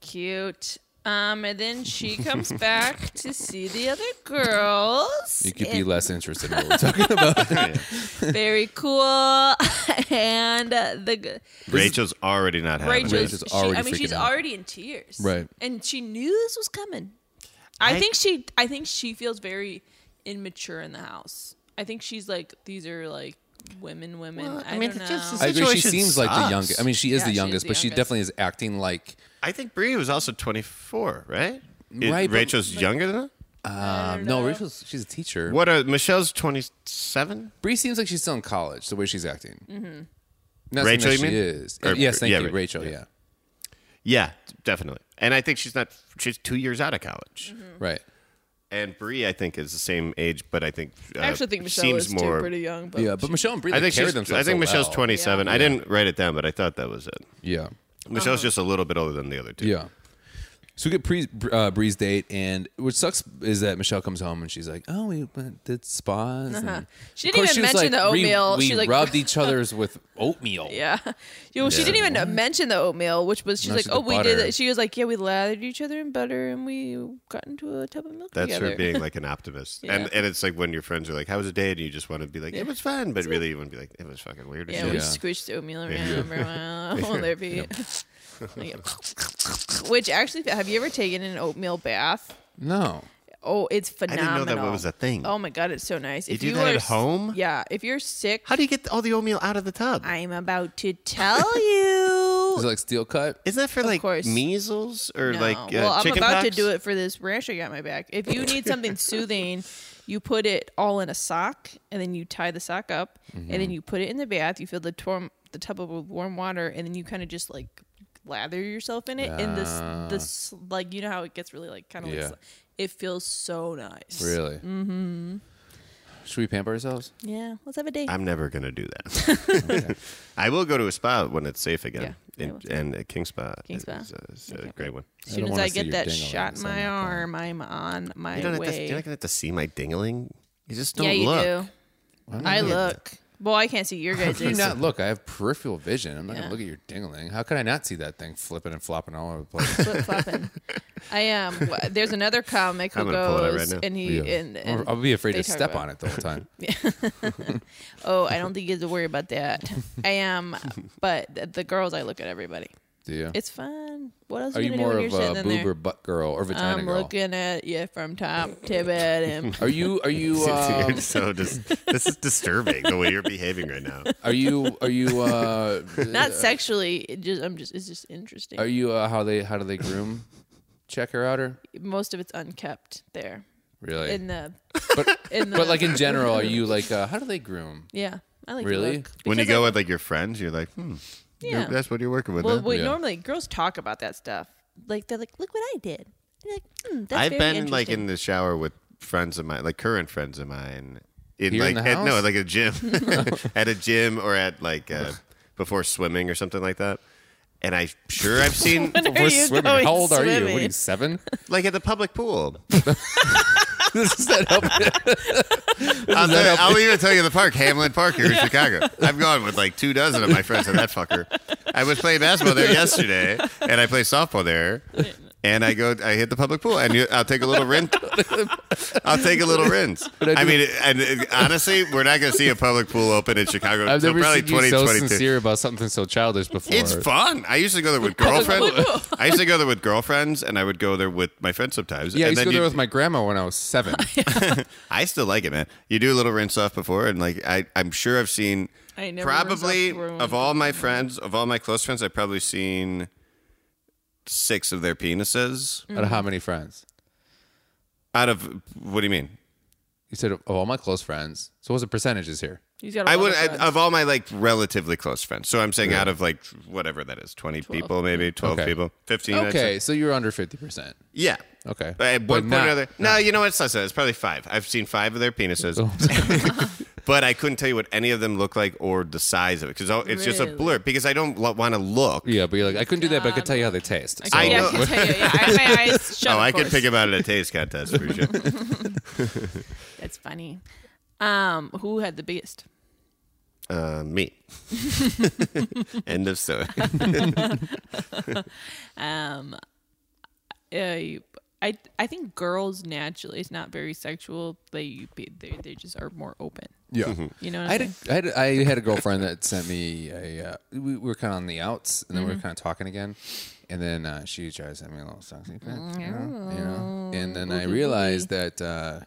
Speaker 2: Cute. Um, and then she comes back to see the other girls.
Speaker 1: You could be less interested in what we're talking about.
Speaker 2: Very cool. and uh, the g-
Speaker 3: Rachel's already not having
Speaker 2: Rachel's,
Speaker 3: it.
Speaker 1: Rachel's already
Speaker 2: she, I mean,
Speaker 1: freaking
Speaker 2: she's
Speaker 1: out.
Speaker 2: already in tears.
Speaker 1: Right.
Speaker 2: And she knew this was coming. I, think she I think she feels very immature in the house. I think she's like these are like women women. I, don't know.
Speaker 1: I agree. She
Speaker 3: situation
Speaker 1: seems like the
Speaker 3: sucks.
Speaker 1: youngest. I mean, she is the
Speaker 2: Yeah, she is
Speaker 1: youngest,
Speaker 2: the
Speaker 1: but she
Speaker 2: youngest.
Speaker 1: definitely is acting like
Speaker 3: I think Brie was also 24, right? Is
Speaker 1: Right, but-
Speaker 3: Rachel's younger than her?
Speaker 1: Um, no, Rachel's she's a teacher.
Speaker 3: What are Michelle's twenty seven?
Speaker 1: Bree seems like she's still in college. The way she's acting. Mm-hmm. Not Rachel,
Speaker 3: Rachel, you
Speaker 1: she
Speaker 3: mean?
Speaker 1: is.
Speaker 3: Or-
Speaker 1: yes, thank
Speaker 3: yeah,
Speaker 1: you,
Speaker 3: Ra-
Speaker 1: Rachel.
Speaker 3: yeah.
Speaker 1: Yeah.
Speaker 3: Yeah, definitely. And I think she's not. She's two years out of college.
Speaker 1: right.
Speaker 3: And Bree, I think, is the same age, but I think uh,
Speaker 2: I actually think Michelle
Speaker 3: seems
Speaker 2: is
Speaker 3: more.
Speaker 2: too pretty young. But
Speaker 1: Yeah, but Michelle and Bree.
Speaker 3: I
Speaker 1: they
Speaker 3: think
Speaker 1: carry
Speaker 3: she's,
Speaker 1: themselves
Speaker 3: I think
Speaker 1: so
Speaker 3: Michelle's
Speaker 1: well.
Speaker 3: twenty seven. I didn't write it down, but I thought that was it.
Speaker 1: Yeah,
Speaker 3: Michelle's just a little bit older than the other two.
Speaker 1: yeah. So we get Bree's, uh, Bree's date, and what sucks is that Michelle comes home and she's like, "Oh, we went, did spas." And
Speaker 2: Uh-huh. She
Speaker 1: of
Speaker 2: didn't
Speaker 1: course
Speaker 2: even
Speaker 1: was
Speaker 2: mention the
Speaker 1: "We-
Speaker 2: oatmeal."
Speaker 1: We,
Speaker 2: She's like-
Speaker 1: rubbed each other's with oatmeal.
Speaker 2: Yeah. You know, she didn't even mention the oatmeal, which was she's
Speaker 1: No,
Speaker 2: like,
Speaker 1: she did
Speaker 2: oh, we
Speaker 1: butter.
Speaker 2: did it. She was like, yeah, we lathered each other in butter and we got into a tub of milk
Speaker 3: That's
Speaker 2: together.
Speaker 3: her being like an optimist, and and it's like when your friends are like, "How was the day?" and you just want to be like, "It was fun," but really you want to be like, "It was fucking weird." as
Speaker 2: yeah,
Speaker 3: shit."
Speaker 2: we
Speaker 1: Yeah.
Speaker 2: squished the oatmeal around around their feet. Like, Which actually, have you ever taken an oatmeal bath?
Speaker 1: No.
Speaker 2: Oh, it's
Speaker 3: didn't
Speaker 2: phenomenal.
Speaker 3: know that was a thing.
Speaker 2: Oh my god, it's so nice.
Speaker 3: do that
Speaker 2: are
Speaker 3: at
Speaker 2: s-
Speaker 3: home?
Speaker 2: Yeah, if you're sick,
Speaker 3: How do you get all the oatmeal out of the tub?
Speaker 2: I'm about to tell you.
Speaker 1: Is it like steel cut?
Speaker 3: Isn't that for like
Speaker 2: course.
Speaker 3: measles or
Speaker 2: No.
Speaker 3: like uh,
Speaker 2: well, I'm
Speaker 3: chicken
Speaker 2: about to
Speaker 3: pox?
Speaker 2: do it for this ranch I got my back. If you need something soothing, you put it all in a sock, and then you tie the sock up, and
Speaker 3: Mm-hmm.
Speaker 2: then you put it in the bath. You fill the torm, the tub up with warm water, and then you kind of just like lather yourself in it. and this,
Speaker 3: Ah.
Speaker 2: this like you know how it gets really like kind of
Speaker 1: Yeah.
Speaker 2: like, it feels so nice.
Speaker 1: Really? Mm-hmm. Should we pamper ourselves?
Speaker 2: Yeah, let's have a date.
Speaker 3: I'm never gonna do that. I will go to a spa when it's safe again.
Speaker 2: Yeah,
Speaker 3: and,
Speaker 2: I will.
Speaker 3: and uh, King Spa.
Speaker 2: King Spa?
Speaker 3: Is, uh, is a great one.
Speaker 2: as
Speaker 1: I
Speaker 2: soon
Speaker 1: don't
Speaker 2: as
Speaker 1: wanna
Speaker 2: I
Speaker 1: see
Speaker 2: get
Speaker 1: your
Speaker 2: that
Speaker 1: ding-a-lings
Speaker 2: shot in
Speaker 1: on
Speaker 2: my
Speaker 1: that phone.
Speaker 2: arm, I'm on my
Speaker 3: You don't have to,
Speaker 2: way.
Speaker 3: you're not gonna have to see my dingling. You just don't
Speaker 2: yeah, you
Speaker 3: look.
Speaker 2: do. I look. Well, I can't see your guys.
Speaker 1: Do you not look? I have peripheral vision. I'm not
Speaker 2: Yeah.
Speaker 1: gonna look at your dingling. How could I not see that thing flipping and flopping all over the place?
Speaker 2: flip flopping. I am. Um, wh- there's another comic who
Speaker 3: I'm gonna pull it out
Speaker 2: goes
Speaker 3: right now.
Speaker 2: and he
Speaker 1: Yeah.
Speaker 2: and, and
Speaker 1: Or I'll be afraid
Speaker 2: they
Speaker 1: to
Speaker 2: talk
Speaker 1: step
Speaker 2: about-
Speaker 1: on it the whole time.
Speaker 2: Oh, I don't think you have to worry about that. I am, but th- the girls, I look at everybody.
Speaker 1: Do you?
Speaker 2: It's fun. What else
Speaker 1: Are you
Speaker 2: gonna do
Speaker 1: more
Speaker 2: when you're
Speaker 1: of a
Speaker 2: sitting in
Speaker 1: boob
Speaker 2: there?
Speaker 1: or butt girl or vagina
Speaker 2: I'm
Speaker 1: girl?
Speaker 2: looking at you from top to bottom.
Speaker 1: Are you are you um,
Speaker 3: You're so just, this is disturbing the way you're behaving right now.
Speaker 1: are you are you uh,
Speaker 2: Not sexually. It just I'm just it's just interesting.
Speaker 1: are you uh, how they how do they groom check her out or
Speaker 2: Most of it's unkept there
Speaker 1: really?
Speaker 2: in the
Speaker 1: but
Speaker 2: in the
Speaker 1: but like in general, are you like uh, how do they groom?
Speaker 2: yeah. I like to
Speaker 1: Really?
Speaker 2: look.
Speaker 3: When you
Speaker 2: Because I-
Speaker 3: go with like your friends, you're like, hmm, you're-
Speaker 2: Yeah.
Speaker 3: that's what you're working with.
Speaker 2: Well,
Speaker 3: huh?
Speaker 2: we
Speaker 1: Yeah.
Speaker 2: normally girls talk about that stuff. Like they're like, look what I did. And you're like, hmm, that's
Speaker 3: I've
Speaker 2: very
Speaker 3: been like
Speaker 2: interesting.
Speaker 3: in the shower with friends of mine, like current friends of mine, in
Speaker 1: Here
Speaker 3: like
Speaker 1: in the
Speaker 3: at, no,
Speaker 1: house?
Speaker 3: like a gym, at a gym or at like uh, before swimming or something like that. And I sure I've seen
Speaker 2: When are
Speaker 1: We're
Speaker 2: you
Speaker 1: swimming.
Speaker 2: going
Speaker 1: How old are you? What are
Speaker 2: swimming?
Speaker 1: you seven?
Speaker 3: like at the public pool.
Speaker 1: this is that help.
Speaker 3: I'll, tell you- I'll even tell you the park, Hamlin Park here in Chicago. I've gone with like two dozen of my friends to that fucker. I was playing basketball there yesterday, and I play softball there. And I go, I hit the public pool, and you, I'll take a little rinse. I'll take a little rinse.
Speaker 1: I
Speaker 3: I,
Speaker 1: do-
Speaker 3: mean, it- and it- honestly, we're not going to see a public pool open in Chicago
Speaker 1: I've
Speaker 3: until
Speaker 1: never
Speaker 3: probably
Speaker 1: seen you so
Speaker 3: 2022.
Speaker 1: sincere about something so childish before.
Speaker 3: It's fun. I used to go there with girlfriends. I used to go there with girlfriends, and I would go there with my friends sometimes.
Speaker 1: Yeah, I used
Speaker 3: and
Speaker 1: to
Speaker 3: then
Speaker 1: go there
Speaker 3: you-
Speaker 1: with my grandma when I was seven.
Speaker 3: I still like it, man. You do a little rinse off before, and like I, I'm sure I've seen.
Speaker 2: I never rinse off
Speaker 3: probably
Speaker 2: before when-
Speaker 3: of all my friends, of all my close friends, I've probably seen six of their penises.
Speaker 1: Out of how many friends?
Speaker 3: Out of what do you mean?
Speaker 1: You said of all my close friends. So what's the percentages here?
Speaker 2: He's got a
Speaker 3: I
Speaker 2: lot
Speaker 3: would
Speaker 2: of
Speaker 3: I, uh,
Speaker 2: friends.
Speaker 3: of all my like relatively close friends. So I'm saying out of like whatever that is, twenty people, maybe twelve
Speaker 1: Okay.
Speaker 3: people, fifteen. I'd
Speaker 1: Okay,
Speaker 3: say.
Speaker 1: so you're under fifty percent.
Speaker 3: Yeah.
Speaker 1: Okay.
Speaker 3: But At one
Speaker 1: But
Speaker 3: point
Speaker 1: not-
Speaker 3: or another, no, you know what? It's not so. It's probably five. I've seen five of their penises, but I couldn't tell you what any of them look like or the size of it because it's just a
Speaker 2: Really?
Speaker 3: blur. Because I don't want to look.
Speaker 1: Yeah, but you're like, I couldn't do that, but I could tell you how they taste. So-
Speaker 3: I
Speaker 2: yeah,
Speaker 3: know-
Speaker 2: I can tell you. Yeah, I, my eyes shut.
Speaker 3: oh,
Speaker 2: of
Speaker 3: I could
Speaker 2: course.
Speaker 3: pick him out at a taste contest for sure.
Speaker 2: That's funny. Um, who had the biggest?
Speaker 3: Uh, me. End of story.
Speaker 2: Um, uh, you- I I think girls naturally it's not very sexual. They they they just are more open.
Speaker 1: Yeah.
Speaker 3: Mm-hmm.
Speaker 2: You know. What
Speaker 1: I
Speaker 2: I'm
Speaker 1: had,
Speaker 2: saying?
Speaker 1: a, I, had a, I had a girlfriend that sent me a. Uh, we, we were kind of on the outs, and
Speaker 2: Mm-hmm.
Speaker 1: then we were kind of talking again, and then uh, she tried to send me a little sexy pic, you know, you know?
Speaker 2: Oh.
Speaker 1: and then I realized that uh,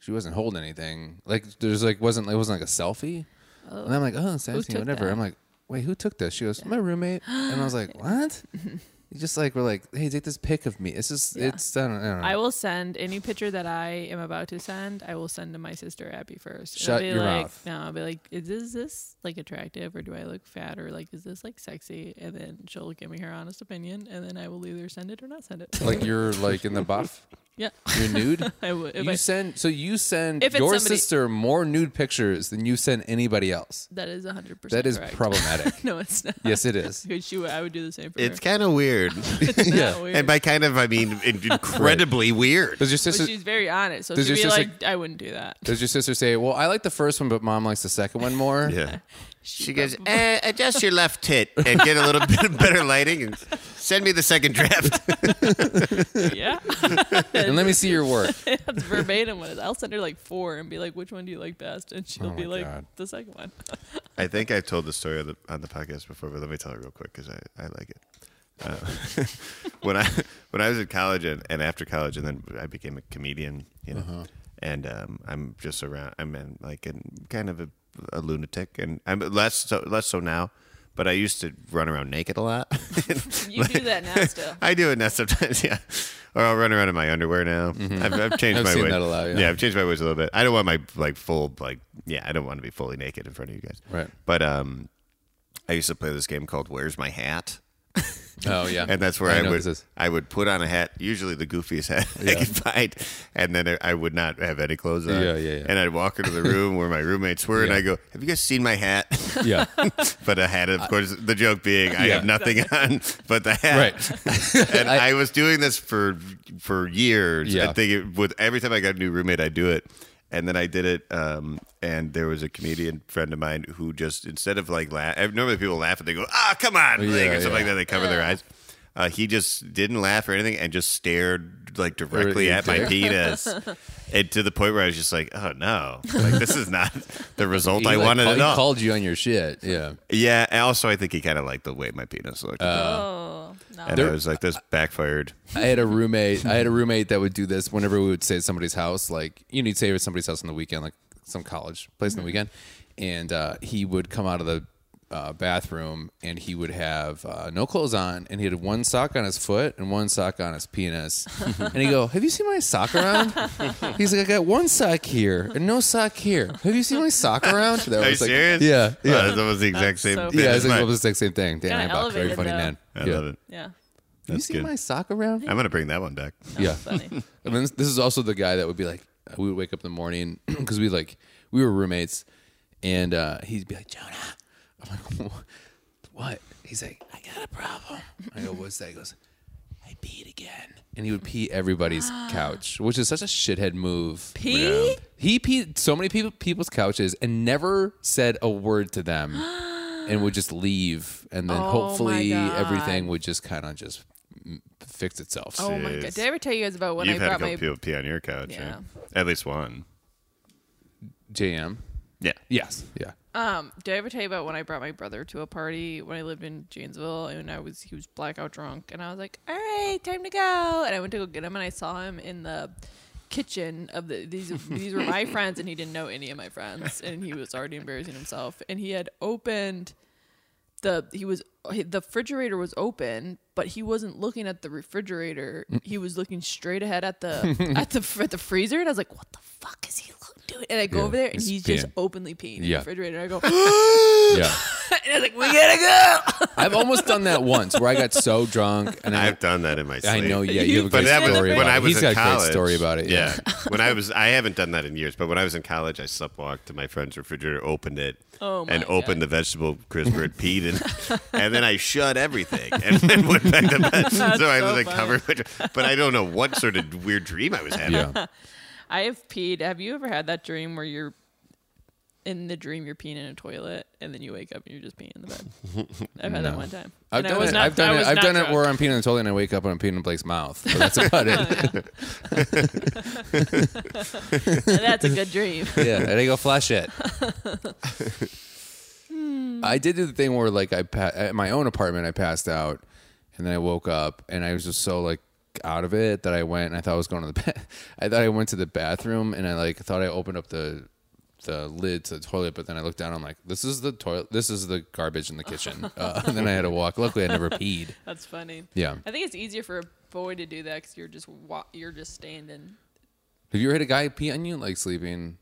Speaker 1: she wasn't holding anything. Like there's like wasn't it wasn't like a selfie, and I'm like, oh, sexy,
Speaker 2: took
Speaker 1: whatever.
Speaker 2: that?
Speaker 1: I'm like, wait, who took this? She goes, my roommate, and I was like, what? You just like we're like, hey, take this pic of me. This is it's I don't, I don't know.
Speaker 2: I will send any picture that I am about to send. I will send to my sister Abby first. And
Speaker 1: Shut
Speaker 2: I'll be
Speaker 1: your
Speaker 2: like,
Speaker 1: mouth.
Speaker 2: No, I'll be like, is this, is this like attractive or do I look fat or like is this like sexy? And then she'll give me her honest opinion, and then I will either send it or not send it.
Speaker 1: like you're like in the buff.
Speaker 2: yeah,
Speaker 1: You're nude.
Speaker 2: I would. If
Speaker 1: you
Speaker 2: I,
Speaker 1: send so you send
Speaker 2: If it's
Speaker 1: your
Speaker 2: somebody-
Speaker 1: sister more nude pictures than you send anybody else.
Speaker 2: that is hundred percent.
Speaker 1: That is
Speaker 2: correct.
Speaker 1: problematic.
Speaker 2: no, it's not.
Speaker 1: yes, it is.
Speaker 2: Because she would- I would do the same for
Speaker 3: It's
Speaker 2: her.
Speaker 3: kind of weird,
Speaker 2: It's not
Speaker 1: yeah.
Speaker 2: weird.
Speaker 3: and by kind of I mean in- incredibly weird.
Speaker 1: Does your
Speaker 2: but
Speaker 1: sister
Speaker 2: she's very honest, so
Speaker 1: does
Speaker 2: she'd
Speaker 1: your
Speaker 2: be
Speaker 1: sister-
Speaker 2: like, "I wouldn't do that."
Speaker 1: does your sister say, "Well, I like the first one, but mom likes the second one more"?
Speaker 3: Yeah. She goes, eh, adjust your left tit and get a little bit better lighting and send me the second draft.
Speaker 2: yeah,
Speaker 1: And let me see your work.
Speaker 2: that's verbatim what it is. I'll send her like four and be like, "Which one do you like best?" And she'll
Speaker 1: Oh
Speaker 2: be
Speaker 1: my
Speaker 2: like,
Speaker 1: God.
Speaker 2: "The second one."
Speaker 3: I think I've told the story on the, on the podcast before, but let me tell it real quick because I, I like it. Uh, when I when I was in college and, and after college, and then I became a comedian, you know, and um, I'm just around. I'm in, like in kind of a, a lunatic, and I'm less so less so now. But I used to run around naked a lot.
Speaker 2: You do that now still.
Speaker 3: I do it now sometimes, yeah. Or I'll run around in my underwear now. I've, I've
Speaker 1: Mm-hmm.
Speaker 3: changed
Speaker 1: I've
Speaker 3: my
Speaker 1: seen
Speaker 3: ways.
Speaker 1: that a lot, yeah.
Speaker 3: I've changed my ways a little bit. I don't want my like full like yeah. I don't want to be fully naked in front of you guys.
Speaker 1: Right.
Speaker 3: But um, I used to play this game called Where's My Hat,
Speaker 1: Oh yeah.
Speaker 3: and that's where
Speaker 1: I
Speaker 3: I,
Speaker 1: know
Speaker 3: would
Speaker 1: this is.
Speaker 3: I would put on a hat, usually the goofiest hat I could find, and then I- I would not have any clothes on.
Speaker 1: Yeah, yeah, yeah.
Speaker 3: And I'd walk into the room where my roommates were, and
Speaker 1: Yeah.
Speaker 3: I go, "Have you guys seen my hat?"
Speaker 1: Yeah.
Speaker 3: but a hat, of course, the joke being I
Speaker 1: Yeah.
Speaker 3: have nothing on but the hat.
Speaker 1: Right.
Speaker 3: and
Speaker 1: I-
Speaker 3: I, was doing this for for years.
Speaker 1: Yeah.
Speaker 3: I think it, with every time I got a new roommate, I do it. And then I did it, um, and there was a comedian friend of mine who just instead of like laugh, normally people laugh and they go, "Ah, come on," like,
Speaker 1: Yeah,
Speaker 3: or something
Speaker 1: yeah.
Speaker 3: like that. They cover their eyes. Uh, he just didn't laugh or anything, and just stared like directly
Speaker 1: your
Speaker 3: at my
Speaker 1: dick.
Speaker 3: penis, and to the point where I was just like, "Oh no, like this is not the result
Speaker 1: He,
Speaker 3: I
Speaker 1: like,
Speaker 3: wanted
Speaker 1: call-
Speaker 3: at
Speaker 1: he
Speaker 3: all."
Speaker 1: called you on your shit. Yeah.
Speaker 3: Yeah, and also I think he kind of liked the way my penis looked,
Speaker 2: Oh
Speaker 1: Uh,
Speaker 2: no!
Speaker 3: and I was like, "This backfired."
Speaker 1: I had a roommate. I had a roommate that would do this whenever we would stay at somebody's house. Like you know, you'd stay at somebody's house on the weekend, like some college place on
Speaker 2: Mm-hmm.
Speaker 1: the weekend, and uh, he would come out of the uh, bathroom and he would have uh, no clothes on, and he had one sock on his foot and one sock on his penis, and he would go, "Have you seen my sock around?" He's like, "I got one sock here and no sock here. Have you seen my sock around?" That
Speaker 3: Are you
Speaker 1: was like,
Speaker 3: serious?
Speaker 1: Yeah,
Speaker 3: Oh,
Speaker 1: yeah,
Speaker 3: that's almost the exact same.
Speaker 2: so
Speaker 3: thing
Speaker 1: yeah.
Speaker 3: as
Speaker 1: It's like
Speaker 3: mine.
Speaker 1: well, it's the same thing. Dan
Speaker 2: Kinda
Speaker 1: Eibach, very
Speaker 2: elevated,
Speaker 1: funny
Speaker 2: though.
Speaker 1: man.
Speaker 3: I
Speaker 1: yeah.
Speaker 3: love it.
Speaker 2: Yeah,
Speaker 1: Have you
Speaker 3: That's
Speaker 1: seen
Speaker 3: good.
Speaker 1: my sock around?
Speaker 3: I'm gonna bring that one back.
Speaker 1: yeah.
Speaker 2: funny.
Speaker 1: I mean, this- this is also the guy that would be like, uh, we would wake up in the morning because we like we were roommates, and uh, he'd be like, Jonah, I'm like, what? He's like, I got a problem. I go, what's that? He goes, I peed again, and he would pee everybody's couch, which is such a shithead move.
Speaker 6: Pee?
Speaker 3: Yeah.
Speaker 1: He peed so many people people's couches and never said a word to them, and would just leave, and then
Speaker 2: Oh my
Speaker 1: hopefully
Speaker 2: God.
Speaker 1: everything would just kind of just mm, fix itself.
Speaker 2: Oh my god!
Speaker 3: Jeez.
Speaker 2: Did I ever tell you guys about when
Speaker 3: You've
Speaker 2: I
Speaker 3: had a
Speaker 2: brought
Speaker 3: couple
Speaker 2: my?
Speaker 3: people pee on your couch,
Speaker 2: Yeah.
Speaker 3: right? At least one.
Speaker 1: JM.
Speaker 3: Yeah.
Speaker 1: Yes. Yeah.
Speaker 2: Um, did I ever tell you about when I brought my brother to a party when I lived in Janesville and I was he was blackout drunk and I was like, all right, time to go. And I went to go get him and I saw him in the kitchen of the these these were my friends and he didn't know any of my friends and he was already embarrassing himself and he had opened the he was the refrigerator was open but he wasn't looking at the refrigerator
Speaker 1: Mm.
Speaker 2: he was looking straight ahead at the at the at the freezer and i was like what the fuck is he look- doing and i go
Speaker 1: Yeah,
Speaker 2: over there and
Speaker 1: he's
Speaker 2: he's, just
Speaker 1: peeing.
Speaker 2: openly peeing in
Speaker 1: Yeah.
Speaker 2: the refrigerator and i go
Speaker 1: Yeah.
Speaker 2: and I was like, we gotta go.
Speaker 1: I've almost done that once where I got so drunk and I,
Speaker 3: I've done that in my sleep.
Speaker 1: I know, yeah, you have a
Speaker 3: But
Speaker 1: great
Speaker 3: that was
Speaker 1: story
Speaker 3: when
Speaker 1: about
Speaker 3: I
Speaker 1: it.
Speaker 3: was
Speaker 1: He's
Speaker 3: in
Speaker 1: got a
Speaker 3: college.
Speaker 1: great story about it. Yeah.
Speaker 3: when I was, I haven't done that in years. But when I was in college, I sleepwalked to my friend's refrigerator, opened it,
Speaker 2: Oh, my
Speaker 3: and opened the vegetable crisper and peed in, it. and then I shut everything and then went back to bed. so I
Speaker 2: so
Speaker 3: was like
Speaker 2: funny.
Speaker 3: covered, with- but I don't know what sort of weird dream I was having.
Speaker 1: Yeah.
Speaker 2: I have peed. Have you ever had that dream where you're in the dream you're peeing in a toilet and then you wake up and you're just peeing in the bed? I've had that one time.
Speaker 1: I've
Speaker 2: And I
Speaker 1: done
Speaker 2: was
Speaker 1: it.
Speaker 2: not-
Speaker 1: I've
Speaker 2: I
Speaker 1: done it.
Speaker 2: was
Speaker 1: I've
Speaker 2: not
Speaker 1: done it
Speaker 2: drunk.
Speaker 1: where I'm peeing in the toilet and I wake up and I'm peeing in Blake's mouth. But that's about it.
Speaker 2: That's a good dream.
Speaker 1: yeah. And I go flush it. I did do the thing where like I pa- at my own apartment I passed out and then I woke up and I was just so like out of it that I went and I thought I was going to the ba- I thought I went to the bathroom and I like thought I opened up the the lid to the toilet, but then I looked down. I'm like, this is the toilet. This is the garbage in the kitchen. Uh, and then I had to walk. Luckily, I never peed.
Speaker 2: That's funny.
Speaker 1: Yeah.
Speaker 2: I think it's easier for a boy to do that because you're just wa- you're just standing.
Speaker 1: Have you ever had a guy pee on you like sleeping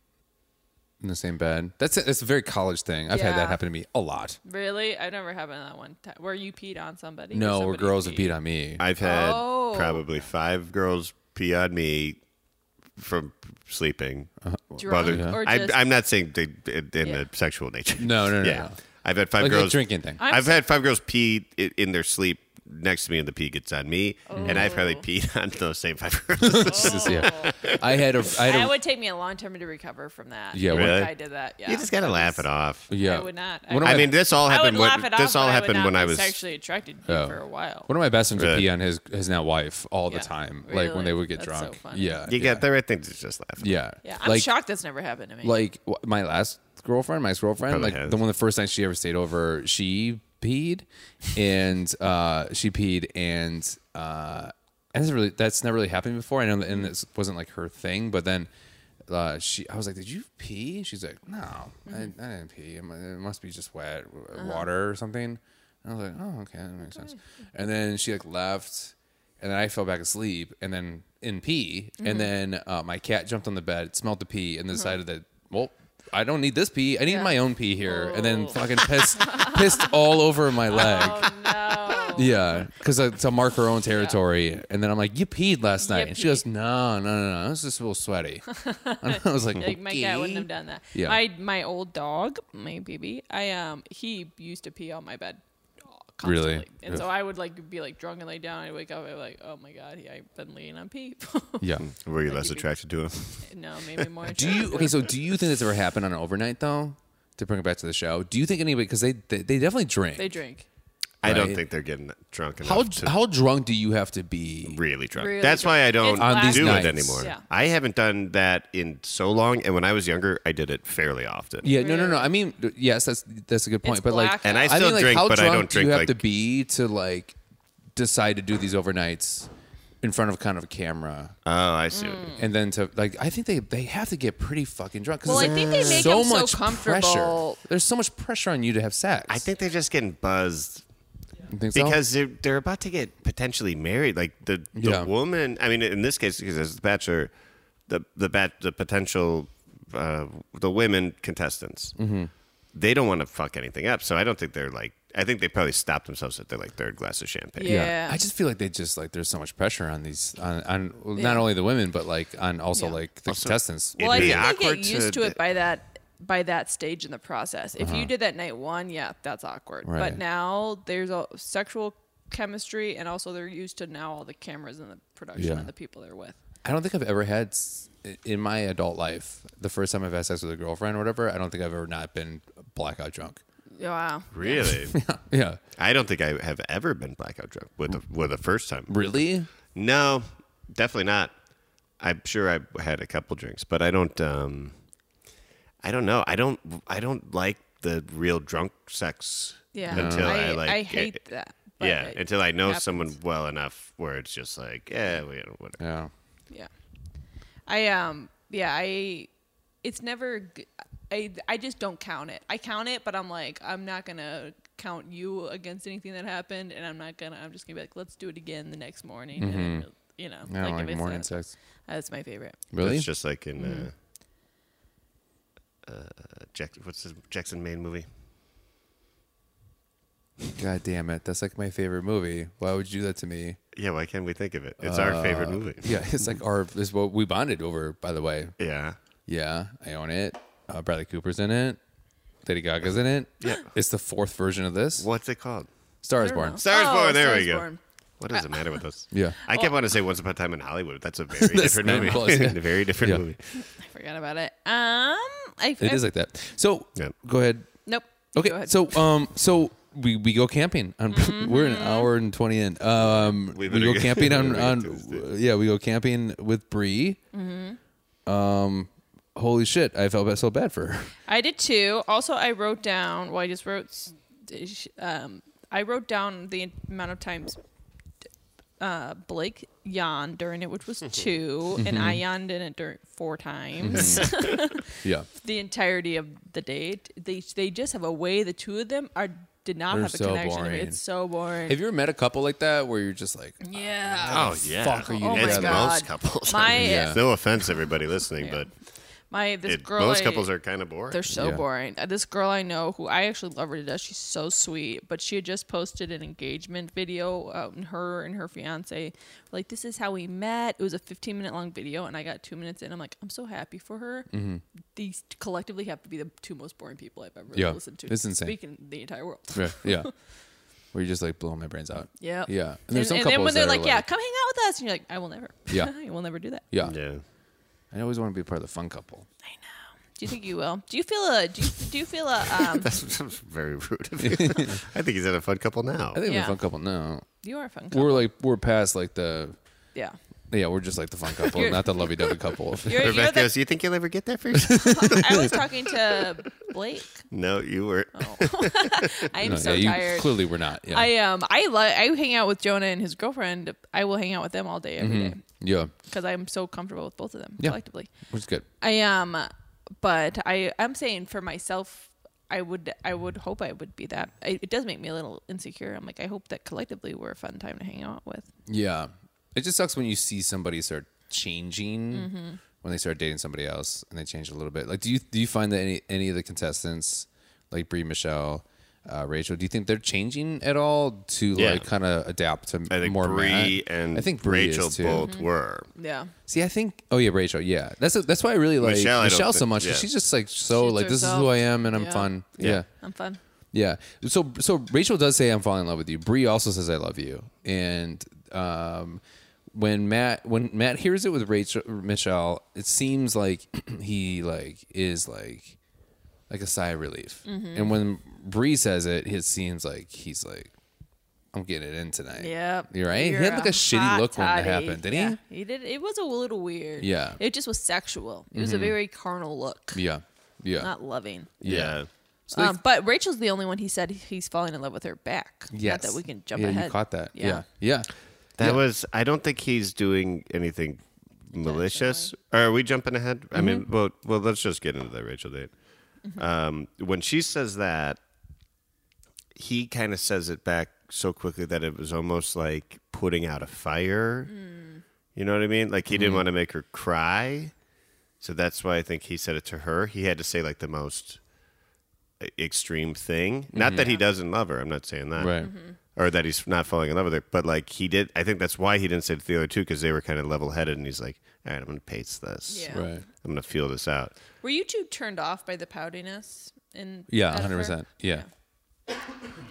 Speaker 1: in the same bed? That's a, that's a very college thing. I've had
Speaker 2: Yeah.
Speaker 1: that happen to me a lot.
Speaker 2: Really, I've never had that one time where you peed on somebody. or
Speaker 1: No, where
Speaker 2: somebody
Speaker 1: girls have peed on me.
Speaker 3: I've had
Speaker 2: Oh.
Speaker 3: probably five girls pee on me from sleeping.
Speaker 2: Drunk
Speaker 3: Bothered-
Speaker 2: or
Speaker 3: I,
Speaker 2: just-
Speaker 3: I'm not saying they, in a sexual nature.
Speaker 1: No, no, no,
Speaker 3: yeah.
Speaker 1: no.
Speaker 3: I've had five
Speaker 1: like a
Speaker 3: girls
Speaker 1: drinking thing.
Speaker 3: i have had five girls pee i- in their sleep next to me, and the pee gets on me, and I've probably
Speaker 2: Oh.
Speaker 3: peed on those same five girls.
Speaker 1: Just, yeah. I had a I had a
Speaker 2: That would take me a long time to recover from that.
Speaker 1: Yeah,
Speaker 2: If
Speaker 3: Really?
Speaker 2: I did that. Yeah,
Speaker 3: you just gotta laugh it off.
Speaker 1: yeah.
Speaker 2: would not.
Speaker 1: One of
Speaker 3: I
Speaker 1: my-
Speaker 3: mean, this all
Speaker 2: I would
Speaker 3: happened.
Speaker 2: laugh
Speaker 3: when,
Speaker 2: it off.
Speaker 3: this all
Speaker 2: but
Speaker 3: happened
Speaker 2: I would
Speaker 3: when
Speaker 2: not
Speaker 3: I
Speaker 2: be
Speaker 3: was
Speaker 2: sexually attracted to
Speaker 1: Oh.
Speaker 2: you for a while.
Speaker 1: One of my best friends would
Speaker 3: Really?
Speaker 1: pee on his his now wife all
Speaker 2: Yeah.
Speaker 1: the time. Like
Speaker 2: Really?
Speaker 1: when they would get
Speaker 2: That's so
Speaker 1: drunk.
Speaker 2: funny.
Speaker 1: yeah.
Speaker 3: You
Speaker 1: yeah.
Speaker 3: got the right thing to just laugh. Yeah.
Speaker 1: Yeah.
Speaker 2: yeah, I'm
Speaker 1: like,
Speaker 2: shocked that's never happened to me.
Speaker 1: Like wh- my last girlfriend, my ex-girlfriend,
Speaker 3: Probably
Speaker 1: like
Speaker 3: has.
Speaker 1: the one the first night she ever stayed over, she peed and uh she peed and uh that's really that's never really happened before. I know that and this wasn't like her thing, but then uh, she, I was like, "Did you pee?" She's like, "No, I, I didn't pee. It mu- it must be just wet w- water or something." And I was like, "Oh, okay, that makes sense." And then she like left, and then I fell back asleep, and then in pee,
Speaker 2: Mm-hmm.
Speaker 1: and then uh, my cat jumped on the bed, smelled the pee, and decided that well. I don't need this pee. I need my own pee here, and
Speaker 2: Oh.
Speaker 1: then fucking pissed, pissed all over my leg.
Speaker 2: no.
Speaker 1: Yeah, because to mark her own territory, and then I'm like, "You peed last night," and she
Speaker 2: peed.
Speaker 1: goes, "No, no, no, no, I was just a little sweaty." And I was like,
Speaker 2: Like my cat
Speaker 1: "Okay."
Speaker 2: wouldn't have done that.
Speaker 1: Yeah.
Speaker 2: My my old dog, my baby, I um he used to pee on my bed. Constantly.
Speaker 1: Really?
Speaker 2: And so I would like be like drunk and lay down. I wake up. I'm like, oh my god, he, I've been laying on pee.
Speaker 1: Yeah.
Speaker 3: Were you less attracted to him?
Speaker 2: no, maybe more.
Speaker 1: Do you okay? So do you think that's ever happened on an overnight though? To bring it back to the show, do you think anybody because they, they they definitely drink.
Speaker 2: They drink.
Speaker 3: I don't
Speaker 1: Right.
Speaker 3: think they're getting drunk enough
Speaker 1: how
Speaker 3: to
Speaker 1: how drunk do you have to be?
Speaker 3: really drunk.
Speaker 2: Really
Speaker 3: That's
Speaker 2: drunk.
Speaker 3: why I don't
Speaker 2: It's On these
Speaker 3: do
Speaker 1: nights.
Speaker 3: it anymore.
Speaker 2: Yeah.
Speaker 3: I haven't done that in so long, and when I was younger, I did it fairly often.
Speaker 1: Yeah, no, no, no. I mean, yes, that's that's a good point,
Speaker 2: It's
Speaker 1: but like,
Speaker 2: blackout. And I
Speaker 3: still
Speaker 1: mean, like,
Speaker 3: drink,
Speaker 1: how
Speaker 3: but I
Speaker 1: drunk
Speaker 3: don't
Speaker 1: do you
Speaker 3: drink,
Speaker 1: have
Speaker 3: like-
Speaker 1: to be to like decide to do these overnights in front of kind of a camera?
Speaker 3: Oh, I see.
Speaker 2: Mm.
Speaker 3: what you mean.
Speaker 1: and then to like I think they they have to get pretty fucking drunk. 'cause
Speaker 2: Well, I
Speaker 1: there's
Speaker 2: think they make
Speaker 1: so
Speaker 2: them so
Speaker 1: much
Speaker 2: comfortable.
Speaker 1: Pressure. There's so much pressure on you to have sex.
Speaker 3: I think they're just getting buzzed
Speaker 1: You think so?
Speaker 3: because they're they're about to get potentially married. Like the the
Speaker 1: Yeah.
Speaker 3: woman. I mean, in this case, because it's the bachelor, the the bat the potential uh, the women contestants.
Speaker 1: Mm-hmm.
Speaker 3: They don't want to fuck anything up, so I don't think they're like. I think they probably stopped themselves at their like third glass of champagne.
Speaker 2: Yeah.
Speaker 1: I just feel like they just like there's so much pressure on these on, on well, not only the women but like on also like the contestants.
Speaker 3: it-
Speaker 2: Well, I
Speaker 3: It'd be
Speaker 2: think they
Speaker 3: awkward
Speaker 2: get used to,
Speaker 3: to-
Speaker 2: it by that by that stage in the process. If
Speaker 3: Uh-huh.
Speaker 2: you did that night one, yeah, that's awkward.
Speaker 1: Right.
Speaker 2: But now there's a sexual chemistry, and also they're used to now all the cameras and the production
Speaker 1: Yeah.
Speaker 2: and the people they're with.
Speaker 1: I don't think I've ever had s- in my adult life the first time I've had sex with a girlfriend or whatever. I don't think I've ever not been blackout drunk.
Speaker 2: Wow.
Speaker 3: Really,
Speaker 1: Yeah,
Speaker 3: I don't think I have ever been blackout drunk with the with the first time.
Speaker 1: really?
Speaker 3: No, definitely not. I'm sure I had a couple drinks, but I don't. Um, I don't know. I don't. I don't like the real drunk sex.
Speaker 2: Yeah.
Speaker 3: Until I, like.
Speaker 2: I hate
Speaker 3: it-
Speaker 2: that. but
Speaker 3: Yeah,
Speaker 2: it-
Speaker 3: until I know
Speaker 2: happens.
Speaker 3: someone well enough where it's just like, yeah, we don't. Whatever.
Speaker 1: Yeah.
Speaker 2: Yeah. I um yeah, I it's never g- I I just don't count it. I count it, but I'm like I'm not going to count you against anything that happened and I'm not going to I'm just going to be like let's do it again the next morning
Speaker 3: Mm-hmm.
Speaker 2: and then, you know,
Speaker 1: I don't
Speaker 2: if
Speaker 1: like,
Speaker 2: it's
Speaker 1: morning
Speaker 2: that-
Speaker 1: sex.
Speaker 2: That's my favorite.
Speaker 1: Really?
Speaker 3: It's just like in. Uh,
Speaker 2: Mm.
Speaker 3: uh, Jack, what's the Jackson Maine movie?
Speaker 1: God damn it! That's like my favorite movie. Why would you do that to me?
Speaker 3: Yeah, why can't we think of it? It's our favorite movie.
Speaker 1: Uh, Yeah, it's like our this what we bonded over. By the way,
Speaker 3: Yeah.
Speaker 1: Yeah, I own it. Uh, Bradley Cooper's in it. Lady Gaga's in it. Yeah. It's the fourth version of this.
Speaker 3: What's it called?
Speaker 1: Star
Speaker 2: I
Speaker 1: is
Speaker 2: don't
Speaker 1: Born.
Speaker 2: know.
Speaker 3: Stars
Speaker 2: Oh,
Speaker 3: Born. There
Speaker 2: Star
Speaker 3: we
Speaker 2: is
Speaker 3: go.
Speaker 2: Born.
Speaker 3: What is the matter with us?
Speaker 1: Yeah.
Speaker 3: I kept wanting to say Once Upon a Time in Hollywood. That's a very
Speaker 1: That's
Speaker 3: different
Speaker 1: not
Speaker 3: movie.
Speaker 1: close, yeah.
Speaker 3: a very different
Speaker 1: Yeah.
Speaker 3: movie.
Speaker 2: I forgot about it. Um I
Speaker 1: It
Speaker 2: I-
Speaker 1: is like that. So
Speaker 3: Yeah.
Speaker 1: go ahead.
Speaker 2: Nope.
Speaker 1: Okay.
Speaker 2: Go ahead. Mm-hmm,
Speaker 1: So um so we, we go camping on we're an hour and twenty in. Um we,
Speaker 3: We better
Speaker 1: go
Speaker 3: get-
Speaker 1: camping on,
Speaker 3: we better
Speaker 1: on
Speaker 3: get Tuesday.
Speaker 1: yeah, we go camping with Bree. Um
Speaker 2: Mm-hmm.
Speaker 1: holy shit, I felt so bad for her.
Speaker 2: I did too. Also, I wrote down. Well, I just wrote. Um, I wrote down the amount of times uh, Blake yawned during it, which was 2 and I
Speaker 1: Mm-hmm.
Speaker 2: yawned in it during four times
Speaker 1: Yeah.
Speaker 2: the entirety of the date. They they just have a way. The two of them are did not
Speaker 1: They're
Speaker 2: have a
Speaker 1: so
Speaker 2: connection.
Speaker 1: boring.
Speaker 2: It's so boring.
Speaker 1: Have you ever met a couple like that where you're just like,
Speaker 2: yeah.
Speaker 3: Oh yeah.
Speaker 1: fuck, are you
Speaker 2: Oh my
Speaker 3: it's
Speaker 1: together?
Speaker 2: God.
Speaker 3: most couples.
Speaker 2: My
Speaker 1: Yeah.
Speaker 3: no offense, everybody listening, but
Speaker 2: my this
Speaker 3: it,
Speaker 2: girl.
Speaker 3: most
Speaker 2: I-
Speaker 3: couples are kind of boring.
Speaker 2: They're so
Speaker 1: Yeah.
Speaker 2: boring. Uh, This girl I know, who I actually love her to death, she's so sweet. But she had just posted an engagement video. Um, her and her fiance, like this is how we met. It was a 15 minute long video, and I got two minutes in. I'm like, I'm so happy for her.
Speaker 1: Mm-hmm.
Speaker 2: These collectively have to be the two most boring people I've ever
Speaker 1: Yeah.
Speaker 2: listened to.
Speaker 1: It's insane.
Speaker 2: Speak in the entire world.
Speaker 1: Right, yeah. Where you're just like blowing my brains out.
Speaker 2: Yeah.
Speaker 1: Yeah.
Speaker 2: And,
Speaker 1: And there's some
Speaker 2: and
Speaker 1: couples
Speaker 2: then when they're
Speaker 1: that are
Speaker 2: like, yeah, come hang out with us, and you're like, I will never.
Speaker 1: Yeah.
Speaker 2: I will never do that.
Speaker 1: yeah.
Speaker 3: yeah.
Speaker 1: I always want to be part of the fun couple.
Speaker 2: Do you think you will? Do you feel a? Do you, do you feel a? Um,
Speaker 3: That's very rude of you. I think he's in a fun couple now.
Speaker 1: I think we're a
Speaker 2: Yeah.
Speaker 1: fun couple now.
Speaker 2: you are a fun couple.
Speaker 1: We're like we're past like the
Speaker 2: Yeah.
Speaker 1: yeah, we're just like the fun couple,
Speaker 2: You're-
Speaker 1: not the lovey dovey couple.
Speaker 2: You're, you're
Speaker 3: Rebecca
Speaker 2: the
Speaker 3: goes, you think you'll ever get there first?
Speaker 2: I was talking to Blake.
Speaker 3: no, you were.
Speaker 2: Oh.
Speaker 3: not
Speaker 2: I am
Speaker 1: No,
Speaker 2: so
Speaker 1: yeah, you
Speaker 2: tired.
Speaker 1: clearly we're not. Yeah.
Speaker 2: I um I love I hang out with Jonah and his girlfriend. I will hang out with them all day every day
Speaker 1: yeah.
Speaker 2: because I'm so comfortable with both of them
Speaker 1: Mm-hmm. Yeah.
Speaker 2: collectively.
Speaker 1: Which is good.
Speaker 2: I am, but I I'm saying for myself, I would I would hope I would be that. I, it does make me a little insecure. I'm like I hope that collectively we're a fun time to hang out with.
Speaker 1: Yeah. It just sucks when you see somebody start changing
Speaker 2: Mm-hmm.
Speaker 1: when they start dating somebody else and they change a little bit. Like do you do you find that any any of the contestants like Brie Michelle uh, Rachel, do you think they're changing at all to
Speaker 3: Yeah.
Speaker 1: like kind of adapt to
Speaker 3: I think
Speaker 1: more
Speaker 3: Bree
Speaker 1: Matt?
Speaker 3: and
Speaker 1: I think Brie is,
Speaker 3: Rachel
Speaker 1: too.
Speaker 3: both
Speaker 2: Mm-hmm.
Speaker 3: were.
Speaker 2: Yeah.
Speaker 1: See, I think. Oh yeah, Rachel. Yeah, that's that's why I really like
Speaker 3: Michelle,
Speaker 1: Michelle,
Speaker 3: I don't
Speaker 1: so
Speaker 3: think-
Speaker 1: much. 'cause
Speaker 3: yeah.
Speaker 1: She's just like so
Speaker 2: She's
Speaker 1: like this is
Speaker 2: herself.
Speaker 1: who I am and I'm
Speaker 2: Yeah.
Speaker 1: fun.
Speaker 3: Yeah.
Speaker 1: Yeah.
Speaker 2: I'm fun.
Speaker 1: yeah, So so Rachel does say I'm falling in love with you. Bree also says I love you. And um, when Matt when Matt hears it with Rachel Michelle, it seems like he like is like like a sigh of relief.
Speaker 2: Mm-hmm.
Speaker 1: And when Bree says it, it seems like he's like. I'm getting it in tonight.
Speaker 2: Yeah.
Speaker 1: You're right. he had like a, shitty look when it happened, didn't he?
Speaker 2: he? He did. It was a little weird.
Speaker 1: Yeah. Mm-hmm.
Speaker 2: It just was sexual. It was a very carnal look,
Speaker 1: Yeah. Yeah.
Speaker 2: not loving.
Speaker 3: Yeah.
Speaker 1: they-
Speaker 2: um, but Rachel's the only one he said he's falling in love with her back.
Speaker 1: Yes.
Speaker 2: Not that we can jump
Speaker 1: yeah,
Speaker 2: ahead.
Speaker 1: you caught that. Yeah.
Speaker 2: Yeah.
Speaker 1: Yeah.
Speaker 3: That
Speaker 1: Yeah.
Speaker 3: was. I don't think he's doing anything malicious. Are we jumping ahead? I mean, well, well, let's just get into that Rachel date. Um, when she says that, he kind of says it back so quickly that it was almost like putting out a fire. You know what I mean? Like he didn't want to make her cry, so that's why I think he said it to her. He had to say like the most uh, extreme thing. Not that he doesn't love her. I'm not saying that
Speaker 2: Mm-hmm.
Speaker 1: Right.
Speaker 3: or that he's not falling in love with her. But like he did, I think that's why he didn't say it to the other two because they were kind of level headed, and he's like, "All right, I'm gonna pace this.
Speaker 2: Yeah.
Speaker 1: Right.
Speaker 3: I'm gonna feel this out."
Speaker 2: Were you two turned off by the poutiness? In
Speaker 1: Yeah.
Speaker 2: Jennifer?
Speaker 1: Hundred percent. Yeah.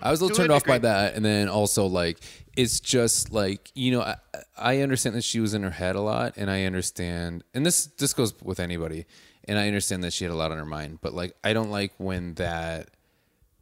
Speaker 1: I was a little
Speaker 3: To a
Speaker 1: turned off by
Speaker 3: degree.
Speaker 1: that, and then also like it's just like you know I, I understand that she was in her head a lot, and I understand, and this this goes with anybody, and I understand that she had a lot on her mind, but like I don't like when that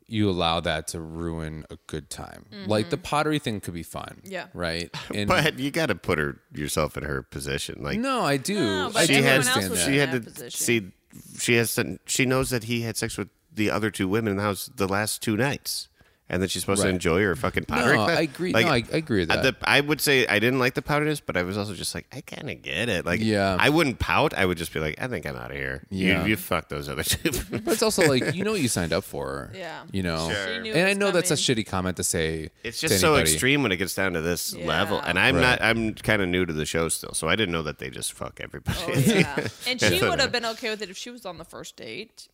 Speaker 1: you allow that to ruin a good time. Like the pottery thing could be fun,
Speaker 2: Mm-hmm. Yeah.
Speaker 1: right. And
Speaker 3: But you got to put her yourself in her position. Like
Speaker 1: no, I do.
Speaker 2: No, but
Speaker 1: I
Speaker 3: she
Speaker 1: do
Speaker 2: everyone
Speaker 3: has,
Speaker 2: else
Speaker 1: understand
Speaker 2: was
Speaker 1: that.
Speaker 3: she
Speaker 2: in
Speaker 3: had to
Speaker 2: that position.
Speaker 3: see, she has to, she knows that he had sex with the other two women in the house the last two nights. And then she's supposed to
Speaker 1: Right.
Speaker 3: enjoy her fucking powder.
Speaker 1: No,
Speaker 3: class.
Speaker 1: I agree- no, I- I agree with
Speaker 3: uh,
Speaker 1: that.
Speaker 3: the- I would say I didn't like the powderness, but I was also just like, I kind of get it. Like,
Speaker 1: Yeah.
Speaker 3: I wouldn't pout. I would just be like, I think I'm out of here.
Speaker 1: Yeah.
Speaker 3: You, you fuck those other two.
Speaker 1: But it's also like you know what you signed up for.
Speaker 2: Yeah.
Speaker 1: You know.
Speaker 3: Sure. She
Speaker 2: knew
Speaker 1: and
Speaker 2: it
Speaker 1: I
Speaker 2: was
Speaker 1: know that's a
Speaker 2: coming.
Speaker 1: shitty comment to say.
Speaker 3: it's
Speaker 1: to
Speaker 3: just so
Speaker 1: anybody.
Speaker 3: extreme when it gets down to this
Speaker 2: Yeah.
Speaker 3: level. And I'm
Speaker 1: Right.
Speaker 3: not, I'm kind of new to the show still. So I didn't know that they just fuck everybody.
Speaker 2: Oh, yeah. and she would have been okay with it if she was on the first date.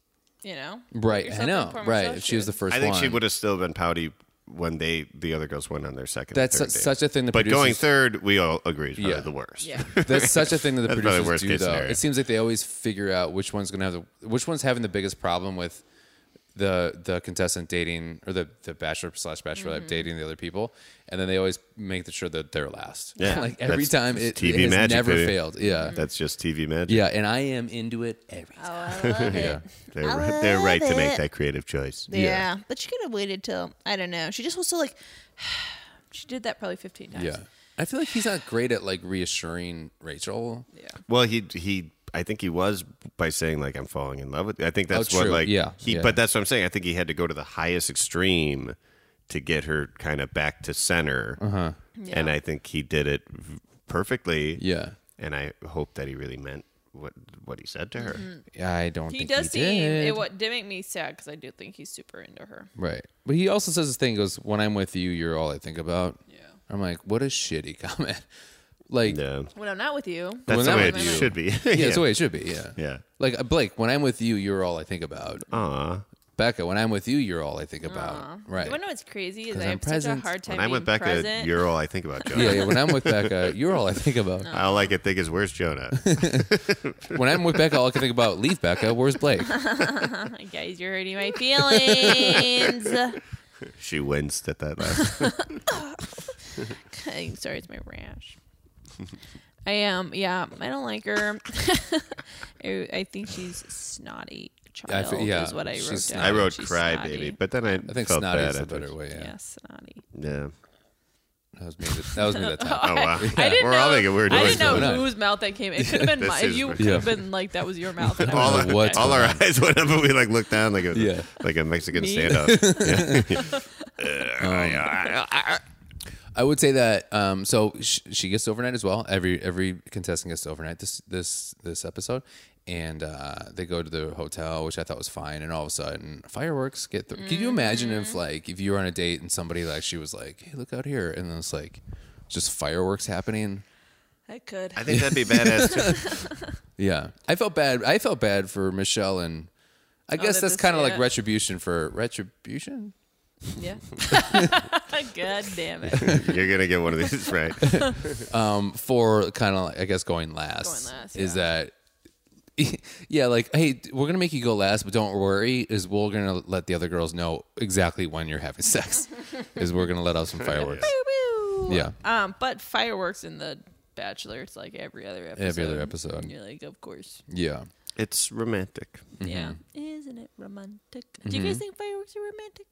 Speaker 2: You know. Put
Speaker 1: Right.
Speaker 2: yourself
Speaker 1: I
Speaker 2: in
Speaker 1: know.
Speaker 2: prime
Speaker 1: Right.
Speaker 2: yourself
Speaker 1: If she was the
Speaker 2: shoes.
Speaker 1: first
Speaker 3: I think she
Speaker 1: one.
Speaker 3: would have still been pouty when they the other girls went on their second.
Speaker 1: That's
Speaker 3: and third
Speaker 1: su-
Speaker 3: date.
Speaker 1: such a thing that
Speaker 3: But going
Speaker 1: producers-
Speaker 3: third, we all agree is probably
Speaker 1: Yeah.
Speaker 3: the worst.
Speaker 2: Yeah.
Speaker 1: That's such a thing that the
Speaker 3: That's probably
Speaker 1: producers
Speaker 3: worst
Speaker 1: do,
Speaker 3: case
Speaker 1: though.
Speaker 3: scenario.
Speaker 1: It seems like they always figure out which one's going to have the which one's having the biggest problem with the the contestant dating or the the bachelor slash bachelorette
Speaker 2: Mm-hmm.
Speaker 1: dating the other people, and then they always make sure that they're last.
Speaker 3: Yeah.
Speaker 1: like every
Speaker 3: That's-
Speaker 1: time
Speaker 3: that's
Speaker 1: it,
Speaker 3: TV
Speaker 1: it has
Speaker 3: magic,
Speaker 1: never
Speaker 3: baby. Mm-hmm.
Speaker 1: failed. Yeah,
Speaker 3: That's just TV magic.
Speaker 1: yeah, and I am into it every
Speaker 2: Oh,
Speaker 1: time. yeah.
Speaker 3: They're, right- they're right to make that creative choice.
Speaker 2: Yeah. But she could have waited till I don't know. She just was so like. She did that probably 15 times.
Speaker 1: Yeah. I feel like he's not great at like reassuring Rachel. Yeah.
Speaker 3: Well, he he. I think he was by saying like I'm falling in love with. You. I think that's
Speaker 1: Oh,
Speaker 3: what
Speaker 1: true.
Speaker 3: like
Speaker 1: Yeah.
Speaker 3: He,
Speaker 1: Yeah.
Speaker 3: but that's what I'm saying. I think he had to go to the highest extreme to get her kind of back to center. Uh-huh. And I think he did it v- perfectly.
Speaker 1: Yeah.
Speaker 3: And I hope that he really meant what what he said to her.
Speaker 2: Mm-hmm.
Speaker 1: I don't
Speaker 2: He
Speaker 1: think
Speaker 2: does
Speaker 1: he
Speaker 2: seem
Speaker 1: did.
Speaker 2: it. What did make me sad because I do think he's super into her.
Speaker 1: Right. But he also says this thing he goes, When I'm with you, you're all I think about. Yeah. I'm like, what a shitty comment. like yeah.
Speaker 3: Yeah.
Speaker 2: When I'm not with you,
Speaker 3: That's
Speaker 1: When
Speaker 3: the
Speaker 1: I'm
Speaker 3: way it
Speaker 1: with you.
Speaker 3: should be.
Speaker 1: it's the way it should be. Yeah. Uh.
Speaker 3: Yeah.
Speaker 1: Like uh, Blake, when I'm with you, you're all I think about.
Speaker 3: Aw.
Speaker 1: Becca, when I'm with you, you're all I think about. Right.
Speaker 2: You wanna know what's crazy is
Speaker 1: 'Cause
Speaker 2: I
Speaker 1: I'm
Speaker 2: have such a
Speaker 1: present.
Speaker 2: hard time
Speaker 3: When I'm
Speaker 2: being
Speaker 3: with Becca,
Speaker 2: present.
Speaker 3: you're all I think about, Jonah.
Speaker 1: yeah, yeah. When I'm with Becca, you're all I think about.
Speaker 3: All I can think is, where's Jonah?
Speaker 1: When I'm with Becca, all I can think about leave Becca. Where's Blake?
Speaker 2: Guys, you're hurting my feelings.
Speaker 3: she winced at that last.
Speaker 2: I'm sorry, it's my rash. I am. Yeah, I don't like her. I, I think she's snotty
Speaker 1: I fe-
Speaker 2: child.
Speaker 1: yeah,
Speaker 2: is what I
Speaker 1: she's
Speaker 2: wrote down.
Speaker 1: snotty.
Speaker 3: I wrote
Speaker 2: She's
Speaker 3: cry
Speaker 2: snotty.
Speaker 3: baby, but then I,
Speaker 1: I think
Speaker 3: felt
Speaker 1: snotty
Speaker 3: bad
Speaker 1: is the
Speaker 3: after-
Speaker 1: better way. Yeah.
Speaker 2: Yeah, snotty.
Speaker 3: Yeah.
Speaker 1: That was me. that- That was me that time.
Speaker 3: Oh wow.
Speaker 2: I didn't
Speaker 3: We're
Speaker 2: know,
Speaker 3: all making weird
Speaker 2: I
Speaker 3: noises.
Speaker 2: didn't know
Speaker 1: Going on.
Speaker 2: whose mouth that came. It could have been
Speaker 3: This
Speaker 2: my.
Speaker 3: is
Speaker 2: You
Speaker 3: my-
Speaker 2: could have
Speaker 1: Yeah.
Speaker 2: been like that was your mouth. and I
Speaker 1: don't
Speaker 3: all
Speaker 1: know
Speaker 2: was
Speaker 3: our,
Speaker 1: what's
Speaker 3: all our
Speaker 1: going
Speaker 3: eyes went up and we like looked down like a
Speaker 1: Yeah. Um,
Speaker 3: like a Mexican
Speaker 2: Me?
Speaker 3: standoff.
Speaker 1: I would say that. Um, so sh- she gets overnight as well. Every every contestant gets overnight this this this episode, and uh, they go to the hotel, which I thought was fine. And all of a sudden, fireworks get. through. Can you imagine
Speaker 2: Mm-hmm.
Speaker 1: if like if you were on a date and somebody like she was like, "Hey, look out here," and then it's like just fireworks happening.
Speaker 2: I could.
Speaker 3: I think that'd be badass too.
Speaker 1: Yeah, I felt bad. I felt bad for Michelle, and I guess that's
Speaker 2: did Oh, this-
Speaker 1: kind of like
Speaker 2: yeah.
Speaker 1: retribution for retribution.
Speaker 2: Yeah. God damn it.
Speaker 3: You're gonna get one of these right.
Speaker 1: for kind of I guess going last,
Speaker 2: Going last,
Speaker 1: is that yeah like hey we're gonna make you go last but don't worry is we're gonna let the other girls know exactly when you're having sex is we're gonna let out some fireworks yeah
Speaker 2: Um, but fireworks in the Bachelor, it's like every other episode.
Speaker 1: Every other episode. Mm-hmm.
Speaker 2: You're like, of course.
Speaker 1: yeah
Speaker 3: It's romantic.
Speaker 2: Yeah. Isn't it romantic? Do
Speaker 1: Mm-hmm.
Speaker 2: you guys think fireworks are romantic?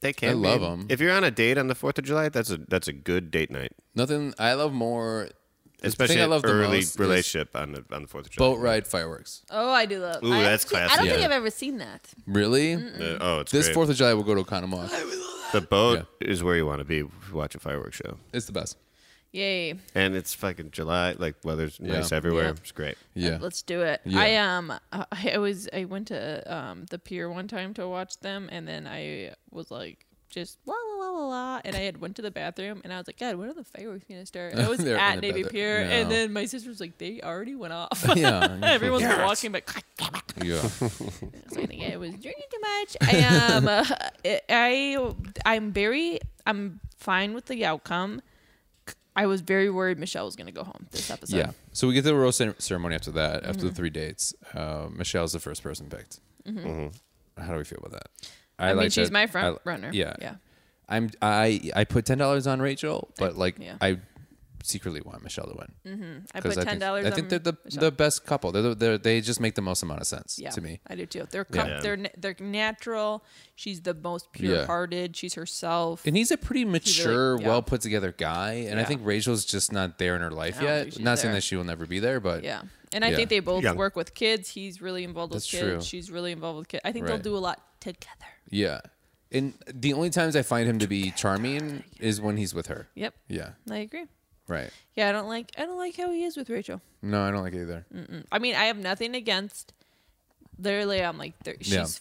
Speaker 3: They can.
Speaker 1: I love
Speaker 3: be.
Speaker 1: 'em.
Speaker 3: If you're on a date on the Fourth of July, that's a that's a good date night,
Speaker 1: nothing I love more the thing
Speaker 3: especially
Speaker 1: I love the
Speaker 3: early
Speaker 1: most is
Speaker 3: relationship on the on the Fourth of July.
Speaker 1: boat ride fireworks
Speaker 2: Oh, I do love.
Speaker 3: Ooh,
Speaker 2: I
Speaker 3: that's
Speaker 2: actually- I
Speaker 3: classy.
Speaker 2: don't think
Speaker 1: Yeah.
Speaker 2: I've ever seen that.
Speaker 1: really
Speaker 3: Uh, oh, it's
Speaker 1: this
Speaker 3: great.
Speaker 1: Fourth of July we'll go to Oconomowoc
Speaker 3: The boat is where you want to be. if you Watch a fireworks show,
Speaker 1: it's the best
Speaker 2: Yay.
Speaker 3: and it's fucking July. Like weather's nice
Speaker 1: Yeah.
Speaker 3: everywhere.
Speaker 2: Yeah.
Speaker 3: It's great.
Speaker 1: yeah
Speaker 2: Let's do it.
Speaker 1: Yeah.
Speaker 2: I um I I was I went to um the pier one time to watch them and then I was like just la la la la la and I had went to the bathroom and I was like, God, when are the fireworks gonna start? And I was
Speaker 1: They're in
Speaker 2: at
Speaker 1: the
Speaker 2: Navy
Speaker 1: bathroom.
Speaker 2: Pier and
Speaker 1: No.
Speaker 2: then my sister was like, They already went off.
Speaker 1: yeah
Speaker 2: Everyone's walking back. God damn it.
Speaker 1: yeah
Speaker 2: So I think I was drinking too much. I am. Uh, I I'm very. I'm fine with the outcome. I was very worried Michelle was going to go home this episode.
Speaker 1: yeah so we get to the rose cere- ceremony after that after
Speaker 2: Mm-hmm.
Speaker 1: the three dates uh, Michelle's the first person picked how do we feel about that
Speaker 2: I, mean,
Speaker 1: like
Speaker 2: she's
Speaker 1: that-
Speaker 2: my front
Speaker 1: I-
Speaker 2: runner.
Speaker 1: yeah
Speaker 2: Yeah.
Speaker 1: I'm I I put ten dollars on Rachel, but like
Speaker 2: yeah.
Speaker 1: I secretly want Michelle to win
Speaker 2: I put ten dollars.
Speaker 1: I think, I think they're the the best couple. They're, the, they're they just make the most amount of sense
Speaker 2: yeah,
Speaker 1: to me.
Speaker 2: I do too. They're com-
Speaker 3: Yeah.
Speaker 2: they're na- they're natural. She's the most pure hearted. She's herself.
Speaker 1: And he's a pretty mature,
Speaker 2: yeah.
Speaker 1: well put together guy, and I
Speaker 2: Yeah.
Speaker 1: think Rachel's just not there in her life
Speaker 2: I don't think
Speaker 1: yet.
Speaker 2: she's
Speaker 1: Not saying
Speaker 2: there.
Speaker 1: that she will never be there, but
Speaker 2: yeah, and I
Speaker 1: Yeah.
Speaker 2: think they both
Speaker 3: Young.
Speaker 2: work with kids. He's really involved
Speaker 1: That's
Speaker 2: with kids.
Speaker 1: true.
Speaker 2: She's really involved with kids. I think
Speaker 1: Right.
Speaker 2: they'll do a lot together.
Speaker 1: yeah. And the only times I find him to be charming is when he's with her.
Speaker 2: Yep,
Speaker 1: Yeah,
Speaker 2: I agree.
Speaker 1: right.
Speaker 2: Yeah, I don't like I don't like how he is with Rachel.
Speaker 1: No, I don't like it either.
Speaker 2: I mean, I have nothing against. Literally, I'm like, there- she's
Speaker 1: Yeah.
Speaker 2: f-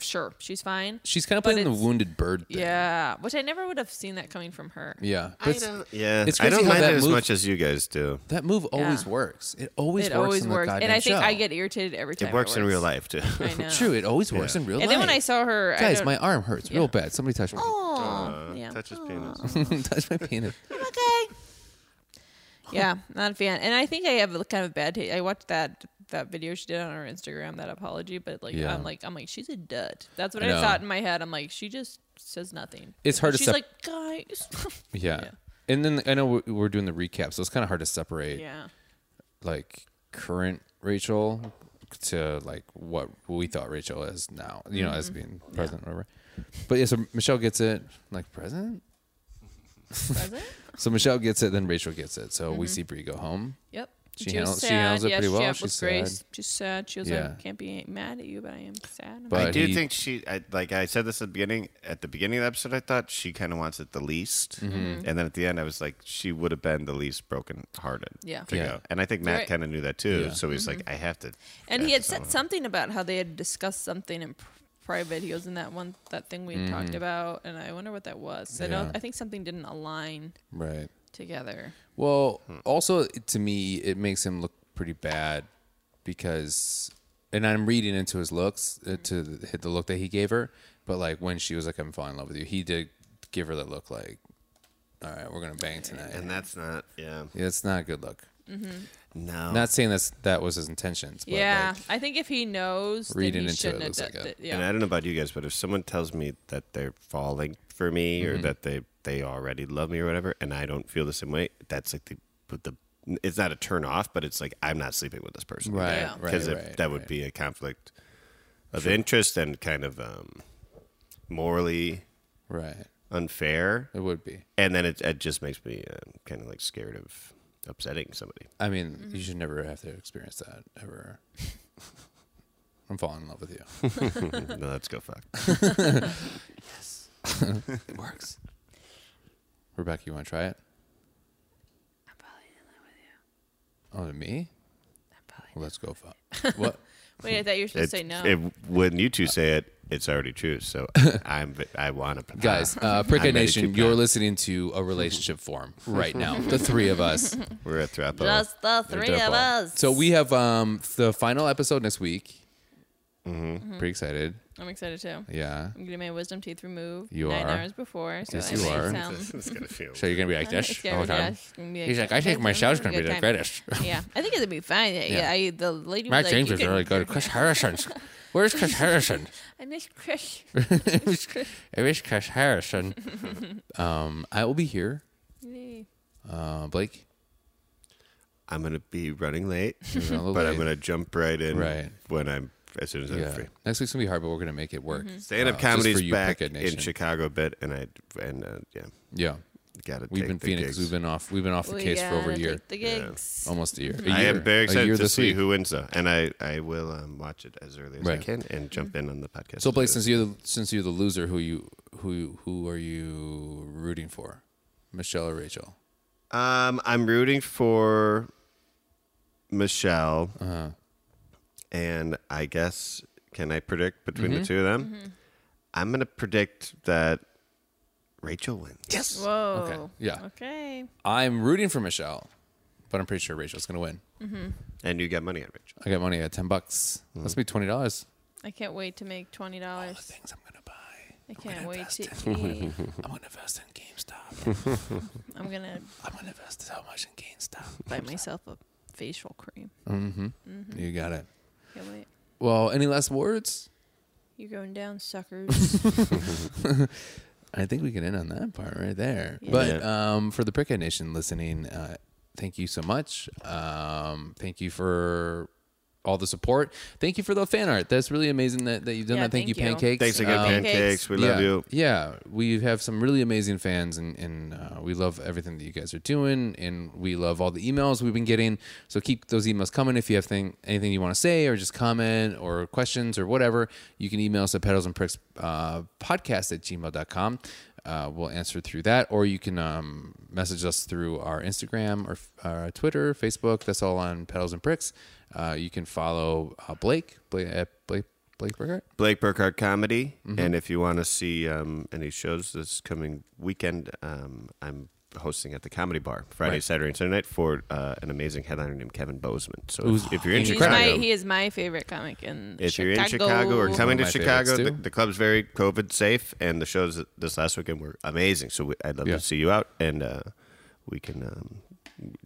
Speaker 2: sure, she's fine.
Speaker 1: She's kind of
Speaker 2: But
Speaker 1: playing the
Speaker 2: it's-
Speaker 1: wounded bird thing.
Speaker 2: yeah, which I never would have seen that coming from her.
Speaker 1: yeah. But it's-
Speaker 3: Yeah,
Speaker 1: It's
Speaker 3: I
Speaker 1: crazy
Speaker 3: don't
Speaker 1: how
Speaker 3: mind
Speaker 1: that
Speaker 3: it as
Speaker 1: move-
Speaker 3: much as you guys do.
Speaker 1: That move always
Speaker 2: Yeah.
Speaker 1: works. It always
Speaker 2: it
Speaker 1: works.
Speaker 2: always
Speaker 1: in the
Speaker 2: works,
Speaker 1: goddamn
Speaker 2: and I think
Speaker 1: show.
Speaker 2: I get irritated every time.
Speaker 3: It works in real life too.
Speaker 2: I know.
Speaker 1: True, it always works in real
Speaker 2: And
Speaker 1: life.
Speaker 2: then when I saw her, I
Speaker 1: guys,
Speaker 2: don't- Oh.
Speaker 1: my arm hurts real bad. Somebody touch my
Speaker 2: Aw,
Speaker 3: Uh,
Speaker 2: yeah.
Speaker 3: Touch his penis.
Speaker 1: touch my penis.
Speaker 2: okay. yeah, not a fan. And I think I have a kind of bad taste. I watched that that video she did on her Instagram, that apology, but like
Speaker 1: Yeah.
Speaker 2: I'm like I'm like she's a dud. That's what
Speaker 1: I
Speaker 2: I,
Speaker 1: know.
Speaker 2: thought in my head. I'm like she just says nothing.
Speaker 1: It's hard to
Speaker 2: She's
Speaker 1: sep-
Speaker 2: like guys.
Speaker 1: Yeah.
Speaker 2: Yeah.
Speaker 1: and then I know we- we're doing the recap, so it's kind of hard to separate
Speaker 2: yeah.
Speaker 1: like current Rachel to like what we thought Rachel is now. You know, as being present, or whatever. But yeah, so Michelle gets it like present.
Speaker 2: Present?
Speaker 1: So Michelle gets it, then Rachel gets it. So we see Brie go home.
Speaker 2: Yep.
Speaker 1: She, handles, she handles it
Speaker 2: yeah,
Speaker 1: pretty well.
Speaker 2: She
Speaker 1: She's
Speaker 2: with grace.
Speaker 1: sad.
Speaker 2: She's sad. She was
Speaker 1: Yeah.
Speaker 2: like, "Can't be mad at you, but I am sad."
Speaker 1: But
Speaker 3: I do
Speaker 1: he-
Speaker 3: think she, I, like I said this at the beginning, at the beginning of the episode, I thought she kind of wants it the least,
Speaker 1: Mm-hmm.
Speaker 3: and then at the end, I was like, she would have been the least broken hearted.
Speaker 2: Yeah.
Speaker 3: to
Speaker 1: Yeah.
Speaker 3: go. And I think Matt
Speaker 2: right. Mm-hmm.
Speaker 3: kind of knew that too,
Speaker 1: Yeah.
Speaker 3: so he's like, I have to.
Speaker 2: and
Speaker 3: I
Speaker 2: he
Speaker 3: have
Speaker 2: had
Speaker 3: to
Speaker 2: said
Speaker 3: somehow-
Speaker 2: something about how they had discussed something in pr- private. He was in that one that thing we talked about, and I wonder what that was. I
Speaker 1: Mm-hmm. Yeah.
Speaker 2: don't. I think something didn't align
Speaker 1: Right.
Speaker 2: together.
Speaker 1: Well, also to me, it makes him look pretty bad because, and I'm reading into his looks uh, to the, hit the look that he gave her. But like when she was like, "I'm falling in love with you," he did give her that look like, "All right, we're gonna bang tonight."
Speaker 3: And that's not, yeah,
Speaker 1: yeah, it's not a good look.
Speaker 3: no.
Speaker 1: Not saying that's that was his intentions. But
Speaker 2: yeah,
Speaker 1: Like,
Speaker 2: I think if he knows, then
Speaker 1: Reading
Speaker 2: he
Speaker 1: into it
Speaker 2: shouldn't
Speaker 1: looks
Speaker 2: have
Speaker 1: like
Speaker 2: done
Speaker 1: it.
Speaker 2: that. Yeah.
Speaker 3: And I don't know about you guys, but if someone tells me that they're falling for me or
Speaker 1: Mm-hmm.
Speaker 3: that they they already love me or whatever, and I don't feel the same way, that's like the but the it's not a turn off, but it's like I'm not sleeping with this person,
Speaker 1: Right,
Speaker 2: Yeah.
Speaker 1: right,
Speaker 3: Because
Speaker 1: right,
Speaker 3: that would
Speaker 1: right.
Speaker 3: be a conflict of interest and kind of um, morally
Speaker 1: right.
Speaker 3: unfair,
Speaker 1: It would be.
Speaker 3: and then it, it just makes me uh, kind of like scared of upsetting somebody.
Speaker 1: I mean, you should never have to experience that ever. I'm falling in love with you.
Speaker 3: no, let's go fuck.
Speaker 1: It works. Rebecca, you want to try it? I'm falling in love with you. Oh, to me? Well, let's go fuck. what?
Speaker 2: Wait, I thought you were supposed to say
Speaker 3: It-
Speaker 2: no.
Speaker 3: it- when you two say it, it's already true. So I'm I want to
Speaker 1: Guys, uh, Prickhead
Speaker 3: ready to
Speaker 1: Nation,
Speaker 3: pass.
Speaker 1: you're listening to a relationship forum right now. The three of us.
Speaker 3: We're at Threpo.
Speaker 7: Just the
Speaker 3: They're
Speaker 7: three of
Speaker 3: double.
Speaker 7: us.
Speaker 1: So we have um the final episode next week.
Speaker 3: Mm-hmm.
Speaker 1: Pretty excited.
Speaker 2: I'm excited too.
Speaker 1: Yeah.
Speaker 2: I'm getting my wisdom teeth removed
Speaker 1: You
Speaker 2: nine
Speaker 1: are.
Speaker 2: hours before, so
Speaker 1: Yes,
Speaker 2: I
Speaker 1: you
Speaker 2: may
Speaker 1: are.
Speaker 2: sound
Speaker 3: It's gonna feel.
Speaker 1: So you're going to be like
Speaker 2: Uh, It's
Speaker 1: this the
Speaker 2: gonna
Speaker 1: whole
Speaker 2: be
Speaker 1: time.
Speaker 2: us. It's gonna be a
Speaker 1: He's like, I think my
Speaker 2: good
Speaker 1: show's
Speaker 2: time.
Speaker 1: going to be
Speaker 2: Good
Speaker 1: the
Speaker 2: time.
Speaker 1: greatest.
Speaker 2: Yeah, I think it'll be fine. Yeah,
Speaker 1: Yeah.
Speaker 2: I, the lady was
Speaker 1: Matt
Speaker 2: like,
Speaker 1: James
Speaker 2: you
Speaker 1: is
Speaker 2: can-
Speaker 1: really good. Chris Harrison's. Where's Chris Harrison?
Speaker 2: I miss Chris.
Speaker 1: I wish Chris Harrison. um, I will be here. Uh, Blake,
Speaker 3: I'm gonna be running late,
Speaker 1: you're
Speaker 2: Hmm.
Speaker 1: running a little
Speaker 3: but I'm
Speaker 1: late.
Speaker 3: gonna jump right in
Speaker 1: Right.
Speaker 3: when I'm as soon as I'm
Speaker 1: Yeah.
Speaker 3: free.
Speaker 1: Next week's gonna be hard, but we're gonna make it work.
Speaker 2: Mm-hmm.
Speaker 3: Stand up
Speaker 1: Uh, just
Speaker 3: comedy's
Speaker 1: for you,
Speaker 3: back
Speaker 1: Picket
Speaker 3: in
Speaker 1: Nation.
Speaker 3: Chicago a bit, and I and uh, yeah,
Speaker 1: Yeah,
Speaker 3: got to.
Speaker 1: we've been Phoenix. We've been off. We've been off the
Speaker 2: We
Speaker 1: case for over a
Speaker 2: gotta
Speaker 1: year,
Speaker 2: Oh, take The gigs.
Speaker 1: almost a year.
Speaker 2: Mm-hmm.
Speaker 1: A
Speaker 3: I
Speaker 1: year.
Speaker 3: am very
Speaker 1: a year
Speaker 3: excited to
Speaker 1: this
Speaker 3: see
Speaker 1: week.
Speaker 3: who wins though, and I I will um, watch it as early as
Speaker 1: Right.
Speaker 3: I can and
Speaker 7: Mm-hmm.
Speaker 3: jump in on the podcast.
Speaker 1: So, Blake,
Speaker 3: as soon
Speaker 1: since you're the, since you're the loser, who you who who are you rooting for? Michelle or Rachel?
Speaker 3: as- um, I'm rooting for Michelle,
Speaker 1: Uh-huh.
Speaker 3: and I guess can I predict between
Speaker 1: Mm-hmm.
Speaker 3: the two of them?
Speaker 2: Mm-hmm.
Speaker 3: I'm gonna predict that Rachel wins. Yes.
Speaker 2: Whoa.
Speaker 1: Okay. Yeah,
Speaker 2: Okay.
Speaker 1: I'm rooting for Michelle, but I'm pretty sure Rachel's gonna win.
Speaker 3: And you got money on Rachel.
Speaker 1: I got money at ten bucks.
Speaker 3: Mm-hmm.
Speaker 1: That's me twenty dollars.
Speaker 2: I can't wait to make twenty dollars.
Speaker 1: Things I'm gonna buy.
Speaker 2: I can't wait to eat.
Speaker 1: I'm gonna invest in GameStop.
Speaker 2: I'm gonna
Speaker 1: I'm gonna invest so much in GameStop.
Speaker 2: buy myself a facial cream. Mm-hmm.
Speaker 1: You got it.
Speaker 2: Can't wait.
Speaker 1: Well, any last words?
Speaker 2: You're going down, suckers.
Speaker 1: I think we can end on that part right there. But um, for the Prickhead Nation listening, uh, thank you so much. Um, thank you for all the support. Thank you for the fan art. That's really amazing that, that you've done
Speaker 2: Yeah,
Speaker 1: that. Thank,
Speaker 2: thank
Speaker 1: you,
Speaker 2: you.
Speaker 1: Pancakes.
Speaker 3: Thanks again,
Speaker 1: Um,
Speaker 3: Pancakes. We love
Speaker 1: yeah,
Speaker 3: you.
Speaker 1: Yeah, we have some really amazing fans, and, and uh, we love everything that you guys are doing, and we love all the emails we've been getting. So keep those emails coming. If you have thing, anything you want to say, or just comment, or questions, or whatever, you can email us at pedals and pricks uh, podcast at gmail.com. Uh, we'll answer through that, or you can um, message us through our Instagram or uh, Twitter, Facebook. That's all on Pedals and Pricks. Uh, you can follow uh, Blake, Blake, at Blake, Blake Burkhardt.
Speaker 3: Blake Burkhardt comedy,
Speaker 1: Mm-hmm.
Speaker 3: and if you want to see um, any shows this coming weekend, um, I'm hosting at the Comedy Bar Friday,
Speaker 1: Right.
Speaker 3: Saturday, and Sunday night for uh, an amazing headliner named Kevin Bozeman. So
Speaker 1: Who's
Speaker 3: if, if you're in
Speaker 1: He's
Speaker 2: He's
Speaker 3: Chicago,
Speaker 2: my, he is my favorite comic in
Speaker 3: if
Speaker 2: Chicago.
Speaker 3: you're in Chicago or coming to
Speaker 1: One of my favorites,
Speaker 3: Chicago, the,
Speaker 1: too.
Speaker 3: the club's very COVID safe, and the shows this last weekend were amazing. So we, I'd love
Speaker 1: Yeah.
Speaker 3: to see you out, and uh, we can um,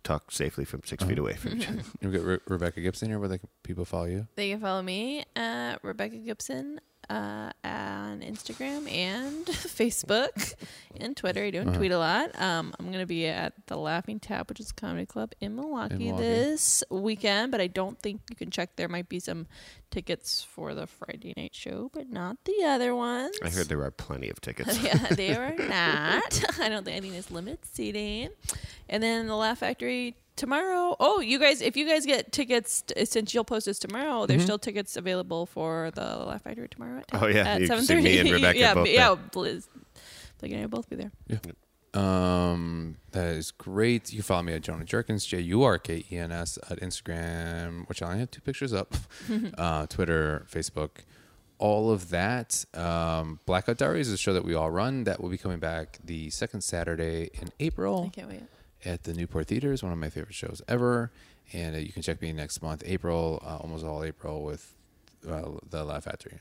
Speaker 3: talk safely from 6 feet away from each other.
Speaker 1: We've got Re- Rebecca Gibson here where they can, people follow you.
Speaker 2: They can follow me at Rebecca Gibson uh, on Instagram and Facebook and Twitter. I don't tweet a lot. Um, I'm going to be at the Laughing Tap, which is a comedy club in Milwaukee,
Speaker 1: In Milwaukee.
Speaker 2: this weekend, but I don't think you can check. There might be some tickets for the Friday night show, but not the other ones.
Speaker 3: I heard there are plenty of tickets.
Speaker 2: yeah, they are not. I don't think I think it's limit seating. And then the Laugh Factory tomorrow. Oh, you guys, if you guys get tickets, t- since you'll post this tomorrow, there's still tickets available for the Laugh Factory tomorrow. At
Speaker 3: Mm-hmm. Oh, yeah.
Speaker 2: at
Speaker 3: You can
Speaker 2: seven
Speaker 3: see me
Speaker 2: thirty.
Speaker 3: and Rebecca
Speaker 2: yeah,
Speaker 3: both
Speaker 2: b- yeah. Liz, Blake and I will both be there.
Speaker 1: Um, that is great. You can follow me at Jonah Jerkins, J U R K E N S, at Instagram, which I only have two pictures up, uh, Twitter, Facebook, all of that. Um, Blackout Diaries is a show that we all run that will be coming back the second Saturday in April
Speaker 2: Can't wait.
Speaker 1: at the Newport Theater. It's one of my favorite shows ever. And uh, you can check me next month, April, uh, almost all April, with uh, The Laugh Factory.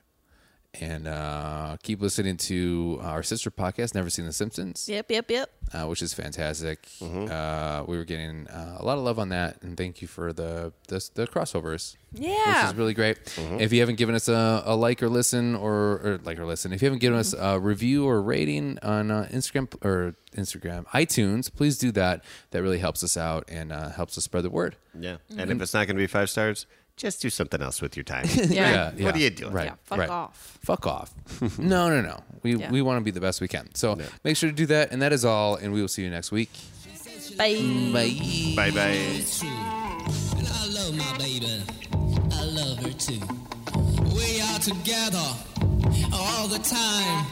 Speaker 1: And uh, keep listening to our sister podcast, Never Seen The Simpsons
Speaker 2: Yep, yep, yep.
Speaker 1: uh, which is fantastic. Uh, we were getting uh, a lot of love on that, and thank you for the the, the crossovers.
Speaker 2: Yeah.
Speaker 1: which is really great.
Speaker 3: Mm-hmm.
Speaker 1: If you haven't given us a, a like or listen or, or like or listen, if you haven't given us a review or rating on uh, Instagram or Instagram iTunes, please do that. That really helps us out and uh, helps us spread the word.
Speaker 3: Yeah. And
Speaker 1: Mm-hmm.
Speaker 3: if it's not going to be five stars, just do something else with your time.
Speaker 1: Uh, Yeah.
Speaker 3: What are you doing?
Speaker 1: Right.
Speaker 2: Yeah, fuck
Speaker 1: right.
Speaker 2: off.
Speaker 1: Fuck off. no, no, no. We
Speaker 2: Yeah.
Speaker 1: we want to be the best we can. So make sure to do that, and that is all. And we will see you next week.
Speaker 2: Bye.
Speaker 1: Bye.
Speaker 3: Bye bye.
Speaker 8: true. And I love my baby. I love her too. We are together all the time.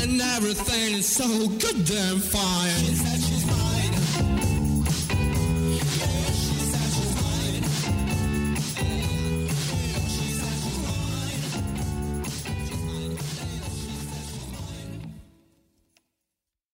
Speaker 8: And everything is so good damn fine.